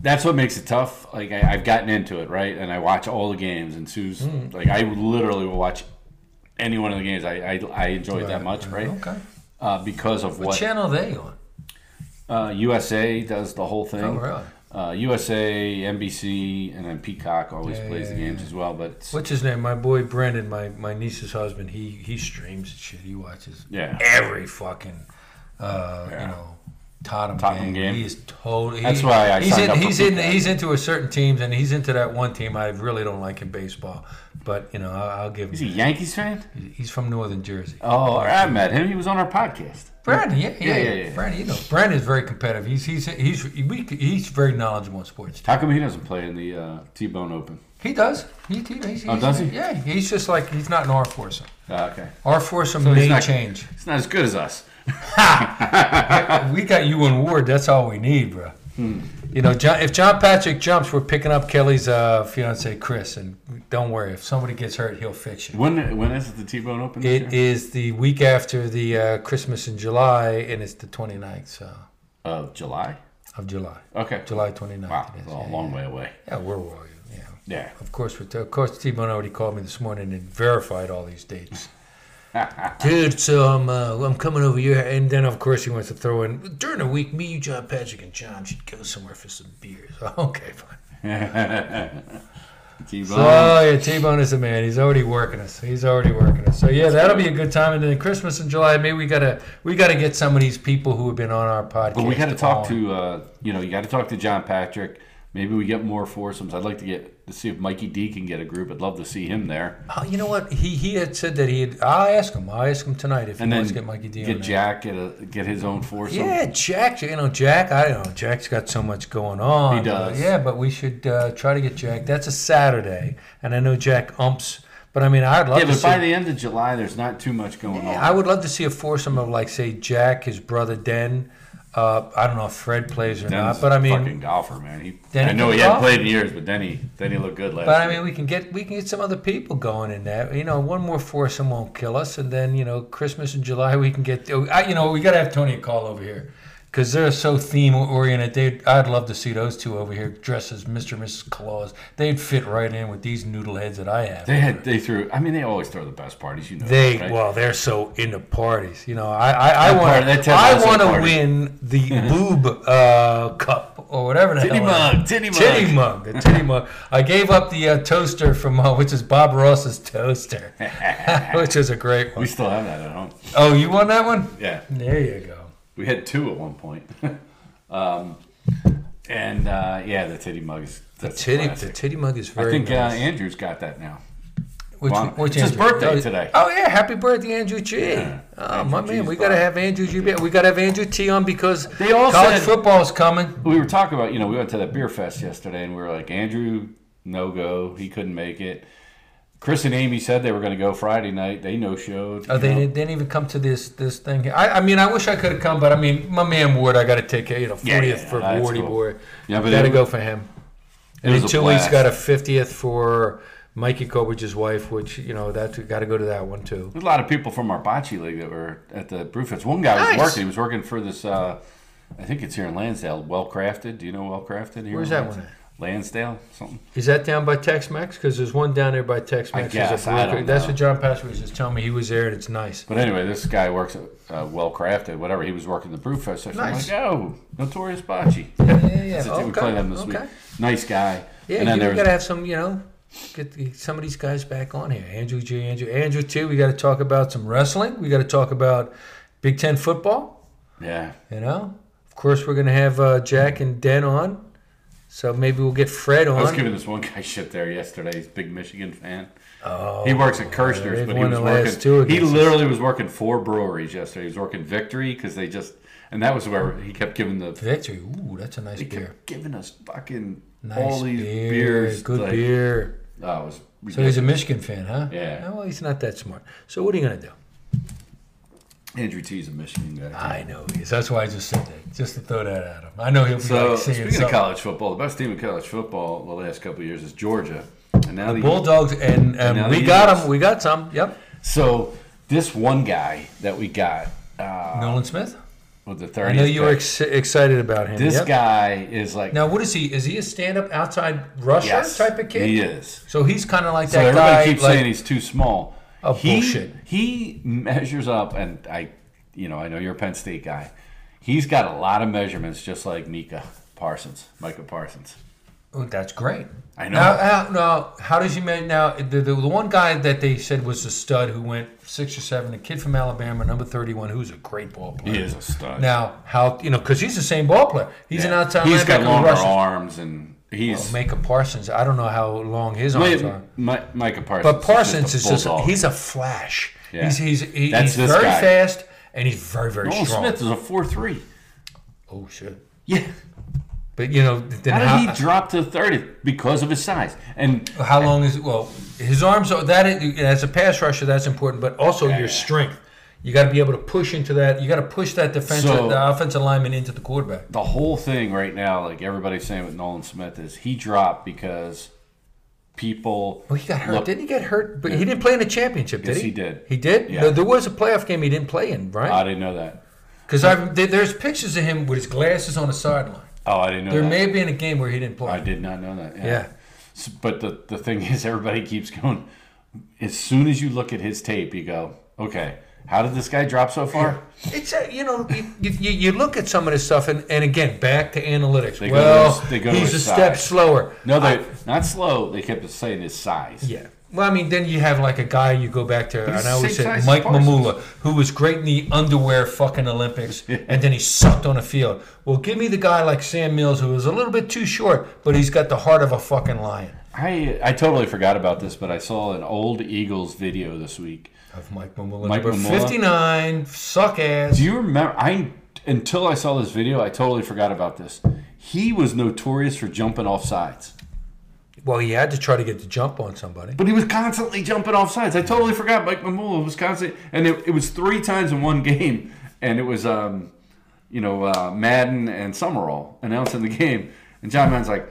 Speaker 1: that's what makes it tough. Like I, I've gotten into it, right? And I watch all the games, and Sue's
Speaker 2: Hmm.
Speaker 1: like I literally will watch any one of the games. I I, I enjoy it that much, right?
Speaker 2: Okay.
Speaker 1: Uh, because of
Speaker 2: What
Speaker 1: what
Speaker 2: channel they on?
Speaker 1: uh, USA does the whole thing.
Speaker 2: Oh, really?
Speaker 1: Uh, USA, NBC, and then Peacock always
Speaker 2: Yeah,
Speaker 1: plays
Speaker 2: yeah,
Speaker 1: the games as well. But it's,
Speaker 2: What's his name? My boy Brandon, my, my niece's husband. He he streams shit. He watches
Speaker 1: yeah,
Speaker 2: every fucking uh,
Speaker 1: Yeah.
Speaker 2: you know Tottenham,
Speaker 1: Tottenham
Speaker 2: game.
Speaker 1: game.
Speaker 2: He is totally.
Speaker 1: That's
Speaker 2: he-
Speaker 1: why I
Speaker 2: he's
Speaker 1: signed
Speaker 2: in,
Speaker 1: up for
Speaker 2: he's in
Speaker 1: Peacock.
Speaker 2: he's into a certain teams, and he's into that one team I really don't like in baseball. But you know, I'll, I'll give
Speaker 1: is he a
Speaker 2: him.
Speaker 1: Yankees fan?
Speaker 2: He's from Northern Jersey.
Speaker 1: Oh, I met him. He was on our podcast.
Speaker 2: Brandon, yeah,
Speaker 1: Yeah,
Speaker 2: yeah,
Speaker 1: yeah,
Speaker 2: yeah,
Speaker 1: yeah.
Speaker 2: Brandon, you know, Brandon is very competitive. He's he's he's we, he's very knowledgeable in sports. too.
Speaker 1: How come he doesn't play in the uh, T-Bone Open?
Speaker 2: He does. He, he he's,
Speaker 1: Oh, does he?
Speaker 2: Yeah, he's just like he's not an R foursome.
Speaker 1: Uh, okay,
Speaker 2: R foursome
Speaker 1: he's
Speaker 2: may
Speaker 1: not-
Speaker 2: change.
Speaker 1: he's not as good as us.
Speaker 2: we got you and Ward. That's all we need, bro. You know, John, if John Patrick jumps, we're picking up Kelly's uh, fiance Chris, and don't worry. If somebody gets hurt, he'll fix you.
Speaker 1: When when is it the T-Bone Open? this year?
Speaker 2: It is the week after the uh, Christmas in July, and it's the 29th so,
Speaker 1: of July.
Speaker 2: of July.
Speaker 1: Okay.
Speaker 2: July 29th.
Speaker 1: Wow,
Speaker 2: it is.
Speaker 1: it's a
Speaker 2: yeah,
Speaker 1: long way away.
Speaker 2: yeah, where were you? Yeah.
Speaker 1: Yeah.
Speaker 2: Of course, we're of course, T-Bone already called me this morning and verified all these dates. Dude, so I'm uh, I'm coming over here, and then of course he wants to throw in during the week. Me, you, John Patrick, and John should go somewhere for some beers. okay, fine.
Speaker 1: T-Bone.
Speaker 2: So oh, yeah, T-Bone is the man. He's already working us. He's already working us. So yeah, that'll be a good time. And then Christmas in July, maybe we gotta we gotta get some of these people who have been on our podcast.
Speaker 1: but we got to talk
Speaker 2: on.
Speaker 1: to uh, you know you got to talk to John Patrick. Maybe we get more foursomes. I'd like to get to see if Mikey D can get a group. I'd love to see him there.
Speaker 2: Oh, you know what? He he had said that he had. I'll ask him. I'll ask him tonight if
Speaker 1: And
Speaker 2: he
Speaker 1: then
Speaker 2: wants to get Mikey D. on
Speaker 1: get
Speaker 2: there.
Speaker 1: Jack get a, get his own foursome.
Speaker 2: Yeah, Jack. You know, Jack. I don't know. Jack's got so much going on.
Speaker 1: He does.
Speaker 2: But yeah, but we should uh, try to get Jack. That's a Saturday, and I know Jack umps. But I mean, I'd love
Speaker 1: Yeah,
Speaker 2: to
Speaker 1: but
Speaker 2: see.
Speaker 1: by the end of July, there's not too much going
Speaker 2: yeah,
Speaker 1: on.
Speaker 2: I would love to see a foursome of like, say, Jack, his brother Den. Uh, I don't know if Fred plays or
Speaker 1: Den's
Speaker 2: not, but I
Speaker 1: a
Speaker 2: mean,
Speaker 1: fucking golfer, man. He,
Speaker 2: Then
Speaker 1: I
Speaker 2: he
Speaker 1: know
Speaker 2: can
Speaker 1: he hadn't
Speaker 2: golf.
Speaker 1: played in years, but then he then he looked good last.
Speaker 2: but I
Speaker 1: year.
Speaker 2: mean, we can get we can get some other people going in that. You know, one more foursome won't kill us, and then you know, Christmas in July we can get. oh, I, you know, we got to have Tony a call over here because they're so theme oriented. They, I'd love to see those two over here dressed as Mr. and Mrs. Claus. They'd fit right in with these noodle heads that I have.
Speaker 1: they had they threw. I mean, they always throw the best parties. You know,
Speaker 2: They
Speaker 1: right?
Speaker 2: well, they're so into parties. You know, I I, I
Speaker 1: That
Speaker 2: want
Speaker 1: part- that
Speaker 2: to
Speaker 1: Ted
Speaker 2: I
Speaker 1: Lasso
Speaker 2: want to
Speaker 1: party.
Speaker 2: win the boob uh, cup or whatever the
Speaker 1: Titty
Speaker 2: hell. it is.
Speaker 1: mug, titty mug.
Speaker 2: titty mug, the titty mug. I gave up the uh, toaster from uh, which is Bob Ross's toaster, which is a great
Speaker 1: we
Speaker 2: one.
Speaker 1: still have that at home.
Speaker 2: Oh, you won that one?
Speaker 1: Yeah.
Speaker 2: There you go.
Speaker 1: We had two at one point. um, and uh, yeah, the titty mug is
Speaker 2: The
Speaker 1: that's
Speaker 2: titty,
Speaker 1: classic.
Speaker 2: the titty mug is
Speaker 1: I
Speaker 2: very
Speaker 1: think uh,
Speaker 2: nice.
Speaker 1: Andrew's got that now.
Speaker 2: Which,
Speaker 1: Bon-
Speaker 2: which
Speaker 1: it's his
Speaker 2: Andrew?
Speaker 1: birthday
Speaker 2: oh,
Speaker 1: today.
Speaker 2: Oh yeah, happy birthday, Andrew G. Oh my
Speaker 1: Andrew
Speaker 2: man,
Speaker 1: G's
Speaker 2: we gotta
Speaker 1: birthday.
Speaker 2: have Andrew G. We gotta have Andrew T. on because
Speaker 1: They all
Speaker 2: college
Speaker 1: said-
Speaker 2: football's coming.
Speaker 1: we were talking about, you know, we went to that beer fest yesterday and we were like, Andrew, no go. He couldn't make it. Chris and Amy said they were going to go Friday night. They no showed.
Speaker 2: Oh, they didn't, didn't even come to this this thing. I, I mean, I wish I could have come, but I mean, my man Ward, I gotta take you know
Speaker 1: Yeah, yeah,
Speaker 2: fortieth
Speaker 1: yeah,
Speaker 2: for
Speaker 1: that's
Speaker 2: Wardy
Speaker 1: cool.
Speaker 2: Boy.
Speaker 1: Yeah, but
Speaker 2: gotta
Speaker 1: it-
Speaker 2: go for him. And
Speaker 1: was
Speaker 2: in
Speaker 1: a
Speaker 2: two weeks,
Speaker 1: blast.
Speaker 2: got a fiftieth for Mikey Cobridge's wife, which you know that got to go to that one too.
Speaker 1: There's a lot of people from our bocce league that were at the Brewfest. One guy
Speaker 2: Nice.
Speaker 1: was working. He was working for this, uh, I think it's here in Lansdale, Well Crafted. Do you know Well Crafted? here
Speaker 2: Where's
Speaker 1: in
Speaker 2: that
Speaker 1: Lansdale?
Speaker 2: one
Speaker 1: Lansdale, something.
Speaker 2: Is that down by Tex-Mex? Because there's one down there by Tex-Mex. There's
Speaker 1: guess,
Speaker 2: a
Speaker 1: I don't
Speaker 2: brewery. That's
Speaker 1: know.
Speaker 2: what John Pastor was just telling me. He was there, and it's nice.
Speaker 1: But anyway, this guy works at uh, Well Crafted, whatever. He was working the Brewfest. So
Speaker 2: Nice.
Speaker 1: I'm like, oh, Notorious Bocce.
Speaker 2: Yeah, yeah.
Speaker 1: That's the team we play them this week. Nice guy.
Speaker 2: Yeah,
Speaker 1: and then
Speaker 2: you
Speaker 1: there
Speaker 2: gotta
Speaker 1: was
Speaker 2: have some, you know, get the- some of these guys back on here. Andrew G, Andrew, Andrew T. We got to talk about some wrestling. We got to talk about Big Ten football.
Speaker 1: yeah.
Speaker 2: You know, of course, we're gonna have uh, Jack and Den on. So maybe we'll get Fred
Speaker 1: I was
Speaker 2: on.
Speaker 1: giving this one guy shit there yesterday. He's a big Michigan fan.
Speaker 2: Oh,
Speaker 1: He works at
Speaker 2: they've
Speaker 1: Kirshner's, but he
Speaker 2: won
Speaker 1: was
Speaker 2: the last
Speaker 1: working.
Speaker 2: two
Speaker 1: he
Speaker 2: against us.
Speaker 1: literally was working four breweries yesterday. He was working Victory because they just, and that was where he kept giving the
Speaker 2: victory. Ooh, that's a nice
Speaker 1: he
Speaker 2: beer.
Speaker 1: kept giving us fucking
Speaker 2: Nice
Speaker 1: all these
Speaker 2: beer.
Speaker 1: beers.
Speaker 2: Good
Speaker 1: like,
Speaker 2: beer.
Speaker 1: Oh, it was
Speaker 2: So he's
Speaker 1: ridiculous.
Speaker 2: a Michigan fan, huh?
Speaker 1: Yeah.
Speaker 2: Well, he's not that smart. So what are you gonna do?
Speaker 1: Andrew T's a Michigan guy.
Speaker 2: I know he is. That's why I just said that, just to throw that at him. I know he'll be
Speaker 1: So
Speaker 2: like saying
Speaker 1: speaking of
Speaker 2: something.
Speaker 1: college football, the best team in college football the last couple of years is Georgia, and now the
Speaker 2: Bulldogs, and
Speaker 1: now
Speaker 2: um, we
Speaker 1: the
Speaker 2: got
Speaker 1: Eagles.
Speaker 2: him. We got some. Yep.
Speaker 1: so this one guy that we got uh,
Speaker 2: Nolan Smith.
Speaker 1: with the
Speaker 2: I
Speaker 1: thirty.
Speaker 2: know you were ex- excited about him.
Speaker 1: This
Speaker 2: yep.
Speaker 1: guy is like
Speaker 2: Now, what is he? Is he a stand-up outside rusher
Speaker 1: yes,
Speaker 2: type of kid?
Speaker 1: He is.
Speaker 2: So he's kind of like
Speaker 1: So
Speaker 2: that
Speaker 1: everybody
Speaker 2: guy.
Speaker 1: keeps
Speaker 2: like,
Speaker 1: saying he's too small.
Speaker 2: Oh,
Speaker 1: he,
Speaker 2: bullshit.
Speaker 1: He measures up, and I, you know, I know you're a Penn State guy. He's got a lot of measurements, just like Mika Parsons, Micah Parsons.
Speaker 2: oh, that's great.
Speaker 1: I know.
Speaker 2: Now, how, now, how does he make now? The, the, the one guy that they said was a stud who went six or seven, a kid from Alabama, number thirty-one, who's a great ball player.
Speaker 1: He is a stud.
Speaker 2: Now, how you know? Because he's the same ball player. He's an
Speaker 1: Yeah.
Speaker 2: outside
Speaker 1: He's got
Speaker 2: linebacker who
Speaker 1: longer
Speaker 2: rushes. Oh,
Speaker 1: arms, and he's
Speaker 2: Micah Parsons. I don't know how long his
Speaker 1: Mi-
Speaker 2: arms are,
Speaker 1: Mi- Micah Parsons.
Speaker 2: but Parsons is
Speaker 1: a
Speaker 2: just
Speaker 1: bulldog.
Speaker 2: he's a flash.
Speaker 1: Yeah.
Speaker 2: He's he's he,
Speaker 1: That's
Speaker 2: he's
Speaker 1: this
Speaker 2: very
Speaker 1: guy.
Speaker 2: fast and he's very very
Speaker 1: Nolan
Speaker 2: strong.
Speaker 1: Smith is a four three.
Speaker 2: Oh shit!
Speaker 1: Yeah.
Speaker 2: But you know, then
Speaker 1: How
Speaker 2: how,
Speaker 1: did he drop to thirty because of his size? And
Speaker 2: how long is well? His arms are that is, as a pass rusher that's important, but also your
Speaker 1: yeah.
Speaker 2: strength. You got to be able to push into that. You got to push that defensive,
Speaker 1: So-
Speaker 2: the offensive lineman into the quarterback.
Speaker 1: the whole thing right now, like everybody's saying with Nolan Smith, is he dropped because people.
Speaker 2: Well, he got hurt.
Speaker 1: look-
Speaker 2: Didn't he get hurt? But he didn't play in the championship, did
Speaker 1: Yes,
Speaker 2: he?
Speaker 1: he did.
Speaker 2: He did.
Speaker 1: Yeah.
Speaker 2: No, there was a playoff game he didn't play in,
Speaker 1: I
Speaker 2: right?
Speaker 1: didn't know that.
Speaker 2: Because I there- there's pictures of him with his glasses on the sideline.
Speaker 1: Oh, I didn't know
Speaker 2: There
Speaker 1: that.
Speaker 2: may have been a game where he didn't play.
Speaker 1: I did not know that. Yeah.
Speaker 2: Yeah.
Speaker 1: S- But the, the thing is, everybody keeps going. As soon as you look at his tape, you go, okay, how did this guy drop so far?
Speaker 2: It's a, you know you, you, you look at some of this stuff and, and again back to analytics.
Speaker 1: They go to
Speaker 2: well,
Speaker 1: his- they go to
Speaker 2: he's a
Speaker 1: his
Speaker 2: step
Speaker 1: side.
Speaker 2: slower.
Speaker 1: No, they not slow. They kept saying his size.
Speaker 2: Yeah. Well, I mean, then you have like a guy you go back to,
Speaker 1: he's
Speaker 2: and
Speaker 1: the
Speaker 2: I always
Speaker 1: same size
Speaker 2: said
Speaker 1: as
Speaker 2: Mike
Speaker 1: Parsons.
Speaker 2: Mamula, who was great in the underwear fucking Olympics, and then he sucked on the field. Well, give me the guy like Sam Mills, who was a little bit too short, but he's got the heart of a fucking lion.
Speaker 1: I I totally forgot about this, but I saw an old Eagles video this week.
Speaker 2: Of Mike Mamula,
Speaker 1: Mike
Speaker 2: number
Speaker 1: Mamula?
Speaker 2: 59, suck ass.
Speaker 1: Do you remember? I until I saw this video, I totally forgot about this. He was notorious for jumping off sides,
Speaker 2: well, he had to try to get the jump on somebody.
Speaker 1: but he was constantly jumping off sides. I totally forgot Mike Mamula was constantly, and it, it was three times in one game, and it was um, you know, uh, Madden and Summerall announcing the game, and John Madden's like,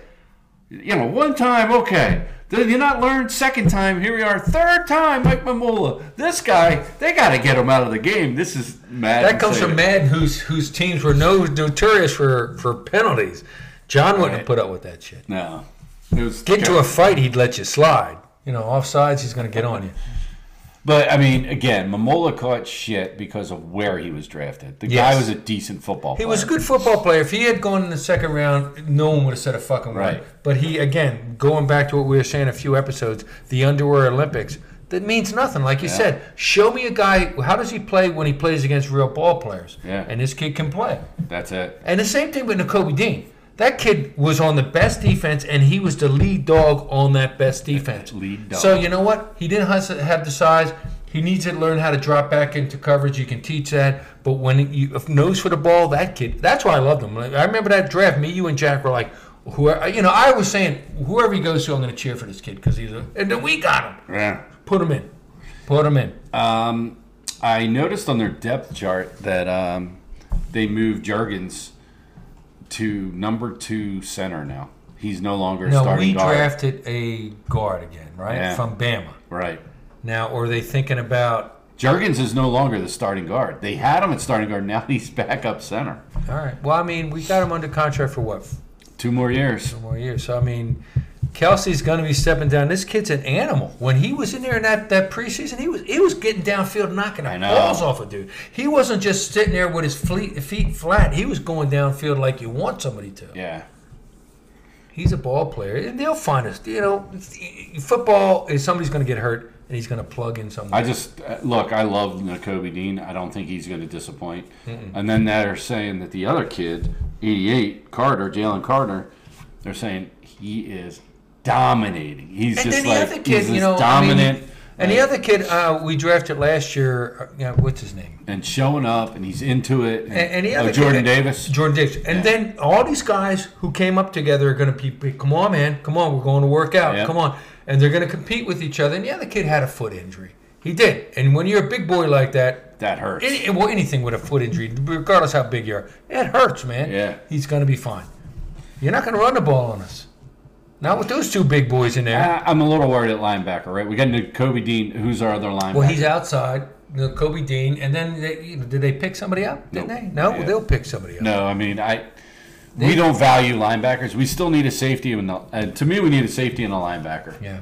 Speaker 1: you know, one time okay. Did you not learn? Second time, here we are. Third time, Mike Mamula. This guy, they got to get him out of the game. This is Madden.
Speaker 2: That comes
Speaker 1: saying
Speaker 2: from
Speaker 1: it.
Speaker 2: Madden, whose whose teams were no notorious for, for penalties. John wouldn't have put up with that shit.
Speaker 1: No, it was
Speaker 2: Get into a fight, he'd let you slide. You know, offsides, he's going to get on you.
Speaker 1: But I mean, again, Mamola caught shit because of where he was drafted. The
Speaker 2: Yes.
Speaker 1: guy was a decent football
Speaker 2: He
Speaker 1: player.
Speaker 2: was a good football player. If he had gone in the second round, no one would have said a fucking word.
Speaker 1: Right.
Speaker 2: But he, again, going back to what we were saying a few episodes, the underwear Olympics, that means nothing. Like you said, show me a guy. How does he play when he plays against real ball players?
Speaker 1: Yeah.
Speaker 2: And this kid can play.
Speaker 1: That's it.
Speaker 2: And the same thing with N'Kobe Dean. That kid was on the best defense, and he was the lead dog on that best defense.
Speaker 1: Lead dog.
Speaker 2: So you know what? He didn't has- have the size. He needs to learn how to drop back into coverage. You can teach that. But when you if nose for the ball, that kid. That's why I loved him. Like, I remember that draft. Me, you, and Jack were like, whoever. You know, I was saying whoever he goes to, I'm going to cheer for this kid because he's a. And then we got him.
Speaker 1: Yeah.
Speaker 2: Put him in. Put him in.
Speaker 1: Um, I noticed on their depth chart that um, they moved Jurgens to number two center now. He's no longer
Speaker 2: No,
Speaker 1: starting
Speaker 2: we
Speaker 1: guard.
Speaker 2: drafted a guard again, right?
Speaker 1: Yeah.
Speaker 2: From Bama.
Speaker 1: Right.
Speaker 2: Now, are they thinking about?
Speaker 1: Jurgens is no longer the starting guard. They had him at starting guard. Now he's back up center.
Speaker 2: All right. Well, I mean, we got him under contract for what
Speaker 1: Two more years.
Speaker 2: four more years. So I mean, Kelsey's going to be stepping down. This kid's an animal. When he was in there in that, that preseason, he was he was getting downfield, knocking the
Speaker 1: I know.
Speaker 2: balls off a dude. He wasn't just sitting there with his fleet, feet flat. He was going downfield like you want somebody to.
Speaker 1: Yeah.
Speaker 2: He's a ball player, and they'll find us. You know, football is somebody's going to get hurt, and he's going to plug in someone.
Speaker 1: I just uh, look. I love N'Kobe Dean. I don't think he's going to disappoint. And then they're saying that the other kid, eighty-eight Carter, Jalen Carter, they're saying he is dominating. He's
Speaker 2: And
Speaker 1: just
Speaker 2: then the
Speaker 1: like
Speaker 2: other
Speaker 1: he's
Speaker 2: kid, you
Speaker 1: this
Speaker 2: know,
Speaker 1: dominant.
Speaker 2: I mean, and the
Speaker 1: like,
Speaker 2: other kid uh, we drafted last year, uh, you know, what's his name?
Speaker 1: and showing up, and he's into it. And,
Speaker 2: And, and the
Speaker 1: oh,
Speaker 2: other
Speaker 1: Jordan
Speaker 2: kid-
Speaker 1: Davis.
Speaker 2: Jordan Davis. And then all these guys who came up together are going to be, be- come on, man, come on, we're going to work out,
Speaker 1: Yep.
Speaker 2: come on. And they're going to compete with each other. And the other kid had a foot injury. He did. And when you're a big boy like that,
Speaker 1: that hurts.
Speaker 2: any, well, anything with a foot injury, regardless how big you are, it hurts, man.
Speaker 1: Yeah.
Speaker 2: He's going to be fine. You're not going to run the ball on us. Not with those two big boys in there.
Speaker 1: I- I'm a little worried at linebacker. Right, we got N'Kobe Dean. Who's our other linebacker?
Speaker 2: Well, he's outside. You know, Kobe Dean, and then they, you know, did they pick somebody up? Didn't
Speaker 1: Nope.
Speaker 2: they? No,
Speaker 1: Yeah.
Speaker 2: they'll pick somebody up.
Speaker 1: No, I mean I. We don't value linebackers. We still need a safety, and the- and to me, we need a safety and a linebacker.
Speaker 2: Yeah.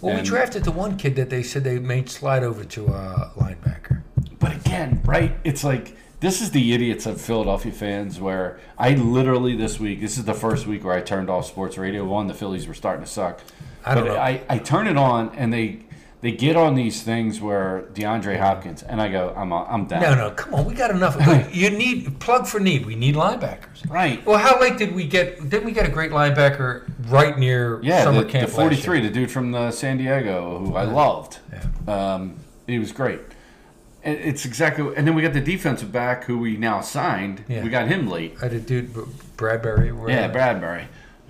Speaker 2: Well,
Speaker 1: And-
Speaker 2: we drafted the one kid that they said they made slide over to uh, linebacker.
Speaker 1: But again, right? It's like this is the idiots of Philadelphia fans. Where I literally this week, this is the first week where I turned off sports radio. One, the Phillies were starting to suck.
Speaker 2: I don't
Speaker 1: but
Speaker 2: know.
Speaker 1: I, I turn it on, and they they get on these things where DeAndre Hopkins, and I go, I'm a, I'm down.
Speaker 2: No, no, come on, we got enough. we- you need plug for need. We need linebackers.
Speaker 1: Right?
Speaker 2: Well, how late did we get? Didn't we get a great linebacker right near
Speaker 1: Yeah,
Speaker 2: summer
Speaker 1: the, the
Speaker 2: camp? last year?
Speaker 1: 43, the dude from the San Diego, who I loved. Um, he was great. It- It's exactly, and then we got the defensive back who we now signed.
Speaker 2: Yeah.
Speaker 1: We got him late.
Speaker 2: I did dude Br- Bradbury. where-
Speaker 1: Yeah, Bradbury.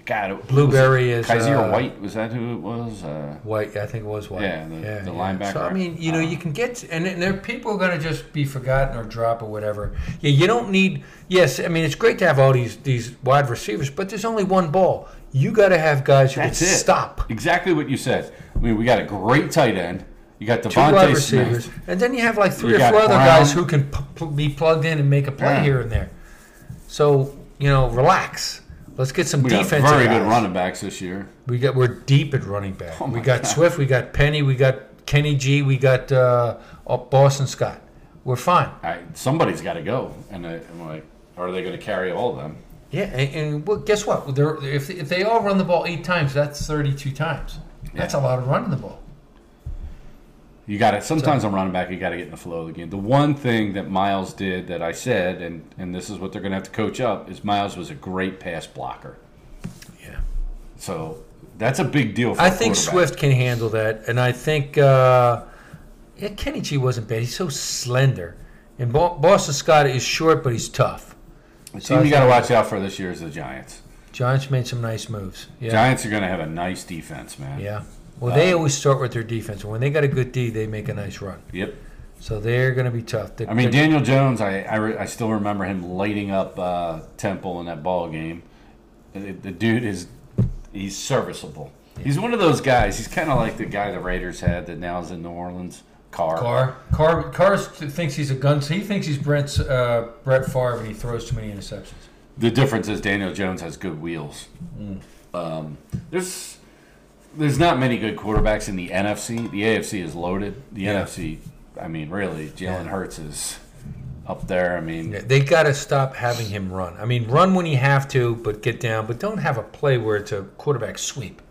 Speaker 1: God, it-
Speaker 2: Blueberry
Speaker 1: was it
Speaker 2: is,
Speaker 1: Kaiser
Speaker 2: uh,
Speaker 1: White. Was that who it was? Uh,
Speaker 2: White, I think it was White.
Speaker 1: Yeah, the- the
Speaker 2: So
Speaker 1: linebacker.
Speaker 2: I mean, you know, you can get and, and there people are going to just be forgotten or drop or whatever. Yeah, you don't need. Yes, I mean it's great to have all these these wide receivers, but there's only one ball. You got to have guys who
Speaker 1: that's
Speaker 2: can
Speaker 1: it.
Speaker 2: stop.
Speaker 1: Exactly what you said. I mean, we got a great tight end. You got
Speaker 2: Two wide
Speaker 1: Devontae
Speaker 2: receivers,
Speaker 1: Smith.
Speaker 2: and then you have like three
Speaker 1: You
Speaker 2: or
Speaker 1: got
Speaker 2: four other
Speaker 1: Brown.
Speaker 2: guys who can p- p- be plugged in and make a play
Speaker 1: Yeah.
Speaker 2: here and there. So you know, relax. Let's get some
Speaker 1: We got
Speaker 2: defensive.
Speaker 1: very good
Speaker 2: guys.
Speaker 1: running backs this year.
Speaker 2: We got we're deep at running back.
Speaker 1: Oh
Speaker 2: we
Speaker 1: my
Speaker 2: got
Speaker 1: God.
Speaker 2: Swift, we got Penny, we got Kenny G, we got uh, uh, Boston Scott. We're fine.
Speaker 1: I, somebody's got to go, and I, I'm like, are they going to carry all of them?
Speaker 2: Yeah, and, and well, guess what? They're, if if they all run the ball eight times, that's thirty-two times. That's a lot of running the ball.
Speaker 1: You got to Sometimes on running back, you got to get in the flow of the game. The one thing that Miles did that I said, and and this is what they're going to have to coach up, is Miles was a great pass blocker.
Speaker 2: Yeah,
Speaker 1: So that's a big deal. for
Speaker 2: I
Speaker 1: a
Speaker 2: think
Speaker 1: quarterback.
Speaker 2: Swift can handle that, and I think uh, yeah, Kenny G wasn't bad. He's so slender, and Bo- Boston Scott is short, but he's tough.
Speaker 1: The
Speaker 2: So I
Speaker 1: team you
Speaker 2: think-
Speaker 1: got to watch out for this year is the Giants.
Speaker 2: Giants made some nice moves. Yeah,
Speaker 1: Giants Uh, are going to have a nice defense, man.
Speaker 2: yeah. Well, they always start with their defense, and when they got a good D, they make a nice run.
Speaker 1: Yep.
Speaker 2: So they're going to be tough. They-
Speaker 1: I mean,
Speaker 2: they-
Speaker 1: Daniel Jones, I, I, re- I still remember him lighting up uh, Temple in that ball game. The, the dude is he's serviceable. He's one of those guys. He's kind of like the guy the Raiders had that now is in New Orleans. Carr.
Speaker 2: Carr, Carr, Carr thinks he's a gun. He thinks he's Brent, uh, Brett Favre, and he throws too many interceptions.
Speaker 1: The difference is Daniel Jones has good wheels.
Speaker 2: Mm.
Speaker 1: Um, there's there's not many good quarterbacks in the NFC. The AFC is loaded. The NFC, I mean, really, Jalen Hurts is up there. I mean,
Speaker 2: Yeah, They got to stop having him run. I mean, run when you have to, but get down. But don't have a play where it's a quarterback sweep.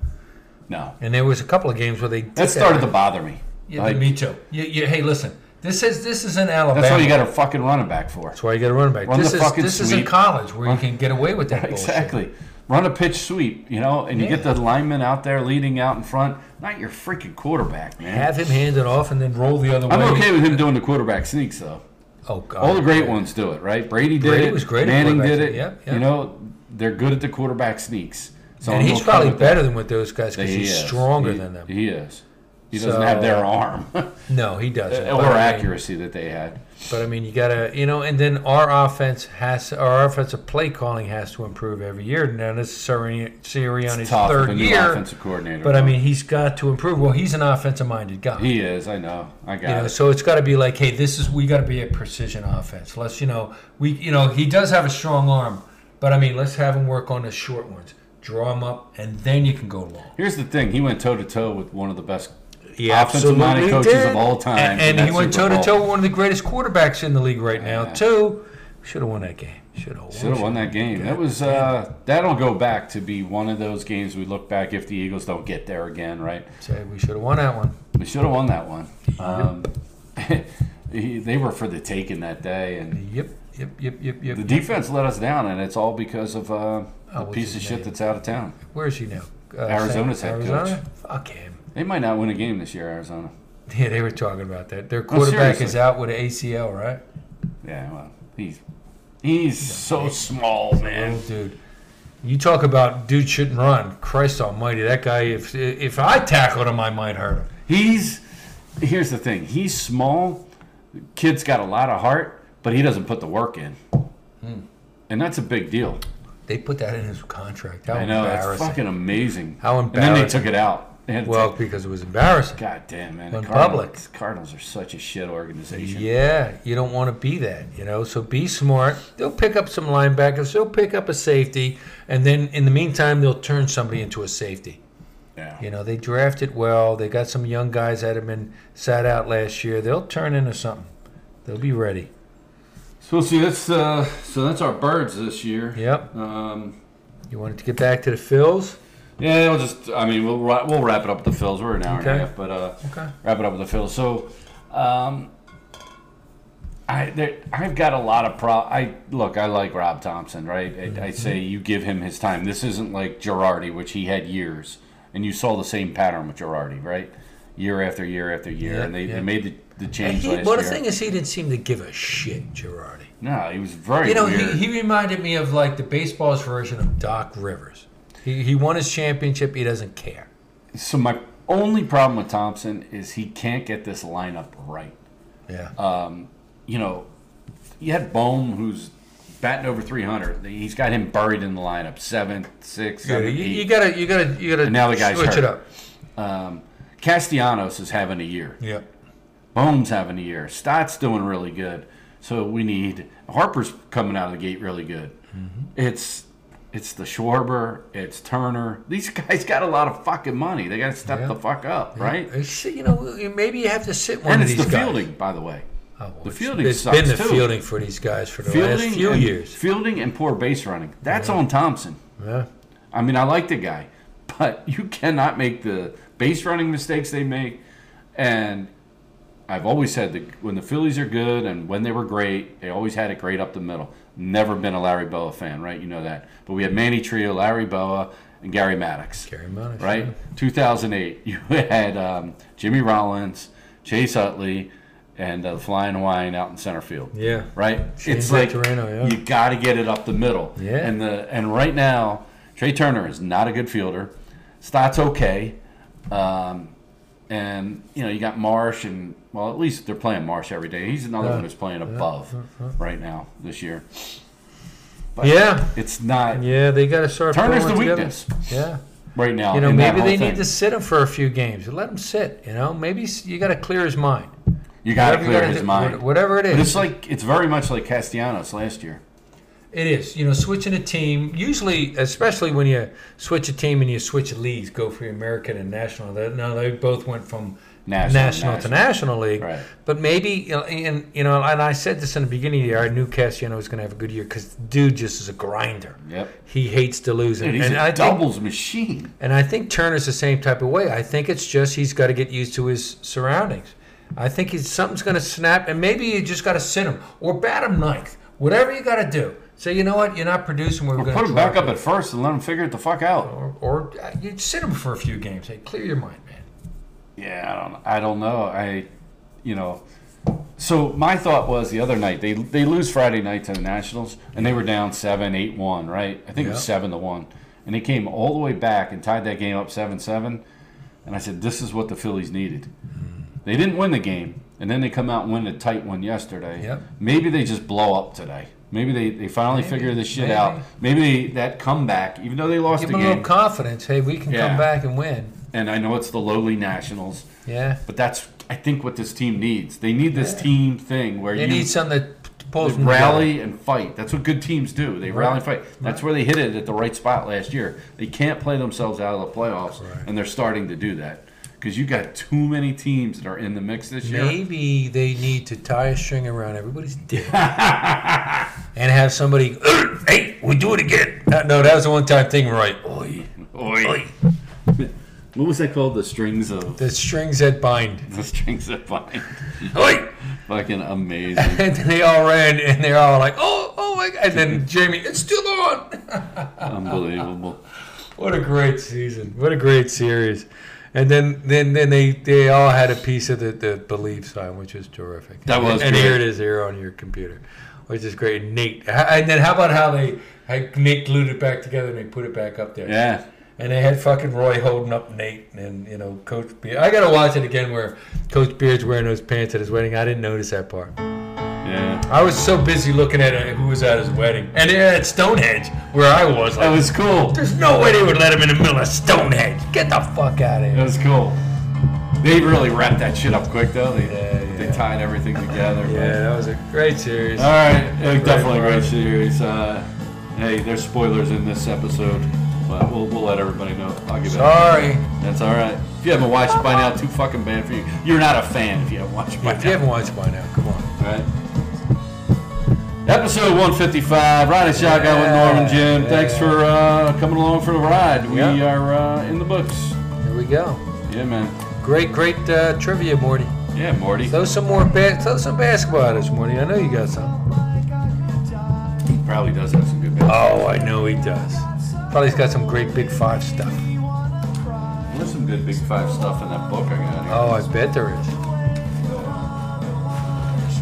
Speaker 1: no,
Speaker 2: And there was a couple of games where they did
Speaker 1: that started to bother me.
Speaker 2: Yeah,
Speaker 1: Like,
Speaker 2: me too. You, you, hey, listen, this is this is in Alabama.
Speaker 1: that's what you got a fucking running back for.
Speaker 2: That's why you got to run back.
Speaker 1: Run
Speaker 2: this
Speaker 1: the
Speaker 2: is
Speaker 1: fucking
Speaker 2: this is in
Speaker 1: sweep.
Speaker 2: college where you can get away with that. bullshit.
Speaker 1: Exactly. Run a pitch sweep, you know, and you get the lineman out there leading out in front. Not your freaking quarterback, man.
Speaker 2: Have him hand it off and then roll the other
Speaker 1: I'm
Speaker 2: way.
Speaker 1: okay with him doing the quarterback sneaks though.
Speaker 2: Oh God!
Speaker 1: All the great ones do it, right? Brady did
Speaker 2: Brady
Speaker 1: it.
Speaker 2: was great at
Speaker 1: Manning
Speaker 2: quarterback
Speaker 1: did it.
Speaker 2: sneak, yep, yep.
Speaker 1: You know, they're good at the quarterback sneaks. So
Speaker 2: and
Speaker 1: I'm
Speaker 2: he's
Speaker 1: okay
Speaker 2: probably
Speaker 1: with that.
Speaker 2: better than with those guys because
Speaker 1: He
Speaker 2: he's
Speaker 1: is.
Speaker 2: stronger
Speaker 1: He-
Speaker 2: than them.
Speaker 1: He is. He doesn't
Speaker 2: So-
Speaker 1: have their arm
Speaker 2: no, he doesn't.
Speaker 1: Uh, or
Speaker 2: But I mean-
Speaker 1: accuracy that they had.
Speaker 2: But I mean, you gotta, you know, and then our offense has our offensive play calling has to improve every year. Now this is Sirian- Sirianni's
Speaker 1: Tough with the
Speaker 2: third
Speaker 1: new
Speaker 2: year,
Speaker 1: offensive coordinator.
Speaker 2: but I mean, he's got to improve. Well, he's an offensive-minded guy.
Speaker 1: he is. I know. I got
Speaker 2: you know,
Speaker 1: it.
Speaker 2: so it's got to be like, hey, this is we got to be a precision offense. Let's, you know, we, you know, he does have a strong arm, but I mean, let's have him work on the short ones, draw him up, and then you can go long.
Speaker 1: Here's the thing. He went toe to toe with one of the best
Speaker 2: He
Speaker 1: offensive-minded
Speaker 2: absolutely
Speaker 1: coaches
Speaker 2: did.
Speaker 1: of all time.
Speaker 2: And, and
Speaker 1: in
Speaker 2: he
Speaker 1: that
Speaker 2: went toe
Speaker 1: Super
Speaker 2: to
Speaker 1: Bowl.
Speaker 2: toe with one of the greatest quarterbacks in the league right now,
Speaker 1: Yeah.
Speaker 2: too. Should have won that game. Should have won.
Speaker 1: Should have won that game. That was uh, that'll go back to be one of those games we look back if the Eagles don't get there again, right?
Speaker 2: Say we should have won that one.
Speaker 1: We should have won that one.
Speaker 2: Uh-huh.
Speaker 1: Um, he- they were for the taking that day, and
Speaker 2: Yep, yep, yep, yep, yep.
Speaker 1: the defense let us down, and it's all because of uh,
Speaker 2: Oh,
Speaker 1: a
Speaker 2: what's
Speaker 1: piece of
Speaker 2: his
Speaker 1: shit
Speaker 2: name?
Speaker 1: that's out of town.
Speaker 2: Where is he now? Uh,
Speaker 1: Arizona's head coach.
Speaker 2: Fuck him.
Speaker 1: They might not win a game this year, Arizona.
Speaker 2: Yeah, they were talking about that. Their quarterback is
Speaker 1: seriously.
Speaker 2: out with an ACL, right?
Speaker 1: Yeah, well, he's he's so small, man.
Speaker 2: Little Oh, dude. You talk about dude shouldn't run. Christ Almighty, that guy. If if I tackled him, I might hurt him.
Speaker 1: He's here's the thing. He's small. Kid's got a lot of heart, but he doesn't put the work in,
Speaker 2: Hmm.
Speaker 1: and that's a big deal.
Speaker 2: They put that in his contract. How
Speaker 1: I know that's
Speaker 2: embarrassing.
Speaker 1: fucking amazing.
Speaker 2: How
Speaker 1: And then they
Speaker 2: embarrassing.
Speaker 1: took it out. They had to
Speaker 2: well,
Speaker 1: take-
Speaker 2: because it was embarrassing.
Speaker 1: God damn man,
Speaker 2: In
Speaker 1: the
Speaker 2: public.
Speaker 1: Cardinals, Cardinals are such a shit organization.
Speaker 2: Yeah, you don't want to be that, you know. So be smart. They'll pick up some linebackers. They'll pick up a safety, and then in the meantime, they'll turn somebody into a safety.
Speaker 1: Yeah.
Speaker 2: You know, they drafted well. They got some young guys that have been sat out last year. They'll turn into something. They'll be ready.
Speaker 1: So see, that's uh, so that's our birds this year.
Speaker 2: Yep.
Speaker 1: Um,
Speaker 2: You wanted to get back to the fills?
Speaker 1: yeah, we'll just. I mean, we'll wra- we'll wrap it up with the fills. We're an hour and
Speaker 2: Okay.
Speaker 1: a half, but uh,
Speaker 2: Okay.
Speaker 1: wrap it up with the fills. So, um, I there, I've got a lot of pro. I look, I like Rob Thompson, right? I,
Speaker 2: Mm-hmm.
Speaker 1: I say you give him his time. This isn't like Girardi, which he had years, and you saw the same pattern with Girardi, right? Year after year after year,
Speaker 2: Yeah,
Speaker 1: and they,
Speaker 2: yeah.
Speaker 1: they made the, the change
Speaker 2: He,
Speaker 1: last
Speaker 2: well, the
Speaker 1: year.
Speaker 2: thing is, he didn't seem to give a shit, Girardi.
Speaker 1: no, he was very
Speaker 2: You know,
Speaker 1: weird.
Speaker 2: he, he reminded me of like the baseball's version of Doc Rivers. He, he won his championship. He doesn't care.
Speaker 1: So my only problem with Thompson is he can't get this lineup right.
Speaker 2: Yeah.
Speaker 1: You know, you had Bohm who's batting over 300. He's got him buried in the lineup, seventh, sixth,
Speaker 2: Yeah,
Speaker 1: seventh,
Speaker 2: you, you
Speaker 1: eighth.
Speaker 2: gotta, you gotta, you gotta.
Speaker 1: And now the guy's
Speaker 2: switch
Speaker 1: hurt.
Speaker 2: it up.
Speaker 1: Um, Castellanos is having a year.
Speaker 2: Yeah,
Speaker 1: Bohm's having a year. Stott's doing really good. So we need Harper's coming out of the gate really good.
Speaker 2: Mm-hmm.
Speaker 1: It's it's the Schwarber, it's Turner. These guys got a lot of fucking money. They got to step
Speaker 2: Yeah.
Speaker 1: the fuck up, right?
Speaker 2: It's, you know, maybe you have to sit one
Speaker 1: And
Speaker 2: of
Speaker 1: it's
Speaker 2: these
Speaker 1: the
Speaker 2: guys.
Speaker 1: fielding, by the way.
Speaker 2: Oh, well,
Speaker 1: The
Speaker 2: it's-
Speaker 1: fielding
Speaker 2: it's
Speaker 1: sucks,
Speaker 2: been the
Speaker 1: too.
Speaker 2: fielding for these guys for the
Speaker 1: fielding
Speaker 2: last few
Speaker 1: and,
Speaker 2: years.
Speaker 1: Fielding and poor base running. That's on Thompson.
Speaker 2: Yeah.
Speaker 1: I mean, I like the guy, but you cannot make the base running mistakes they make. And I've always said that when the Phillies are good and when they were great, they always had it great up the middle. Never been a Larry Boa fan, right? You know that. But we had Manny Trio, Larry Boa, and Gary Maddox
Speaker 2: Gary Money.
Speaker 1: right? 2008, you had um, Jimmy Rollins, Chase Utley, and uh, Flying Hawaiian out in center field.
Speaker 2: Yeah.
Speaker 1: Right?
Speaker 2: Shane
Speaker 1: it's like
Speaker 2: Victorino, yeah.
Speaker 1: you got to get it up the middle.
Speaker 2: Yeah.
Speaker 1: And the and right now, Trey Turner is not a good fielder. Stott's okay. Um, and you know you got Marsh and well at least they're playing Marsh every day. He's another one who's playing above right now this year. But
Speaker 2: Yeah.
Speaker 1: it's not
Speaker 2: Yeah, they gotta start.
Speaker 1: Turner's
Speaker 2: pulling
Speaker 1: the
Speaker 2: together.
Speaker 1: weakness
Speaker 2: Yeah.
Speaker 1: right now.
Speaker 2: You know,
Speaker 1: in that
Speaker 2: maybe
Speaker 1: whole
Speaker 2: they need
Speaker 1: thing.
Speaker 2: to sit him for a few games. Let him sit. You know, maybe s- you gotta clear his mind.
Speaker 1: You got to
Speaker 2: Whatever you
Speaker 1: clear
Speaker 2: gotta
Speaker 1: his
Speaker 2: do-
Speaker 1: mind.
Speaker 2: what- Whatever it is.
Speaker 1: But it's like it's very much like Castellanos last year.
Speaker 2: It is. You know, switching a team, usually, especially when you switch a team and you switch leagues, go for your American and National. They- No, they both went from
Speaker 1: National,
Speaker 2: national, to National League.
Speaker 1: Right.
Speaker 2: But maybe, you know, and, you know, and I said this in the beginning of the year, I knew Cassiano was going to have a good year because dude just is a grinder.
Speaker 1: Yep.
Speaker 2: He hates to lose.
Speaker 1: Dude, he's
Speaker 2: and,
Speaker 1: a
Speaker 2: I think,
Speaker 1: doubles machine.
Speaker 2: and I think Turner's the same type of way. I think it's just he's got to get used to his surroundings. I think he's, something's going to snap, and maybe you just got to sit him or bat him ninth. Whatever you got to do. Say, you know what? You're not producing. We're going to
Speaker 1: Put him back up at first and let him figure it the fuck out.
Speaker 2: or, or uh, you sit him for a few games. Hey, clear your mind, man.
Speaker 1: Yeah, I don't. I don't know. I, you know. So my thought was the other night they they lose Friday night to the Nationals and they were down seven eight one right I think it was
Speaker 2: Yeah.
Speaker 1: seven to one and they came all the way back and tied that game up seven seven and I said this is what the Phillies needed they didn't win the game and then they come out and win a tight one yesterday
Speaker 2: Yep.
Speaker 1: maybe they just blow up today maybe they, they finally figure this shit
Speaker 2: Maybe.
Speaker 1: out maybe they, that comeback even though they lost
Speaker 2: Give
Speaker 1: the
Speaker 2: him a little
Speaker 1: game
Speaker 2: confidence. Hey, we can
Speaker 1: Yeah.
Speaker 2: come back and win.
Speaker 1: and I know it's the lowly Nationals
Speaker 2: Yeah.
Speaker 1: but that's I think what this team needs. They need this team thing where
Speaker 2: They
Speaker 1: you
Speaker 2: need something that p- pulls
Speaker 1: they
Speaker 2: from the
Speaker 1: rally and fight. That's what good teams do. They rally and
Speaker 2: Right.
Speaker 1: fight. That's where they hit it at the right spot last year. They can't play themselves out of the playoffs,
Speaker 2: Correct.
Speaker 1: and they're starting to do that because you got too many teams that are in the mix this year.
Speaker 2: Maybe they need to tie a string around everybody's dick and have somebody. Hey, we do it again. Uh, No, that was a one-time thing, right? Oi.
Speaker 1: Oi. What was that called? The strings of
Speaker 2: The strings that bind.
Speaker 1: the strings of fucking,
Speaker 2: Oi.
Speaker 1: fucking amazing.
Speaker 2: And then they all ran, and they're all like, "Oh, oh my!" God. And then Jamie, it's still on.
Speaker 1: Unbelievable.
Speaker 2: What a great season! What a great series! And then, then, then they they all had a piece of the, the belief sign, which is terrific.
Speaker 1: That was
Speaker 2: And, here
Speaker 1: great.
Speaker 2: it is here on your computer, which is great. Nate, h- and then how about how they how Nate glued it back together and they put it back up there?
Speaker 1: Yeah.
Speaker 2: And they had fucking Roy holding up Nate, and you know Coach Beard. I gotta watch it again where Coach Beard's wearing those pants at his wedding. I didn't notice that part.
Speaker 1: Yeah.
Speaker 2: I was so busy looking at uh, who was at his wedding, and they're at Stonehenge where I was.
Speaker 1: That
Speaker 2: Like,
Speaker 1: was cool.
Speaker 2: there's no way they would let him in the middle of Stonehenge. Get the fuck out of
Speaker 1: That
Speaker 2: here.
Speaker 1: was cool. They really wrapped that shit up quick, though. They,
Speaker 2: Yeah,
Speaker 1: they
Speaker 2: yeah.
Speaker 1: tied everything together.
Speaker 2: Yeah, that was a great series.
Speaker 1: All right, it was definitely a great
Speaker 2: part.
Speaker 1: series. Uh, hey, there's spoilers in this episode, but we'll, we'll let everybody know. I'll give it.
Speaker 2: Sorry.
Speaker 1: That's all right. If you haven't watched it by now, too fucking bad for you. You're not a fan if you haven't watched it by
Speaker 2: If
Speaker 1: now.
Speaker 2: you haven't watched by now, come on.
Speaker 1: All right. Episode 155, Riding Shotgun with
Speaker 2: Yeah,
Speaker 1: Norman Jim. Thanks for uh, coming along for the ride. We
Speaker 2: Yeah.
Speaker 1: are uh, in the books.
Speaker 2: Here we go.
Speaker 1: Yeah, man.
Speaker 2: Great, great uh, trivia, Morty.
Speaker 1: Yeah, Morty.
Speaker 2: Throw some more ba- throw some basketball at us, Morty. I know you got some.
Speaker 1: He probably does have some good. bits.
Speaker 2: Oh, I know he does. Probably he's got some great big five stuff.
Speaker 1: There's some good Big Five stuff in that book I got here.
Speaker 2: Oh, I bet there is.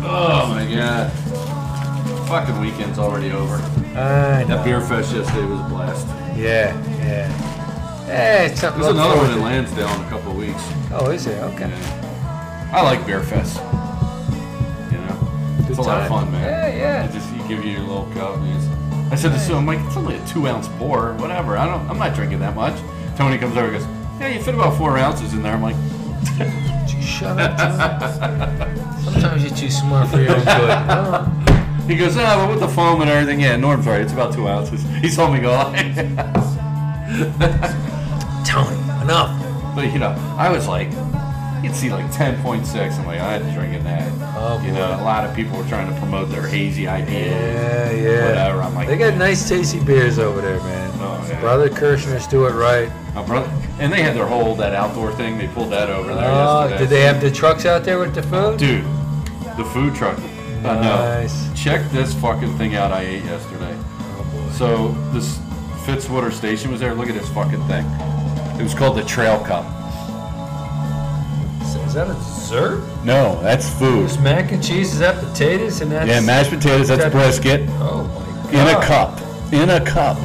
Speaker 1: Oh my god. Fucking weekend's already over.
Speaker 2: I know.
Speaker 1: That beer fest yesterday was a blast.
Speaker 2: Yeah, yeah. Hey, it's something.
Speaker 1: There's
Speaker 2: to look
Speaker 1: another
Speaker 2: forward
Speaker 1: one in
Speaker 2: to.
Speaker 1: Lansdale in a couple of weeks.
Speaker 2: Oh, is there? Okay.
Speaker 1: Yeah. I like beer fest. You know? It's
Speaker 2: Good
Speaker 1: a lot of
Speaker 2: time.
Speaker 1: fun, man.
Speaker 2: Yeah, yeah.
Speaker 1: It just you give you your little cup and it's, I said to Sue, I'm like, it's only a two ounce pour, whatever. I don't I'm not drinking that much. Tony comes over and goes, Yeah, you fit about four ounces in there. I'm like,
Speaker 2: Just shut up. Tom. Sometimes you're too smart for your own good. Oh,
Speaker 1: he goes, ah, but with the foam and everything, yeah, Norm's right, it's about two ounces. He saw me go
Speaker 2: Tony, enough.
Speaker 1: But you know, I was like, you'd see like 10.6. I'm like, I ain't drinking that.
Speaker 2: Oh,
Speaker 1: you
Speaker 2: boy.
Speaker 1: know, a lot of people were trying to promote their hazy IPAs.
Speaker 2: Yeah, yeah.
Speaker 1: Whatever, I'm like-
Speaker 2: they got nice tasty beers over there, man.
Speaker 1: Oh, yeah.
Speaker 2: Brother Kirshner's do it right.
Speaker 1: My brother, and they had their whole that outdoor thing. They pulled that over there
Speaker 2: Oh,
Speaker 1: yesterday.
Speaker 2: did they have the trucks out there with the food?
Speaker 1: Dude, the food truck. Uh, no.
Speaker 2: Nice.
Speaker 1: Check this fucking thing out I ate yesterday.
Speaker 2: Oh, boy.
Speaker 1: So this Fitzwater station was there. Look at this fucking thing. It was called the Trail Cup.
Speaker 2: So Is that a dessert?
Speaker 1: No, that's food.
Speaker 2: It's mac and cheese. Is that potatoes? And that's
Speaker 1: Yeah, mashed potatoes. That's
Speaker 2: That-
Speaker 1: brisket.
Speaker 2: Oh my god.
Speaker 1: in a cup, in a cup,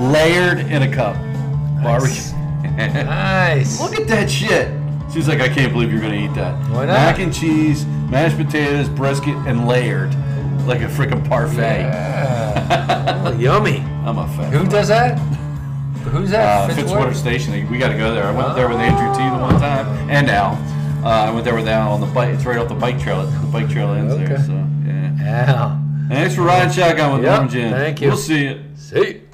Speaker 1: layered in a cup.
Speaker 2: Nice.
Speaker 1: Barbecue.
Speaker 2: Nice.
Speaker 1: Look at that shit. She's like, I can't believe you're gonna eat that.
Speaker 2: Why not?
Speaker 1: Mac and cheese, mashed potatoes, brisket, and layered, like a freaking parfait.
Speaker 2: Yeah. Oh, yummy.
Speaker 1: I'm a fan.
Speaker 2: Who does that? Who's
Speaker 1: Uh,
Speaker 2: that?
Speaker 1: Fitzwater Station. We got to go there. I went there
Speaker 2: Oh.
Speaker 1: with Andrew T the one time, and Al. Uh, I went there with Al on the bike. It's right off the bike trail. The bike trail ends there.
Speaker 2: Okay.
Speaker 1: So yeah.
Speaker 2: Yeah.
Speaker 1: Thanks for riding shotgun with
Speaker 2: Yep,
Speaker 1: Norm Jim.
Speaker 2: thank you.
Speaker 1: We'll see you.
Speaker 2: See.